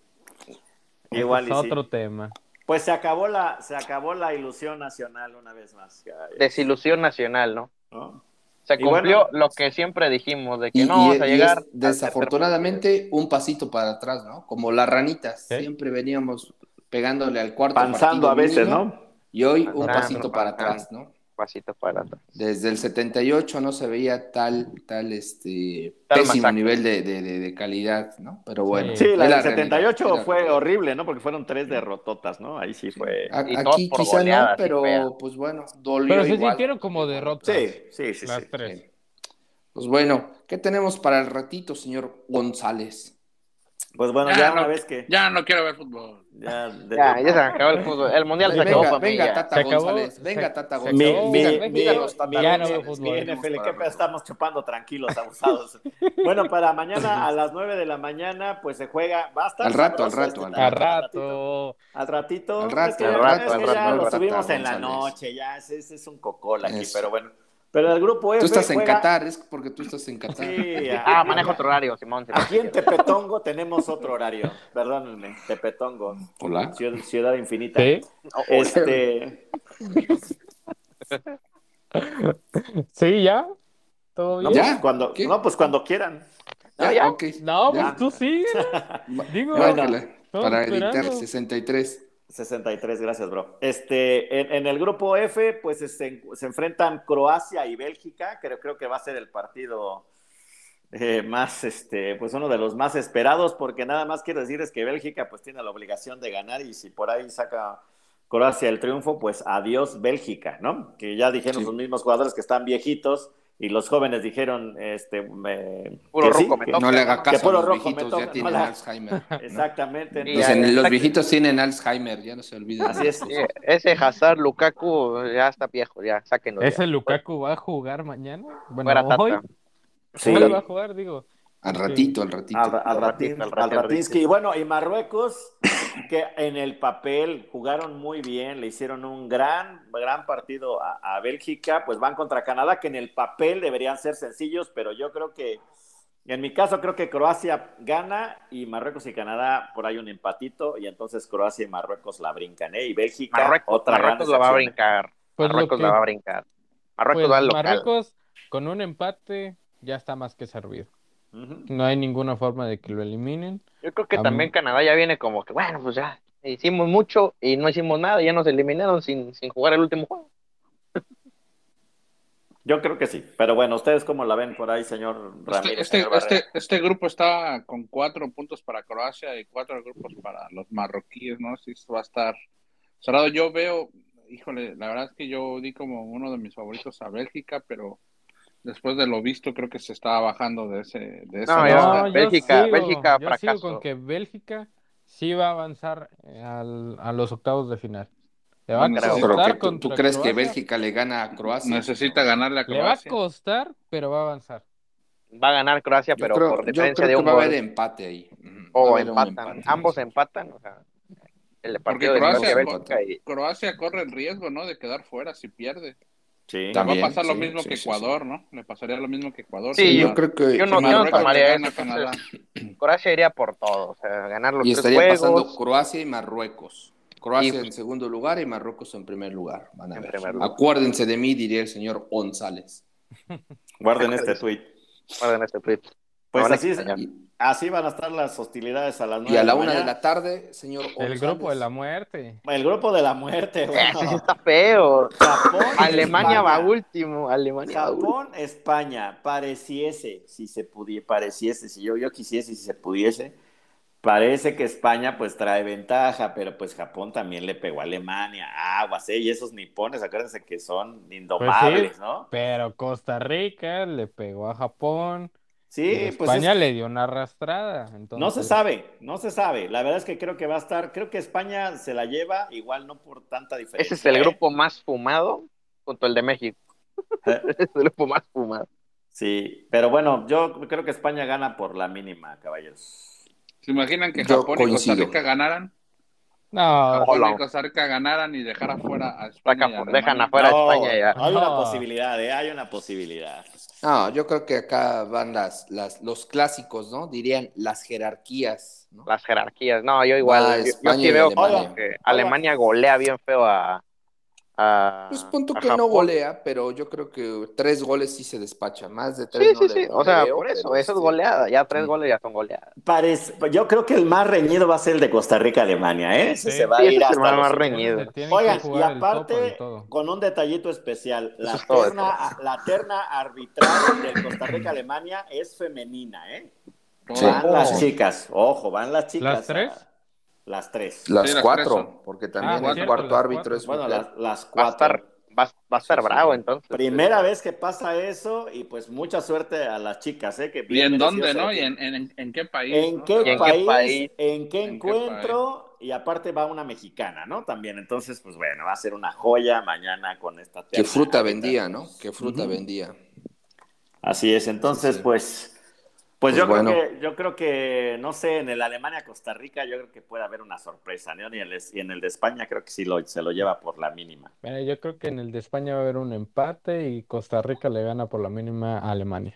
Speaker 2: Igual
Speaker 4: Ese
Speaker 2: y
Speaker 4: es
Speaker 2: sí.
Speaker 4: otro tema.
Speaker 2: Pues se acabó la, se acabó la ilusión nacional una vez más. caray,
Speaker 5: Desilusión nacional, ¿no?
Speaker 2: ¿no?
Speaker 5: Se
Speaker 2: Y bueno.
Speaker 5: cumplió lo que siempre dijimos, de
Speaker 3: Ah.
Speaker 5: que
Speaker 3: Y,
Speaker 5: no
Speaker 3: y-
Speaker 5: vamos a
Speaker 3: y
Speaker 5: llegar.
Speaker 3: es,
Speaker 5: al tercer-
Speaker 3: desafortunadamente, un pasito para atrás, ¿no? Como las ranitas,
Speaker 4: Sí.
Speaker 3: siempre veníamos pegándole al cuarto
Speaker 2: Panzando
Speaker 3: partido
Speaker 2: a veces,
Speaker 3: mínimo,
Speaker 2: ¿no?
Speaker 3: Y hoy un
Speaker 5: Panzando,
Speaker 3: pasito para
Speaker 5: panzando.
Speaker 3: atrás, ¿no?
Speaker 5: Pasito para atrás.
Speaker 3: Desde el 78 no se veía tal, tal, este,
Speaker 5: Tal
Speaker 3: pésimo
Speaker 5: masacre.
Speaker 3: nivel de, de- de- de calidad, ¿no? Pero bueno.
Speaker 2: Sí, la del
Speaker 3: es realidad,
Speaker 2: 78
Speaker 3: es la
Speaker 2: fue
Speaker 3: realidad.
Speaker 2: horrible, ¿no? Porque fueron tres derrototas, ¿no? Ahí sí fue.
Speaker 3: A-
Speaker 5: Y todos
Speaker 3: Aquí
Speaker 5: por
Speaker 3: quizá
Speaker 5: goleadas,
Speaker 3: no,
Speaker 5: sí, fea.
Speaker 3: pero pues bueno, dolió
Speaker 4: Pero se
Speaker 3: igual.
Speaker 4: sintieron como derrotas.
Speaker 2: Sí, sí, sí.
Speaker 4: Las
Speaker 2: sí.
Speaker 4: tres.
Speaker 3: Sí. Pues bueno, ¿qué tenemos para el ratito, señor González?
Speaker 2: Pues bueno,
Speaker 6: Ya,
Speaker 2: ya una
Speaker 6: no.
Speaker 2: vez que.
Speaker 6: Ya no quiero ver fútbol.
Speaker 2: ya de-
Speaker 5: Ya, ya se acabó el fútbol. El mundial se acabó
Speaker 3: Venga,
Speaker 5: para mí.
Speaker 3: venga,
Speaker 5: ya.
Speaker 3: Tata
Speaker 4: Se acabó,
Speaker 3: González.
Speaker 4: se-
Speaker 3: Venga, Tata
Speaker 4: se
Speaker 2: Mi,
Speaker 3: González.
Speaker 4: acabó.
Speaker 2: mi,
Speaker 4: Venga,
Speaker 2: mi,
Speaker 4: venga,
Speaker 3: los Tata
Speaker 2: mi-
Speaker 4: ya no veo
Speaker 3: González.
Speaker 4: fútbol.
Speaker 3: Venga,
Speaker 2: NFL,
Speaker 3: vamos
Speaker 2: ¿qué
Speaker 3: para
Speaker 2: pedo? estamos chupando tranquilos, abusados? Bueno, para mañana a las 9 de la mañana, pues se juega. Va a estar
Speaker 3: Al rato, al
Speaker 2: sabroso
Speaker 3: rato,
Speaker 4: A
Speaker 2: este-
Speaker 4: rato.
Speaker 2: Al ratito.
Speaker 3: Al rato,
Speaker 2: es que
Speaker 5: al
Speaker 2: ya-
Speaker 5: rato,
Speaker 2: es
Speaker 5: al
Speaker 2: que
Speaker 5: rato,
Speaker 2: ya
Speaker 5: al
Speaker 2: lo
Speaker 3: rato,
Speaker 2: subimos en la
Speaker 3: González.
Speaker 2: noche, ya ese ese es, un cocol aquí,
Speaker 3: Eso.
Speaker 2: pero bueno. Pero en el grupo F.
Speaker 3: Tú estás en
Speaker 2: juega-
Speaker 3: Qatar, es porque tú estás en Qatar.
Speaker 2: Sí,
Speaker 5: Ah, manejo otro horario, Simón.
Speaker 3: Ah,
Speaker 5: Simón.
Speaker 2: Aquí en Tepetongo tenemos otro horario. Perdónenme, Tepetongo,
Speaker 3: Hola.
Speaker 2: ciudad, ciudad infinita.
Speaker 4: Sí,
Speaker 2: Este,
Speaker 4: sí, ya. ¿Todo
Speaker 2: no,
Speaker 4: bien?
Speaker 3: ¿Ya?
Speaker 2: pues, cuando,
Speaker 3: ¿Qué?
Speaker 2: no, pues cuando quieran.
Speaker 5: Ah, ya.
Speaker 3: ok.
Speaker 4: No,
Speaker 3: Ya.
Speaker 4: pues tú sigue.
Speaker 3: Ma-
Speaker 4: Digo,
Speaker 3: márcala,
Speaker 4: estamos
Speaker 3: para
Speaker 4: esperando.
Speaker 3: editar 63.
Speaker 2: 63, gracias, bro. Este, en, en el grupo F, pues se, se enfrentan Croacia y Bélgica, que creo que va a ser el partido eh, más, este, pues uno de los más esperados, porque nada más quiero decir es que Bélgica pues tiene la obligación de ganar y si por ahí saca Croacia el triunfo, pues adiós Bélgica, ¿no? Que ya dijeron
Speaker 3: Sí.
Speaker 2: los mismos jugadores que están viejitos y los jóvenes dijeron, este, me-
Speaker 5: Puro
Speaker 2: que sí,
Speaker 5: ruco, me
Speaker 2: que-
Speaker 5: toca.
Speaker 3: No le haga
Speaker 5: Que
Speaker 3: caso a
Speaker 2: puro
Speaker 3: los
Speaker 2: rojo me
Speaker 3: viejitos,
Speaker 2: toca,
Speaker 3: ya tienen
Speaker 2: hola.
Speaker 3: Alzheimer. ¿no?
Speaker 2: Exactamente.
Speaker 5: Y
Speaker 3: Los,
Speaker 5: ya,
Speaker 3: en- los
Speaker 5: exacto.
Speaker 3: viejitos tienen Alzheimer, ya no se olviden.
Speaker 2: así es.
Speaker 5: Sí, Ese Hazard Lukaku ya está viejo, ya, sáquenlo.
Speaker 4: ¿Ese
Speaker 5: ya.
Speaker 4: Lukaku va a jugar mañana? Bueno,
Speaker 5: Fuera Tata.
Speaker 4: hoy.
Speaker 2: Sí.
Speaker 4: Hoy va a jugar, digo.
Speaker 3: Al ratito, al ratito.
Speaker 5: Ah,
Speaker 2: Al, al
Speaker 5: ratito,
Speaker 2: Ratin-
Speaker 5: al
Speaker 2: al
Speaker 5: ratito.
Speaker 2: Ratinsky. Y bueno, y Marruecos, que en el papel jugaron muy bien, le hicieron un gran, gran partido a, a Bélgica, pues van contra Canadá, que en el papel deberían ser sencillos, pero yo creo que, en mi caso, creo que Croacia gana y Marruecos y Canadá por ahí un empatito, y entonces Croacia y Marruecos la brincan, ¿eh? Y Bélgica,
Speaker 5: Marruecos,
Speaker 2: otra gran
Speaker 5: Marruecos la va a
Speaker 2: decepción.
Speaker 5: brincar.
Speaker 4: Pues lo
Speaker 5: Marruecos
Speaker 4: que-
Speaker 5: la va a brincar. Marruecos
Speaker 4: pues,
Speaker 5: va al local.
Speaker 4: Marruecos, con un empate, ya está más que servido.
Speaker 2: Ujú.
Speaker 4: No hay ninguna forma de que lo eliminen.
Speaker 5: Yo creo que
Speaker 4: Am-
Speaker 5: también Canadá ya viene como que, bueno, pues ya hicimos mucho y no hicimos nada, ya nos eliminaron sin, sin jugar el último juego.
Speaker 2: Yo creo que sí, pero bueno, ¿ustedes cómo la ven por ahí, señor Ramírez?
Speaker 6: Este, este,
Speaker 2: señor Barrera?
Speaker 6: este, este grupo está con cuatro puntos para Croacia y cuatro grupos para los marroquíes, ¿no? Sí, esto va a estar cerrado. Yo veo, híjole, la verdad es que yo di como uno de mis favoritos a Bélgica, pero después de lo visto creo que se estaba bajando de ese... De esa
Speaker 5: No, ya-
Speaker 6: lista.
Speaker 4: No, yo
Speaker 5: Ah, Bélgica-
Speaker 4: sigo- yo
Speaker 5: Bélgica
Speaker 4: sigo
Speaker 5: fracaso.
Speaker 4: con que Bélgica sí va a avanzar eh, al- a los octavos de final. Le
Speaker 5: Ah,
Speaker 4: va a
Speaker 6: No creo.
Speaker 4: costar
Speaker 3: Pero que tú, tú
Speaker 4: contra
Speaker 3: crees que
Speaker 4: Croacia.
Speaker 3: Bélgica le gana a Croacia.
Speaker 6: Necesita ganarle a
Speaker 4: Le va a
Speaker 6: Croacia.
Speaker 4: costar, pero va a avanzar.
Speaker 5: Va a ganar Croacia,
Speaker 3: Yo
Speaker 5: pero
Speaker 3: creo-
Speaker 5: por
Speaker 3: yo
Speaker 5: diferencia
Speaker 3: creo
Speaker 5: de
Speaker 3: que
Speaker 5: un
Speaker 3: va a
Speaker 5: gol.
Speaker 3: haber empate ahí. Ujú, va a
Speaker 5: O
Speaker 3: haber un
Speaker 5: empatan,
Speaker 3: empate.
Speaker 5: ambos empatan. O sea, el partido de
Speaker 6: Croacia
Speaker 5: Croacia,
Speaker 6: con-
Speaker 5: Bélgica y
Speaker 6: Croacia corre el riesgo, ¿no? De quedar fuera si pierde.
Speaker 2: Sí.
Speaker 3: También,
Speaker 6: va a pasar lo
Speaker 3: sí,
Speaker 6: mismo
Speaker 3: sí,
Speaker 6: que
Speaker 3: sí, sí.
Speaker 6: Ecuador, ¿no? Le pasaría lo mismo que Ecuador.
Speaker 5: Sí,
Speaker 3: Sí,
Speaker 5: yo-
Speaker 3: yo creo que. que
Speaker 5: yo no- yo no
Speaker 3: Marruecos-
Speaker 5: tomaría
Speaker 6: gana
Speaker 5: eso.
Speaker 6: Canadá.
Speaker 5: Croacia iría por todo, o sea, ganar los
Speaker 3: y
Speaker 5: tres
Speaker 3: estaría pasando
Speaker 5: juegos.
Speaker 3: Croacia y Marruecos. Croacia
Speaker 5: Y-
Speaker 3: en segundo lugar y Marruecos en primer lugar. Van a
Speaker 5: En
Speaker 3: ver.
Speaker 5: primer lugar.
Speaker 3: Acuérdense de mí, diría el señor González.
Speaker 2: Guarden este tweet.
Speaker 5: Guarden este tweet.
Speaker 2: Pues
Speaker 5: Ahora
Speaker 2: así, es-
Speaker 5: extrañar.
Speaker 3: Y,
Speaker 2: Así van a estar las hostilidades a las nueve
Speaker 3: y a la
Speaker 2: de
Speaker 3: una de
Speaker 2: mañana.
Speaker 3: la tarde, señor
Speaker 4: El
Speaker 3: González.
Speaker 4: grupo de la muerte.
Speaker 2: El grupo de la muerte, güey.
Speaker 5: Ese sí está feo.
Speaker 2: Japón,
Speaker 5: Alemania va
Speaker 2: España.
Speaker 5: último, Alemania va último.
Speaker 2: Japón, España, pareciese, si se pudiese, pareciese, si yo, yo quisiese, si se pudiese, parece que España pues trae ventaja, pero pues Japón también le pegó a Alemania, aguas, ¿eh? y esos nipones, acuérdense que son indomables,
Speaker 4: Pues
Speaker 2: ¿no?
Speaker 4: Pero Costa Rica le pegó a Japón. y
Speaker 2: Sí, pues
Speaker 4: España
Speaker 2: es-
Speaker 4: le dio una arrastrada. Entonces,
Speaker 2: No se sabe, no se sabe. La verdad es que creo que va a estar, creo que España se la lleva, igual no por tanta diferencia.
Speaker 5: Ese es el
Speaker 2: ¿eh?
Speaker 5: grupo más fumado junto al de México.
Speaker 2: Eh.
Speaker 5: es el grupo más fumado.
Speaker 2: Sí, pero bueno, yo creo que España gana por la mínima, caballos.
Speaker 6: ¿Se imaginan que
Speaker 3: Yo
Speaker 6: Japón y
Speaker 3: coincido.
Speaker 6: Costa Rica ganaran?
Speaker 4: No,
Speaker 6: Japón
Speaker 5: Hola.
Speaker 6: y Costa Rica ganaran y dejar afuera a España.
Speaker 5: Saca-
Speaker 6: y Alemania.
Speaker 5: dejan afuera
Speaker 2: No,
Speaker 5: a España ya.
Speaker 2: Hay una
Speaker 4: No.
Speaker 2: posibilidad, ¿eh? hay una posibilidad.
Speaker 3: No, yo creo que acá van las, las, los clásicos, ¿no? Dirían las jerarquías. ¿no?
Speaker 5: Las jerarquías. No, yo igual.
Speaker 3: Va
Speaker 5: yo- yo,
Speaker 3: España
Speaker 5: sí
Speaker 3: y
Speaker 5: veo
Speaker 3: Alemania.
Speaker 5: que Alemania golea bien feo a. a
Speaker 3: Pues punto
Speaker 5: a
Speaker 3: que no
Speaker 5: Japón.
Speaker 3: golea, pero yo creo que tres goles sí se despacha. Más de tres
Speaker 5: Sí,
Speaker 3: no
Speaker 5: sí,
Speaker 3: le-
Speaker 5: sí.
Speaker 3: no
Speaker 5: O
Speaker 3: le
Speaker 5: sea,
Speaker 3: veo,
Speaker 5: por eso.
Speaker 3: pero este,
Speaker 5: Eso es
Speaker 3: sí.
Speaker 5: goleada. Ya tres
Speaker 3: Mm.
Speaker 5: goles ya son goleadas.
Speaker 2: Parece- yo creo que el más reñido va a ser el de Costa Rica Alemania, ¿eh? Ese
Speaker 4: Sí.
Speaker 2: se va
Speaker 5: Sí,
Speaker 2: a
Speaker 5: ese
Speaker 2: ir
Speaker 5: es el
Speaker 2: hasta
Speaker 5: más
Speaker 2: los-
Speaker 5: reñido.
Speaker 4: se tienen que
Speaker 2: Oigan, y
Speaker 4: jugar el todo por el
Speaker 2: aparte,
Speaker 4: todo.
Speaker 2: con un detallito especial, la
Speaker 5: Eso es todo,
Speaker 2: terna, la terna arbitral del Costa Rica Alemania es femenina, ¿eh?
Speaker 6: Todo.
Speaker 3: Sí.
Speaker 2: Van las
Speaker 5: Oh.
Speaker 2: chicas, ojo, van las chicas.
Speaker 4: ¿Las tres?
Speaker 2: a- Las tres.
Speaker 3: Las
Speaker 6: Sí, las
Speaker 3: cuatro,
Speaker 6: tres son.
Speaker 3: porque también
Speaker 4: Ah,
Speaker 3: el
Speaker 4: bueno, cierto,
Speaker 3: cuarto
Speaker 4: las
Speaker 3: árbitro
Speaker 4: cuatro.
Speaker 3: es
Speaker 2: Bueno,
Speaker 3: mujer.
Speaker 2: las, las
Speaker 5: Va a
Speaker 2: cuatro.
Speaker 5: estar, va, a- va a estar
Speaker 2: Sí, sí.
Speaker 5: bravo entonces.
Speaker 2: Primera vez que pasa eso y pues mucha suerte a las chicas, ¿eh? Que
Speaker 6: ¿Y en
Speaker 2: bien
Speaker 6: dónde,
Speaker 2: merecido
Speaker 6: no?
Speaker 2: se
Speaker 6: ¿Y
Speaker 2: lo
Speaker 6: en, en, en qué país?
Speaker 2: tienen.
Speaker 6: no?
Speaker 2: ¿En, qué
Speaker 5: ¿Y en qué
Speaker 2: país,
Speaker 5: país?
Speaker 2: ¿En qué
Speaker 6: ¿En qué
Speaker 2: encuentro? y aparte va una mexicana, ¿no? También, entonces, pues bueno, va a ser una joya mañana con esta
Speaker 3: Que
Speaker 2: terna.
Speaker 3: fruta vendía, ¿no? Que fruta
Speaker 2: Ujú.
Speaker 3: vendía.
Speaker 2: Así es, entonces,
Speaker 3: Sí, sí.
Speaker 2: pues, Pues,
Speaker 3: Pues
Speaker 2: yo,
Speaker 3: bueno.
Speaker 2: creo que, yo creo que, no sé, en el Alemania-Costa Rica yo creo que puede haber una sorpresa, ¿no? Y, el, y en el de España creo que sí lo, se lo lleva por la mínima.
Speaker 4: Mira, yo creo que en el de España va a haber un empate y Costa Rica le gana por la mínima a Alemania.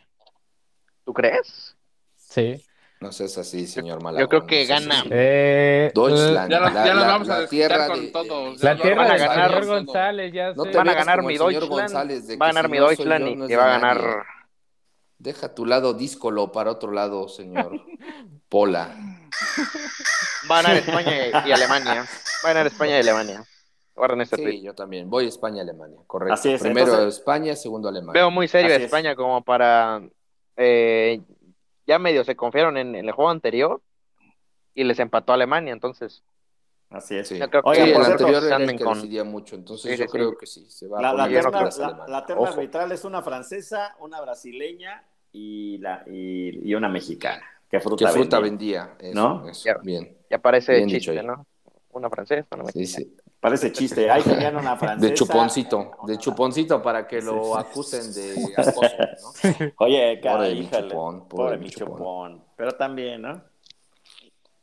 Speaker 5: ¿Tú crees?
Speaker 4: Sí.
Speaker 3: No seas así, señor Malagón.
Speaker 5: Yo creo que
Speaker 3: no seas
Speaker 5: gana.
Speaker 3: así.
Speaker 4: Eh,
Speaker 3: Deutschland.
Speaker 6: Ya nos-
Speaker 3: la-
Speaker 6: ya nos
Speaker 3: la-
Speaker 6: vamos a
Speaker 3: la
Speaker 6: desquitar
Speaker 3: tierra
Speaker 6: con
Speaker 3: de-
Speaker 6: todos.
Speaker 4: La
Speaker 6: Ya
Speaker 4: tierra
Speaker 5: van a
Speaker 4: de
Speaker 5: ganar.
Speaker 4: Señor González, ya
Speaker 3: No
Speaker 4: sé.
Speaker 3: te
Speaker 5: Van a
Speaker 3: veas
Speaker 5: ganar
Speaker 3: como el
Speaker 5: mi
Speaker 3: señor
Speaker 5: Deutschland.
Speaker 3: González, de
Speaker 5: Va a
Speaker 3: que
Speaker 5: ganar
Speaker 3: si
Speaker 5: mi
Speaker 3: no soy
Speaker 5: Deutschland
Speaker 3: yo,
Speaker 5: y-
Speaker 3: no
Speaker 5: y,
Speaker 3: es de
Speaker 5: va a
Speaker 3: nadie.
Speaker 5: ganar.
Speaker 3: Deja tu lado díscolo para otro lado, señor Pola.
Speaker 5: Va a ganar España y Alemania. Va a ganar España y Alemania. Guarden este tweet.
Speaker 3: Sí, yo también. Voy España-Alemania, correcto.
Speaker 2: Así es,
Speaker 3: Primero
Speaker 2: entonces-
Speaker 3: España, segundo Alemania.
Speaker 5: Veo muy serio
Speaker 2: Así
Speaker 5: a
Speaker 2: es.
Speaker 5: España como para. eh, ya medio se confiaron en, en el juego anterior y les empató a Alemania, entonces.
Speaker 2: Así es.
Speaker 3: Sí,
Speaker 5: Yo creo
Speaker 2: Oigan,
Speaker 3: Sí,
Speaker 5: que
Speaker 2: por
Speaker 3: el
Speaker 5: por
Speaker 2: cierto,
Speaker 3: anterior era el
Speaker 5: anden
Speaker 3: que
Speaker 5: con.
Speaker 3: decidía mucho, entonces
Speaker 5: Sí,
Speaker 3: yo
Speaker 5: sí,
Speaker 3: creo que sí, se va
Speaker 2: La,
Speaker 3: a
Speaker 2: la
Speaker 3: poner
Speaker 5: yo creo
Speaker 2: terna,
Speaker 5: que-
Speaker 2: la-
Speaker 3: Alemania.
Speaker 2: la terna
Speaker 3: Ojo.
Speaker 2: arbitral es una francesa, una brasileña y, la, y, y una mexicana. ¿Qué fruta,
Speaker 3: ¿Qué fruta
Speaker 2: vendía?
Speaker 3: vendía? Eso,
Speaker 2: ¿No?
Speaker 3: eso,
Speaker 5: Ya.
Speaker 3: bien.
Speaker 5: Ya parece
Speaker 3: Bien dicho
Speaker 5: chiste,
Speaker 3: ahí.
Speaker 5: ¿no? Una francesa, una
Speaker 3: Sí,
Speaker 5: mexicana.
Speaker 3: sí.
Speaker 2: Parece chiste. Ahí tenían una francesa.
Speaker 3: De chuponcito, de chuponcito para que
Speaker 2: Sí,
Speaker 3: lo
Speaker 2: sí.
Speaker 3: acusen de acoso, ¿no?
Speaker 2: Oye, cara,
Speaker 3: Pobre de mi
Speaker 2: híjale.
Speaker 3: chupón,
Speaker 2: Pobre,
Speaker 3: pobre
Speaker 2: mi
Speaker 3: mi
Speaker 2: chupón.
Speaker 3: chupón.
Speaker 2: Pero también, ¿no?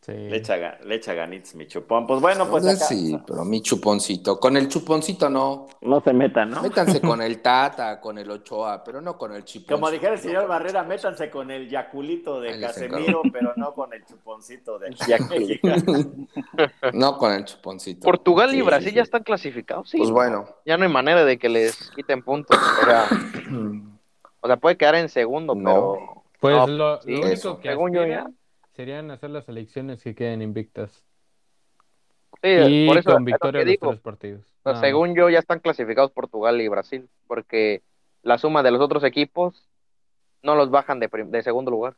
Speaker 4: Sí.
Speaker 2: Le echa, ga- le echa ganitas mi chupón. Pues bueno, pues acá-
Speaker 3: sí, pero mi chuponcito. Con el chuponcito no.
Speaker 2: No se metan, ¿no?
Speaker 3: Métanse con el Tata, con el Ochoa, pero no con el chuponcito.
Speaker 2: Como dijera el señor Barrera, métanse con el yaculito de
Speaker 3: Ahí les
Speaker 2: Casemiro, pero no con el chuponcito de aquí a México.
Speaker 3: No con el chuponcito.
Speaker 5: Portugal y
Speaker 3: Sí,
Speaker 5: Brasil
Speaker 3: sí,
Speaker 5: ya
Speaker 3: sí.
Speaker 5: están clasificados, sí.
Speaker 3: Pues bueno.
Speaker 5: Ya no hay manera de que les quiten puntos. O sea, o sea, puede quedar en segundo,
Speaker 3: No.
Speaker 5: pero.
Speaker 4: Pues
Speaker 5: No,
Speaker 4: lo,
Speaker 5: sí,
Speaker 4: lo único
Speaker 3: eso.
Speaker 4: que
Speaker 5: Según yo ya.
Speaker 4: aspiran serían hacer las elecciones que queden invictas.
Speaker 5: Sí,
Speaker 4: y
Speaker 5: por eso es
Speaker 4: con
Speaker 5: lo
Speaker 4: victoria
Speaker 5: que
Speaker 4: en los
Speaker 5: digo.
Speaker 4: tres partidos. Ah.
Speaker 5: O sea,
Speaker 4: Nada más.
Speaker 5: según yo, ya están clasificados Portugal y Brasil, porque la suma de los otros equipos no los bajan de, prim- de segundo lugar.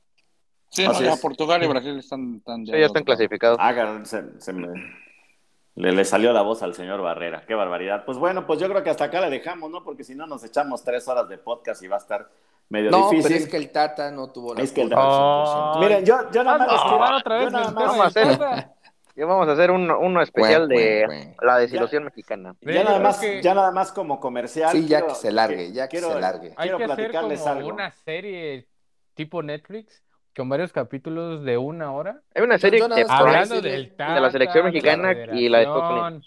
Speaker 6: Sí,
Speaker 2: Así
Speaker 6: no, ya
Speaker 2: es.
Speaker 6: Portugal y Brasil están, están
Speaker 5: Sí, ya están clasificados.
Speaker 2: Hagan, se, se me- le, le salió la voz al señor Barrera. Qué barbaridad. Pues bueno, pues yo creo que hasta acá la dejamos, ¿no? Porque si no nos echamos tres horas de podcast y va a estar medio
Speaker 3: No,
Speaker 2: difícil.
Speaker 3: pero es que el Tata no tuvo la
Speaker 2: Es que el
Speaker 3: culpa al 100%.
Speaker 4: Tata-
Speaker 2: Miren, yo, yo nada más les quiero-
Speaker 4: Ah, otra
Speaker 2: yo
Speaker 4: vez
Speaker 2: nada
Speaker 4: mis
Speaker 2: más-
Speaker 5: vamos a hacer-
Speaker 4: cosas.
Speaker 5: Ya vamos a hacer un- uno especial
Speaker 3: Cuen,
Speaker 5: de
Speaker 3: cuen, cuen.
Speaker 5: la desilusión mexicana.
Speaker 2: Ya
Speaker 4: Yo
Speaker 2: nada,
Speaker 4: creo
Speaker 2: más,
Speaker 4: que-
Speaker 2: ya nada más como comercial.
Speaker 3: Sí, ya que se largue, ya que se largue.
Speaker 4: Hay
Speaker 2: quiero
Speaker 4: que hacer
Speaker 2: platicarles
Speaker 4: como
Speaker 2: algo.
Speaker 4: una serie tipo Netflix con varios capítulos de una hora.
Speaker 5: Hay una serie
Speaker 3: yo nada
Speaker 5: de
Speaker 3: más-
Speaker 5: Prime
Speaker 4: Hablando
Speaker 3: sí,
Speaker 4: del
Speaker 3: de
Speaker 4: Tata,
Speaker 5: la selección mexicana y la de
Speaker 4: federación.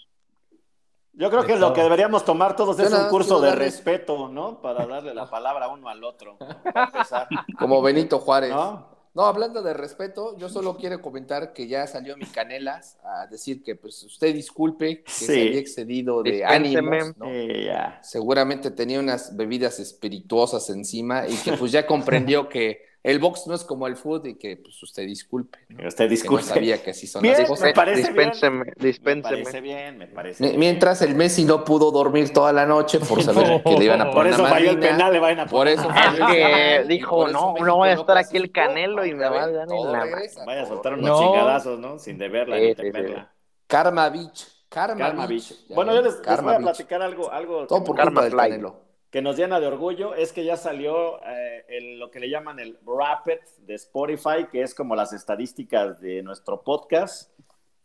Speaker 2: Yo creo
Speaker 4: De
Speaker 2: que lo
Speaker 4: todo.
Speaker 2: que deberíamos tomar todos
Speaker 3: Yo
Speaker 2: es
Speaker 3: nada
Speaker 2: un
Speaker 3: más
Speaker 2: curso
Speaker 3: quiero
Speaker 2: de
Speaker 3: darles-
Speaker 2: respeto, ¿no? Para darle la palabra uno al otro. ¿no? Para empezar,
Speaker 3: Como Benito Juárez. ¿No?
Speaker 2: Ah, ¿no?
Speaker 3: hablando de respeto, yo solo quiero comentar que ya salió mi Canelas a decir que pues usted disculpe que
Speaker 2: Sí. eh.
Speaker 3: se había excedido de
Speaker 5: Dispénseme.
Speaker 3: ánimos, ¿no?
Speaker 2: Sí, ya.
Speaker 3: Seguramente tenía unas bebidas espirituosas encima y que pues ya comprendió que el box no es como el food y que pues usted disculpe, ¿no?
Speaker 2: Usted
Speaker 3: Que no
Speaker 2: disculpe.
Speaker 3: sabía que así son
Speaker 2: Bien,
Speaker 3: las
Speaker 2: me
Speaker 3: cosas.
Speaker 2: parece
Speaker 5: dispénseme,
Speaker 2: Me
Speaker 5: dispénseme.
Speaker 2: parece bien, me parece
Speaker 3: Mi-
Speaker 2: bien.
Speaker 3: Mientras el Messi no pudo dormir toda la noche por saber que le iban a
Speaker 2: Por
Speaker 3: poner
Speaker 2: eso
Speaker 3: una
Speaker 2: falló el
Speaker 3: madrina.
Speaker 2: penal, le vayan a
Speaker 3: Por
Speaker 2: poner.
Speaker 3: eso
Speaker 5: Es
Speaker 3: falló el penal,
Speaker 5: Ah, que
Speaker 3: y
Speaker 5: dijo,
Speaker 3: por eso
Speaker 5: no,
Speaker 3: México
Speaker 5: no voy a estar aquí
Speaker 3: clasificó.
Speaker 5: el canelo y me va a
Speaker 3: Otra
Speaker 5: dar
Speaker 3: vez,
Speaker 5: en
Speaker 3: todo
Speaker 5: la
Speaker 3: regresa,
Speaker 2: Vaya a
Speaker 3: todo
Speaker 2: soltar unos
Speaker 3: regresa.
Speaker 4: No.
Speaker 2: chingadazos, ¿no? Sin deberla
Speaker 5: Sí,
Speaker 2: ni
Speaker 5: sí,
Speaker 2: temerla.
Speaker 3: Karma Beach. Karma,
Speaker 2: Karma
Speaker 3: Beach.
Speaker 2: Beach.
Speaker 3: Ya
Speaker 2: Bueno, yo
Speaker 3: ven,
Speaker 2: les, les
Speaker 3: Karma
Speaker 2: voy a
Speaker 3: Beach.
Speaker 2: platicar algo, algo
Speaker 3: Todo por
Speaker 5: Karma
Speaker 3: culpa del
Speaker 5: Fly.
Speaker 3: Canelo.
Speaker 2: que nos llena de orgullo es que ya salió eh, el- lo que le llaman el Rapid de Spotify, que es como las estadísticas de nuestro podcast.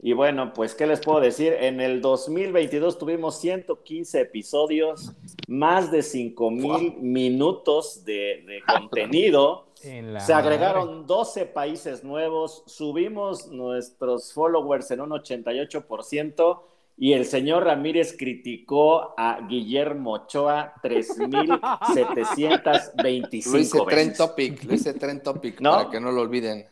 Speaker 2: Y bueno, pues, ¿qué les puedo decir? En el 2022 tuvimos 115 episodios, más de 5 mil minutos de, de contenido.
Speaker 4: En la
Speaker 2: Se
Speaker 4: madre.
Speaker 2: agregaron 12 países nuevos, subimos nuestros followers en un 88% y el señor Ramírez criticó a Guillermo Ochoa
Speaker 3: Lo hice
Speaker 2: 3.725
Speaker 3: trend
Speaker 2: veces.
Speaker 3: topic, lo hice trend topic
Speaker 2: ¿No?
Speaker 3: para que no lo olviden.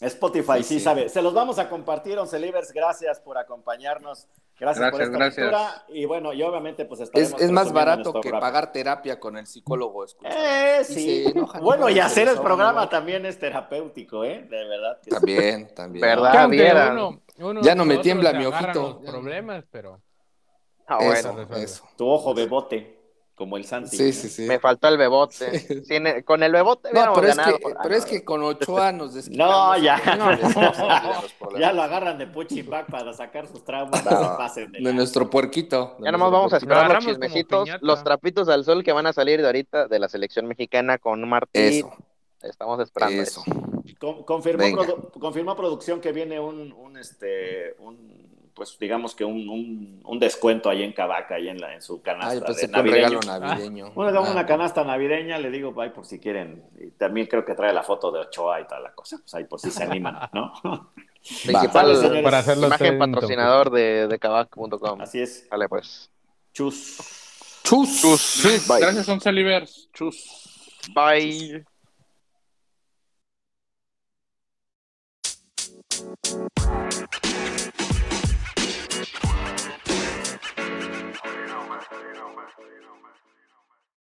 Speaker 2: Spotify, sí,
Speaker 3: Sí, sí.
Speaker 2: sabe. Se los vamos a compartir, Once Libres. Gracias por acompañarnos. Gracias, por
Speaker 6: Gracias,
Speaker 2: esta
Speaker 6: gracias.
Speaker 2: aventura. Y bueno, y obviamente pues
Speaker 3: Es,
Speaker 2: estaremos...
Speaker 3: es más
Speaker 2: presumiendo
Speaker 3: barato
Speaker 2: nuestro
Speaker 3: que
Speaker 2: rap.
Speaker 3: pagar terapia con el psicólogo. escucha.
Speaker 2: Eh,
Speaker 3: Y
Speaker 2: sí.
Speaker 3: se enojan,
Speaker 2: bueno,
Speaker 3: ¿no?
Speaker 2: y
Speaker 3: Se
Speaker 2: hacer el
Speaker 3: desahogan
Speaker 2: programa
Speaker 3: igual.
Speaker 2: también es terapéutico, ¿eh? De verdad. que sí.
Speaker 3: También, también.
Speaker 5: ¿Verdad?
Speaker 4: Que aunque
Speaker 5: vieran.
Speaker 4: uno- Ah, uno
Speaker 3: Ya no me
Speaker 4: otro
Speaker 3: tiembla
Speaker 4: se
Speaker 3: mi
Speaker 4: agarran
Speaker 3: ojito.
Speaker 4: los problemas, pero
Speaker 5: Ah,
Speaker 3: Eso,
Speaker 5: bueno.
Speaker 3: eso.
Speaker 2: Tu ojo bebote, como el Santi.
Speaker 3: Sí,
Speaker 2: ¿no?
Speaker 3: sí, sí.
Speaker 5: Me faltó el bebote. Sin el- con el bebote
Speaker 3: No,
Speaker 5: hubiéramos
Speaker 3: pero es,
Speaker 5: ganado. Ah,
Speaker 3: que, pero es que con Ochoa nos
Speaker 2: No,
Speaker 3: desquitamos.
Speaker 2: ya.
Speaker 3: No, les- nos olvidan los
Speaker 2: Ya
Speaker 3: problemas.
Speaker 2: lo agarran de Puchipac para sacar sus traumas.
Speaker 3: No.
Speaker 2: No se pasen de
Speaker 3: De
Speaker 2: lanza.
Speaker 3: nuestro puerquito. de
Speaker 5: Ya
Speaker 3: nuestro
Speaker 5: nomás vamos
Speaker 3: puerquito.
Speaker 5: a esperar
Speaker 4: Lo
Speaker 5: los
Speaker 4: agarramos como
Speaker 5: chismecitos,
Speaker 4: piñata.
Speaker 5: los trapitos al sol que van a salir de ahorita de la selección mexicana con Martín,
Speaker 3: Eso.
Speaker 5: Estamos esperando
Speaker 3: Eso.
Speaker 5: eso.
Speaker 2: Con- confirmó,
Speaker 3: Venga.
Speaker 2: produ- confirmó producción que viene un, un, este, un, pues digamos que un, un- un descuento ahí en Cavaca, ahí en, la, en su canasta.
Speaker 3: Ay, pues
Speaker 2: de
Speaker 3: un regalo
Speaker 2: navideño.
Speaker 3: navideño.
Speaker 2: Bueno, le damos
Speaker 3: Ah,
Speaker 2: una canasta navideña, le digo, ay, por si quieren. Y también creo que trae la foto de Ochoa y tal la cosa. Pues ahí por si se animan, ¿no? Sale,
Speaker 5: Principal
Speaker 2: señores.
Speaker 4: Para hacerlo
Speaker 5: imagen
Speaker 4: trending topic.
Speaker 5: patrocinador de, de Kavak.com.
Speaker 2: Así es.
Speaker 5: Vale, pues.
Speaker 2: Chus.
Speaker 3: Chus.
Speaker 5: Chus. Bye.
Speaker 6: Gracias, Once Libers. Chus.
Speaker 5: Bye.